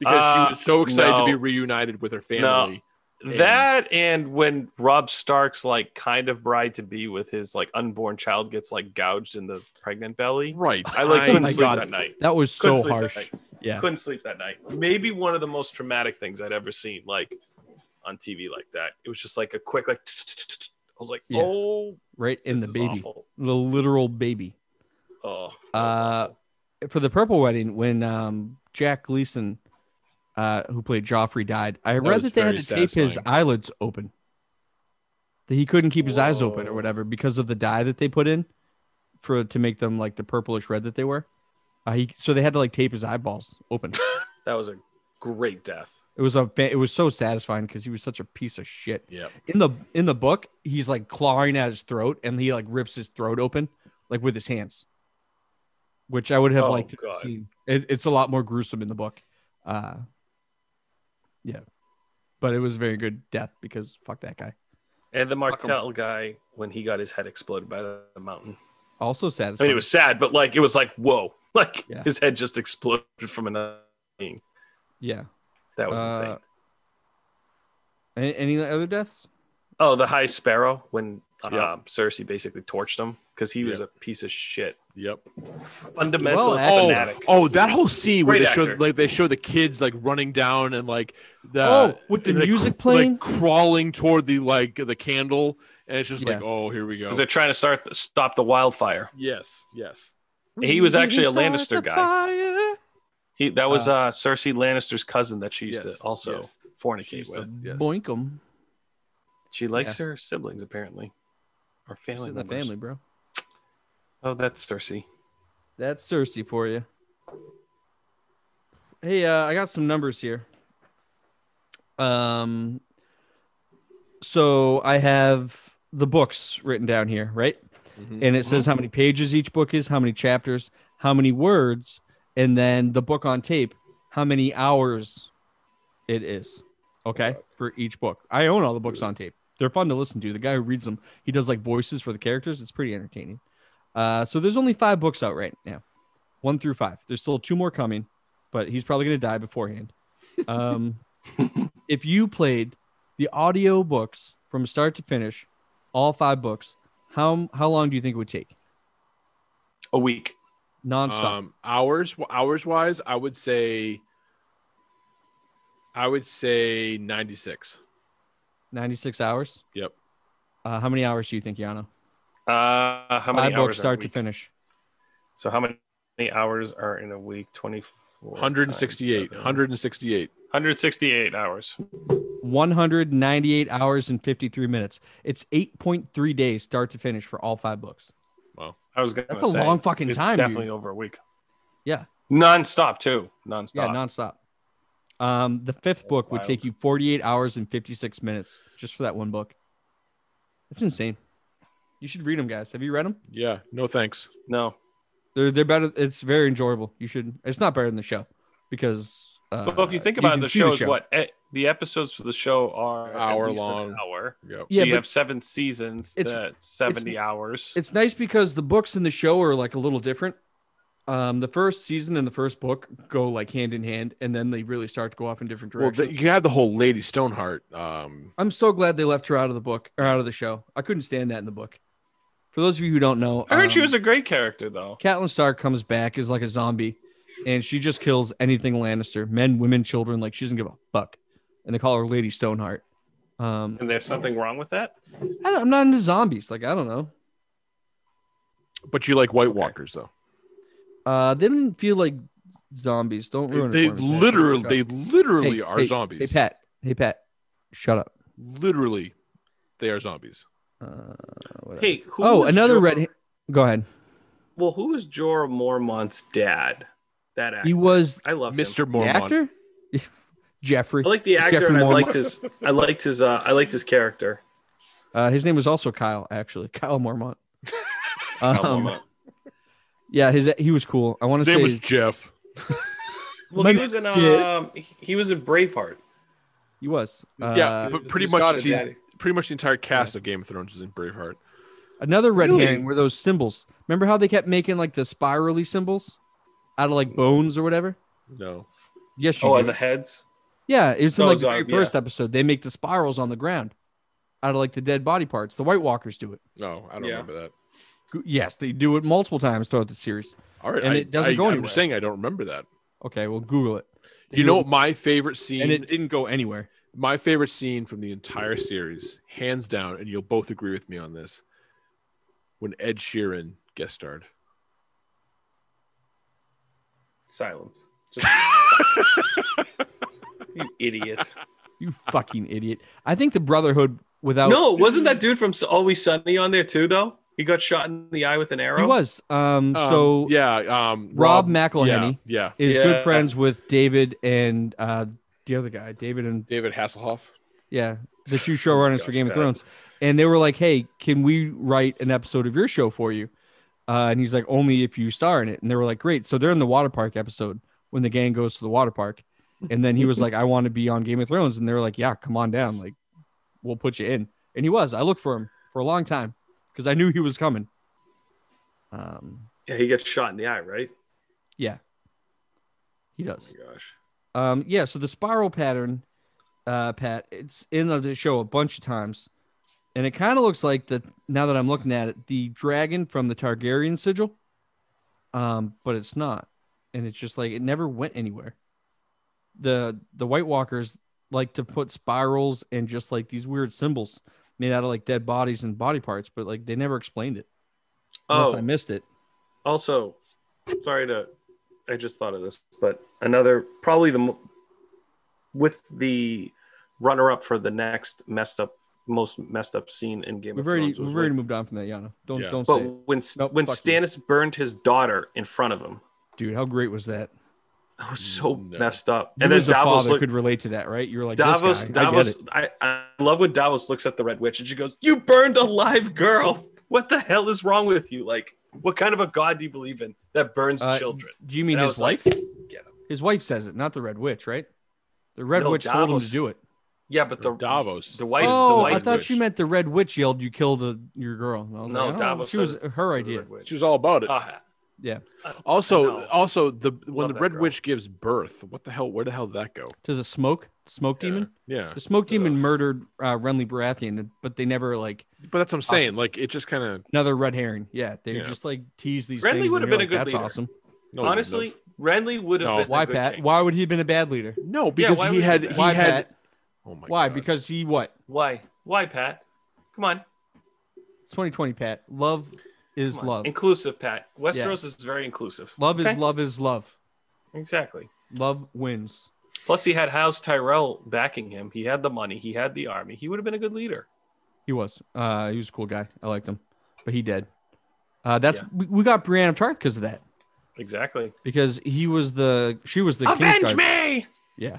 because
Uh,
she was so excited to be
no.
reunited with her family. And-
that and when Rob Stark's like kind of bride to be with his like unborn child gets like gouged in the pregnant belly.
Right.
I like
Oh
couldn't
my
sleep
God.
that night.
That was
Couldn't
so
sleep that
harsh.
night.
Yeah.
Couldn't sleep that night. Maybe one of the most traumatic things I'd ever seen like on TV like that. It was just like a quick like I was like,
Yeah.
"Oh,
Right in
this
the
is
baby,
awful.
the literal baby.
Oh. that was
Uh,
awful.
for the purple wedding, when um, Jack Gleason, uh, who played Joffrey, died, I read
was
that they had
very
to tape his
satisfying.
eyelids open. That he couldn't keep his eyes open or
Whoa.
whatever because of the dye that they put in for to make them like the purplish red that they were. Uh, he so they had to like tape his eyeballs open.
that was a great death.
It was a fa- it was so satisfying because he was such a piece of shit.
Yeah.
In the in the book, he's like clawing at his throat and he like rips his throat open like with his hands, which I would have
Oh,
liked to have
God.
seen. It, it's a lot more gruesome in the book. Uh, yeah, but it was a very good death because fuck that guy.
And
Fuck
the
'em.
Martell guy when he got his head exploded by the mountain.
Also
I
satisfying.
mean, it was sad, but like it was like whoa, like
Yeah.
his head just exploded from another being.
yeah.
That was
Uh,
insane.
A- Any, other deaths?
Oh, the High Sparrow when
Yeah.
um, Cersei basically torched him because he was
Yeah.
a piece of shit,
Yep.
fundamentalist
Well,
Oh,
fanatic.
oh, that whole scene where
Great
they show
actor.
like they show the kids like running down and like the
Oh, with the
and, like,
music
cr-
playing?
like crawling toward the like the candle, and it's just like,
Yeah.
oh, here we go.
because they're trying to start stop the wildfire.
yes, yes.
He was actually a
Start
Lannister
the
guy.
fire.
He that was uh, Cersei Lannister's cousin that she used
Yes,
to also
yes. She
fornicate
used to-
with.
yes.
Boink 'em.
She likes her siblings apparently, or
It's
family
in the
members.
family, bro.
Oh, that's Cersei.
That's Cersei for you. Hey, uh, I got some numbers here. Um, so I have the books written down here, right?
Mhm.
And it says how many pages each book is, how many chapters, how many words, and then the book on tape, how many hours it is. Okay, for each book. I own all the books on tape. They're fun to listen to. The guy who reads them, he does like voices for the characters. It's pretty entertaining. Uh, so there's only five books out right now, one through five. There's still two more coming, but he's probably gonna die beforehand. Um, if you played the audio books from start to finish, all five books, how how long do you think it would take
A week.
nonstop?
Um, hours hours wise, I would say, I would say ninety six.
96 hours.
Yep.
Uh, how many hours do you think, Yano?
Uh, how many
five
hours
books
are
start
a
to
week?
finish.
So how many hours are in a week? 24.
168
times seven.
168
168 hours.
198 hours and 53 minutes. It's 8.3 days start to finish for all five books.
I was gonna
That's a
say,
long fucking
it's
time,
Definitely
dude.
over a week.
Yeah.
Non-stop too. Non-stop.
Yeah, nonstop. Um, the fifth book would
wild.
take you 48 hours and 56 minutes just for that one book. That's insane. You should read them, guys. Have you read them?
yeah no thanks
no.
They're they're better. It's very enjoyable. You should. It's not better than the show because. Uh,
Well, if you think about
can
it, the
see
show is what eh, the episodes for the show are at
Hour
least an
long.
hour.
yep.
Yeah,
so you
but-
have seven seasons.
It's-
that's 70 hours.
It's nice because the books in the show are like a little different. Um, the first season and the first book go like hand in hand, and then they really start to go off in different
well
directions.
the, you had the whole lady stoneheart um
I'm so glad they left her out of the book or out of the show. I couldn't stand that in the book. For those of you who don't know,
I heard she
um,
was a great character though.
Catelyn Stark comes back as like a zombie, and she just kills anything Lannister, men, women, children. Like she doesn't give a fuck, and they call her Lady Stoneheart. Um,
And there's something wrong with that?
I don't, I'm not into zombies. Like I don't know.
but you like white
Okay.
walkers though
Uh, they didn't feel like zombies. Don't ruin. it
they
for me, Pat.
literally
Shut up.
they literally
Hey,
are
hey,
zombies
Hey Pat. Hey Pat. Shut up.
literally they are zombies
Uh, whatever.
Hey, who
oh,
was
another
Jorah-
red. Go ahead.
Well, who was Jorah Mormont's dad? That actor.
He was
I love him.
mr
the
mormont
actor. Jeffrey.
I like the actor,
Jeffrey
and I
Mormont.
liked his. I liked his. Uh, I liked his character.
Uh, his name was also Kyle. Actually, Kyle Mormont.
Kyle
Um,
Mormont.
Yeah, his he was cool. I want
His
to
name
say
was Jeff.
Well,
My
he was in
kid.
um, he- he was in Braveheart.
he was. Uh,
yeah, but
He's
pretty
the
much
Scottish
the,
daddy.
pretty much the entire cast of Game of Thrones was in Braveheart.
another red
Really?
herring were those symbols. Remember how they kept making like the spirally symbols out of like
Mm-hmm.
bones or whatever?
No,
Yes, you
Oh,
do.
and the heads.
Yeah, it
Oh,
was in like
Those
the
are-
very
yeah.
first episode. They make the spirals on the ground out of like the dead body parts. The White Walkers do it.
no, I don't
Yeah.
remember that.
G- Yes, they do it multiple times throughout the series.
All right,
And
I,
it doesn't
I,
go
I'm
anywhere.
just saying I don't remember that.
Okay, well, Google it. They
You
do
know
it-
what my favorite scene
and it didn't go anywhere.
my favorite scene from the entire series, hands down, and you'll both agree with me on this, when Ed Sheeran guest starred.
Silence. Just, you idiot.
You fucking idiot. I think the Brotherhood without
No, wasn't that dude from Always Sunny on there too? Though he got shot in the eye with an arrow.
he was. Um,
Um,
so
yeah, um,
Rob
yeah,
McElhenney
yeah,
is
Yeah.
good friends with David and uh, the other guy, David and
David Hasselhoff.
Yeah, the two showrunners for
gosh,
Game of
Pat.
Thrones, and they were like, "Hey, can we write an episode of your show for you?" Uh, and he's like, "Only if you star in it." And they were like, "Great!" So they're in the water park episode when the gang goes to the water park, and then he was like, "I want to be on Game of Thrones," and they were like, "Yeah, come on down, like we'll put you in." And he was. I looked for him for a long time because I knew he was coming. Um,
Yeah, he gets shot in the eye, right?
yeah, he
Oh
does.
my gosh.
Um, yeah, so the spiral pattern, uh, Pat, it's in the show a bunch of times, and it kind of looks like the now that I'm looking at it, the dragon from the Targaryen sigil, um, but it's not, and it's just like it never went anywhere. The the White Walkers like to put spirals and just like these weird symbols made out of like dead bodies and body parts, but like they never explained it. Unless I
Oh,
missed it.
also, sorry to, I just thought of this, but another probably the mo- with the runner-up for the next messed up, most messed up scene in Game
We've
of
already
Thrones. was
we've already
when-
moved on from that, Yana. Don't
Yeah.
don't
but
say, it.
when
Nope,
when
fuck you.
Stannis burned his daughter in front of him,
dude. How great was that?
that was so
No.
messed up.
and
And
you
then
as a
Davos
father
looked,
could relate to that, right? You're like
Davos,
This guy, I
Davos,
get it.
I, I love when Davos looks at the Red Witch and she goes, "You burned a live girl. What the hell is wrong with you? Like, what kind of a god do you believe in that burns
Uh,
children?"
Do you mean
And I
his
was like,
wife?
"Get him."
his wife says it, not the Red Witch, right? The Red
No,
Witch told him to
Davos.
do it.
Yeah, but the
Davos.
the wife,
oh,
the
I
wife.
thought
Witch.
you meant the Red Witch yelled, "You killed a, your girl." And I was
No,
like, oh,
Davos
She was
said
her
to the
idea.
Red Witch.
She was all about it.
Ah,
Yeah,
also,
no.
also the when
Love
the
that
Red
girl.
Witch gives birth, what the hell? Where the hell did that go?
to the smoke, smoke demon.
Yeah,
The smoke demon murdered uh, Renly Baratheon, but they never like
but that's what I'm saying. Like it just kind of
another red herring. Yeah, they
Yeah.
just like tease these.
Renly
things and
would've
you're
been a
like,
good
That's
leader.
awesome.
no,
honestly, Renly would have
No.
been. a
Why,
good
Pat?
king.
Why would he have been a bad leader?
no, no, because
why
he
would you
had
do
he
that?
Why,
had.
Pat?
Oh my
Why?
God.
Because he what?
Why? Why, Pat? Come on,
It's 2020, Pat. Love is
come on.
love.
Inclusive, Pat. Westeros is very inclusive.
Love is
Okay?
love is love.
Exactly.
Love wins.
Plus, he had House Tyrell backing him. He had the money. He had the army. He would have been a good leader.
He was. Uh, he was a cool guy. I liked him, but he dead. Uh, that's
Yeah.
we, we got Brienne of Tarth because of that.
Exactly.
Because he was the she was the
Avenge
Kingsguard.
me!
Yeah.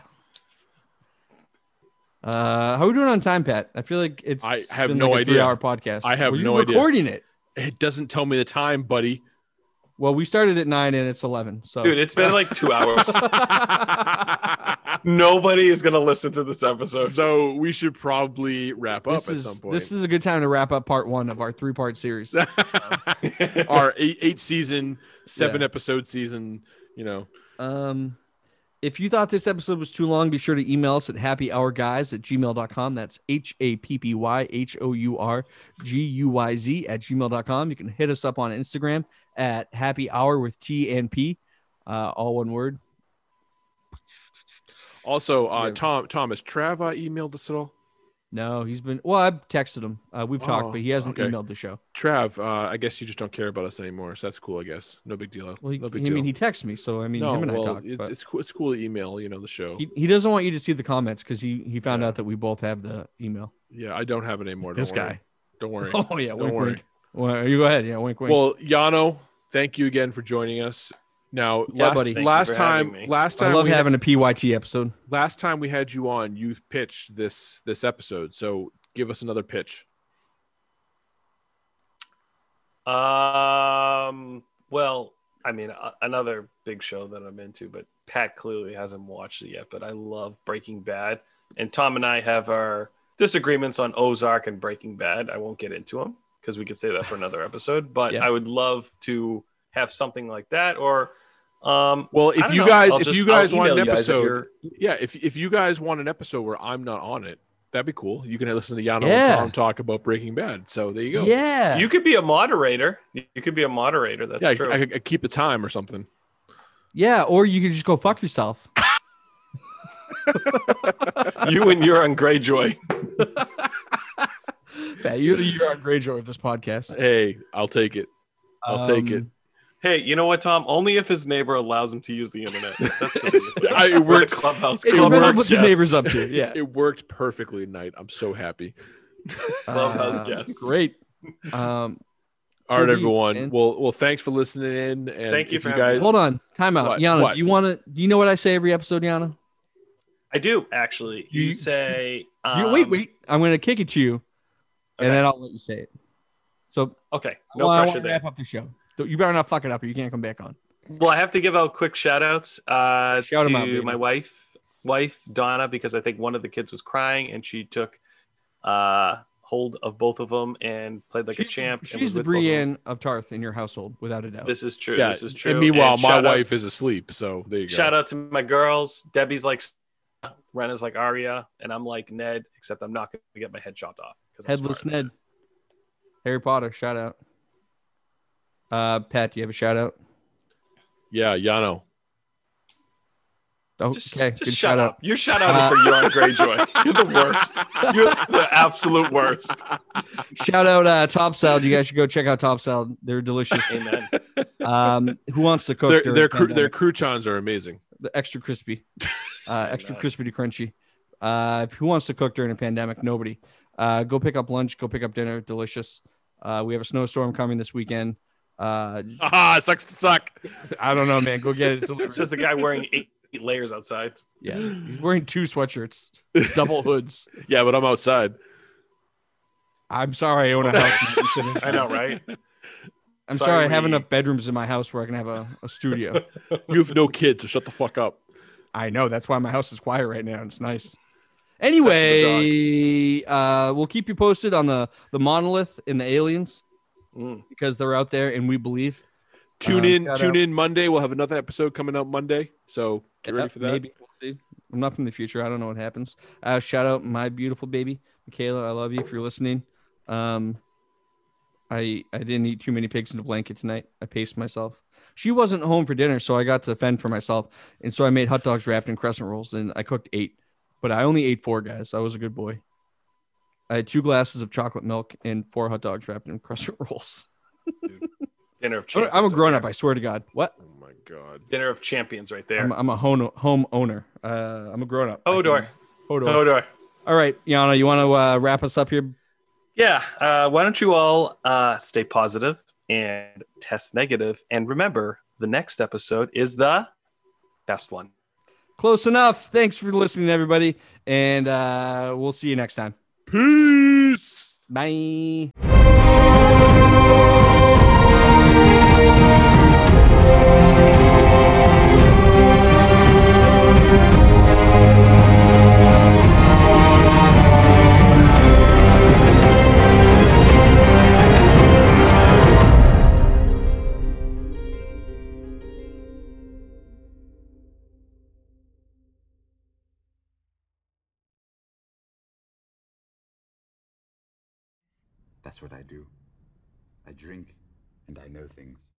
Uh, how are we doing on time, Pat? I feel like it's.
I have
been
no
like a
idea.
Three-hour podcast.
I have
Were you
no idea.
recording it.
It doesn't tell me the time, buddy.
Well, we started at nine and it's eleven. So
Dude, it's been like two hours. Nobody is going to listen to this episode.
so we should probably wrap up
this
at
is
some point.
this is a good time to wrap up part one of our three-part series.
our eight, eight season, seven episode season. You know,
Um, if you thought this episode was too long, be sure to email us at happyhourguys at gmail.com. That's H A P P Y H O U R G U Y Z at gmail.com. You can hit us up on Instagram at happy hour with T and P, uh, all one word.
also uh,
Yeah.
Tom Thomas Trava emailed us at all.
No, he's been, well, I've texted him. Uh, we've
Oh,
talked, but he hasn't
okay.
emailed the show.
Trav, uh, I guess you just don't care about us anymore, so that's cool. I guess no big deal.
Well, he,
no big
I
deal.
mean, he texted me, so I mean,
no,
him and
well,
I talked.
it's,
but
it's cool. It's cool to email. You know the show.
he, he doesn't want you to see the comments because he, he found
Yeah.
out that we both have the email.
yeah, I don't have it anymore. Don't worry. Don't worry.
Oh, yeah.
Don't
wink,
worry.
wink. Well, you go ahead. Yeah. Wink, wink.
Well, Yano, thank you again for joining us. Now,
Yeah,
last
buddy.
Thank you
last
for having
time,
me.
last
I
time,
love
we had,
having a PYT episode.
last time we had you on, you pitched this this episode. So give us another pitch.
Um, well, I mean, a, another big show that I'm into, but Pat clearly hasn't watched it yet. But I love Breaking Bad, and Tom and I have our disagreements on Ozark and Breaking Bad. I won't get into them because we could say that for another episode. But
Yeah.
I would love to have something like that, or um,
Well,
I
if
don't
you
know.
guys,
I'll
if
just-
you guys
I'll
want an
email you guys if
episode,
you're-
yeah, if if you guys want an episode where I'm not on it, that'd be cool. You can listen to Yano
Yeah.
and Tom talk about Breaking Bad. So there you go.
Yeah.
you could be a moderator. You could be a moderator. That's
yeah, I-
true.
I, could- I keep the time or something.
yeah. Or you could just go fuck yourself.
you and your on Greyjoy.
Pat, you're the you're on Greyjoy of this podcast.
Hey, I'll take it. I'll take it.
Um,
Hey, you know what, Tom? Only if his neighbor allows him to use the internet. That's the biggest thing.
I- it
We're the
worked.
clubhouse.
It
club
depends
Clubhouse,
on what your
guests.
neighbor's up to. Yeah.
It worked perfectly tonight. I'm so happy.
Clubhouse
Uh,
guests.
Great. Um,
All right,
Indeed,
everyone.
man.
Well, well, thanks for listening in. And
Thank you
if
for
you
having
guys.
me.
hold on. Time out.
What?
Yana,
What?
do you want to, do you know what I say every episode, Yana?
I do actually. You,
You-
say.
You-
Um,
wait, wait. I'm going to kick it to you
Okay.
and then I'll let you say it. So
Okay, no
well, I
pressure
want to
there.
wrap up the show. So You better not fuck it up or you can't come back on.
Well, I have to give out quick shout outs uh,
Shout 'em
to
out, baby.
my wife, wife Donna, because I think one of the kids was crying and she took uh, hold of both of them and played like a
She's-
champ. and was
She's the
with both of them.
Brienne of Tarth in your household, without a doubt.
This is true.
Yeah.
This is true.
And meanwhile,
And
my
shout out-
wife is asleep. So there you go.
Shout out to my girls. Debbie's like Sarah, Renna's like Arya, and I'm like Ned, except I'm not gonna get my head chopped off. 'cause I'm
Headless
smart.
Ned. Harry Potter, shout out. Uh, Pat, do you have a shout out?
Yeah, Yano.
Oh,
Just,
okay,
just
good
shut
shout
up.
out.
Your shout out
Uh,
is for Euron Greyjoy. You're the worst. You're the absolute worst.
Shout out uh, Top Salad. You guys should go check out Top Salad. They're delicious.
Amen.
Um, who wants to cook?
Their
during
their
the
cru- their
pandemic?
croutons are amazing.
The extra crispy, uh, extra
Amen.
crispy to crunchy. Uh, if who wants to cook during a pandemic? Nobody. Uh, go pick up lunch. Go pick up dinner. Delicious. Uh, we have a snowstorm coming this weekend. Uh,
Ah, sucks to suck.
I don't know, man. Go get it delivered.
Says the guy wearing eight, eight layers outside.
Yeah, he's wearing two sweatshirts, double hoods.
Yeah, but I'm outside.
I'm sorry, I own a house. Matt. You shouldn't have
I
said
know,
that.
right?
I'm sorry, I have
Sorry.
enough bedrooms in my house where I can have a, a studio.
You have no kids, so shut the fuck up.
Uh-huh. I know that's why my house is quiet right now. and It's nice.
dog.
Anyway, uh, we'll keep you posted on the the monolith and the aliens
Mm.
because they're out there and we believe.
Tune
Um,
in,
shout
tune
out.
in Monday. We'll have another episode coming out Monday. So get ready
Yep,
for that.
Maybe. We'll see. I'm not from the future. I don't know what happens. Uh, shout out my beautiful baby, Michaela. I love you if you're listening. Um, I I didn't eat too many pigs in a blanket tonight. I paced myself. She wasn't home for dinner, so I got to fend for myself. And so I made hot dogs wrapped in crescent rolls, and I cooked eight, but I only ate four, guys. I was a good boy. I had two glasses of chocolate milk and four hot dogs wrapped in crescent rolls.
Dinner of
I'm a-
champions.
I'm a
right
grown up.
there.
I swear to God. What?
Oh my god.
Dinner of champions right there.
I'm, I'm a home, home owner. Uh, I'm a grown up. I can-
Hodor.
Hodor.
Hodor.
All right, Yana, you want to uh, wrap us up here?
Yeah. Uh, why don't you all uh, stay positive and test negative, And remember, the next episode is the best one.
Close enough. Thanks for listening, everybody. And uh, we'll see you next time.
Peace.
Bye.
That's what I do. I drink and I know things.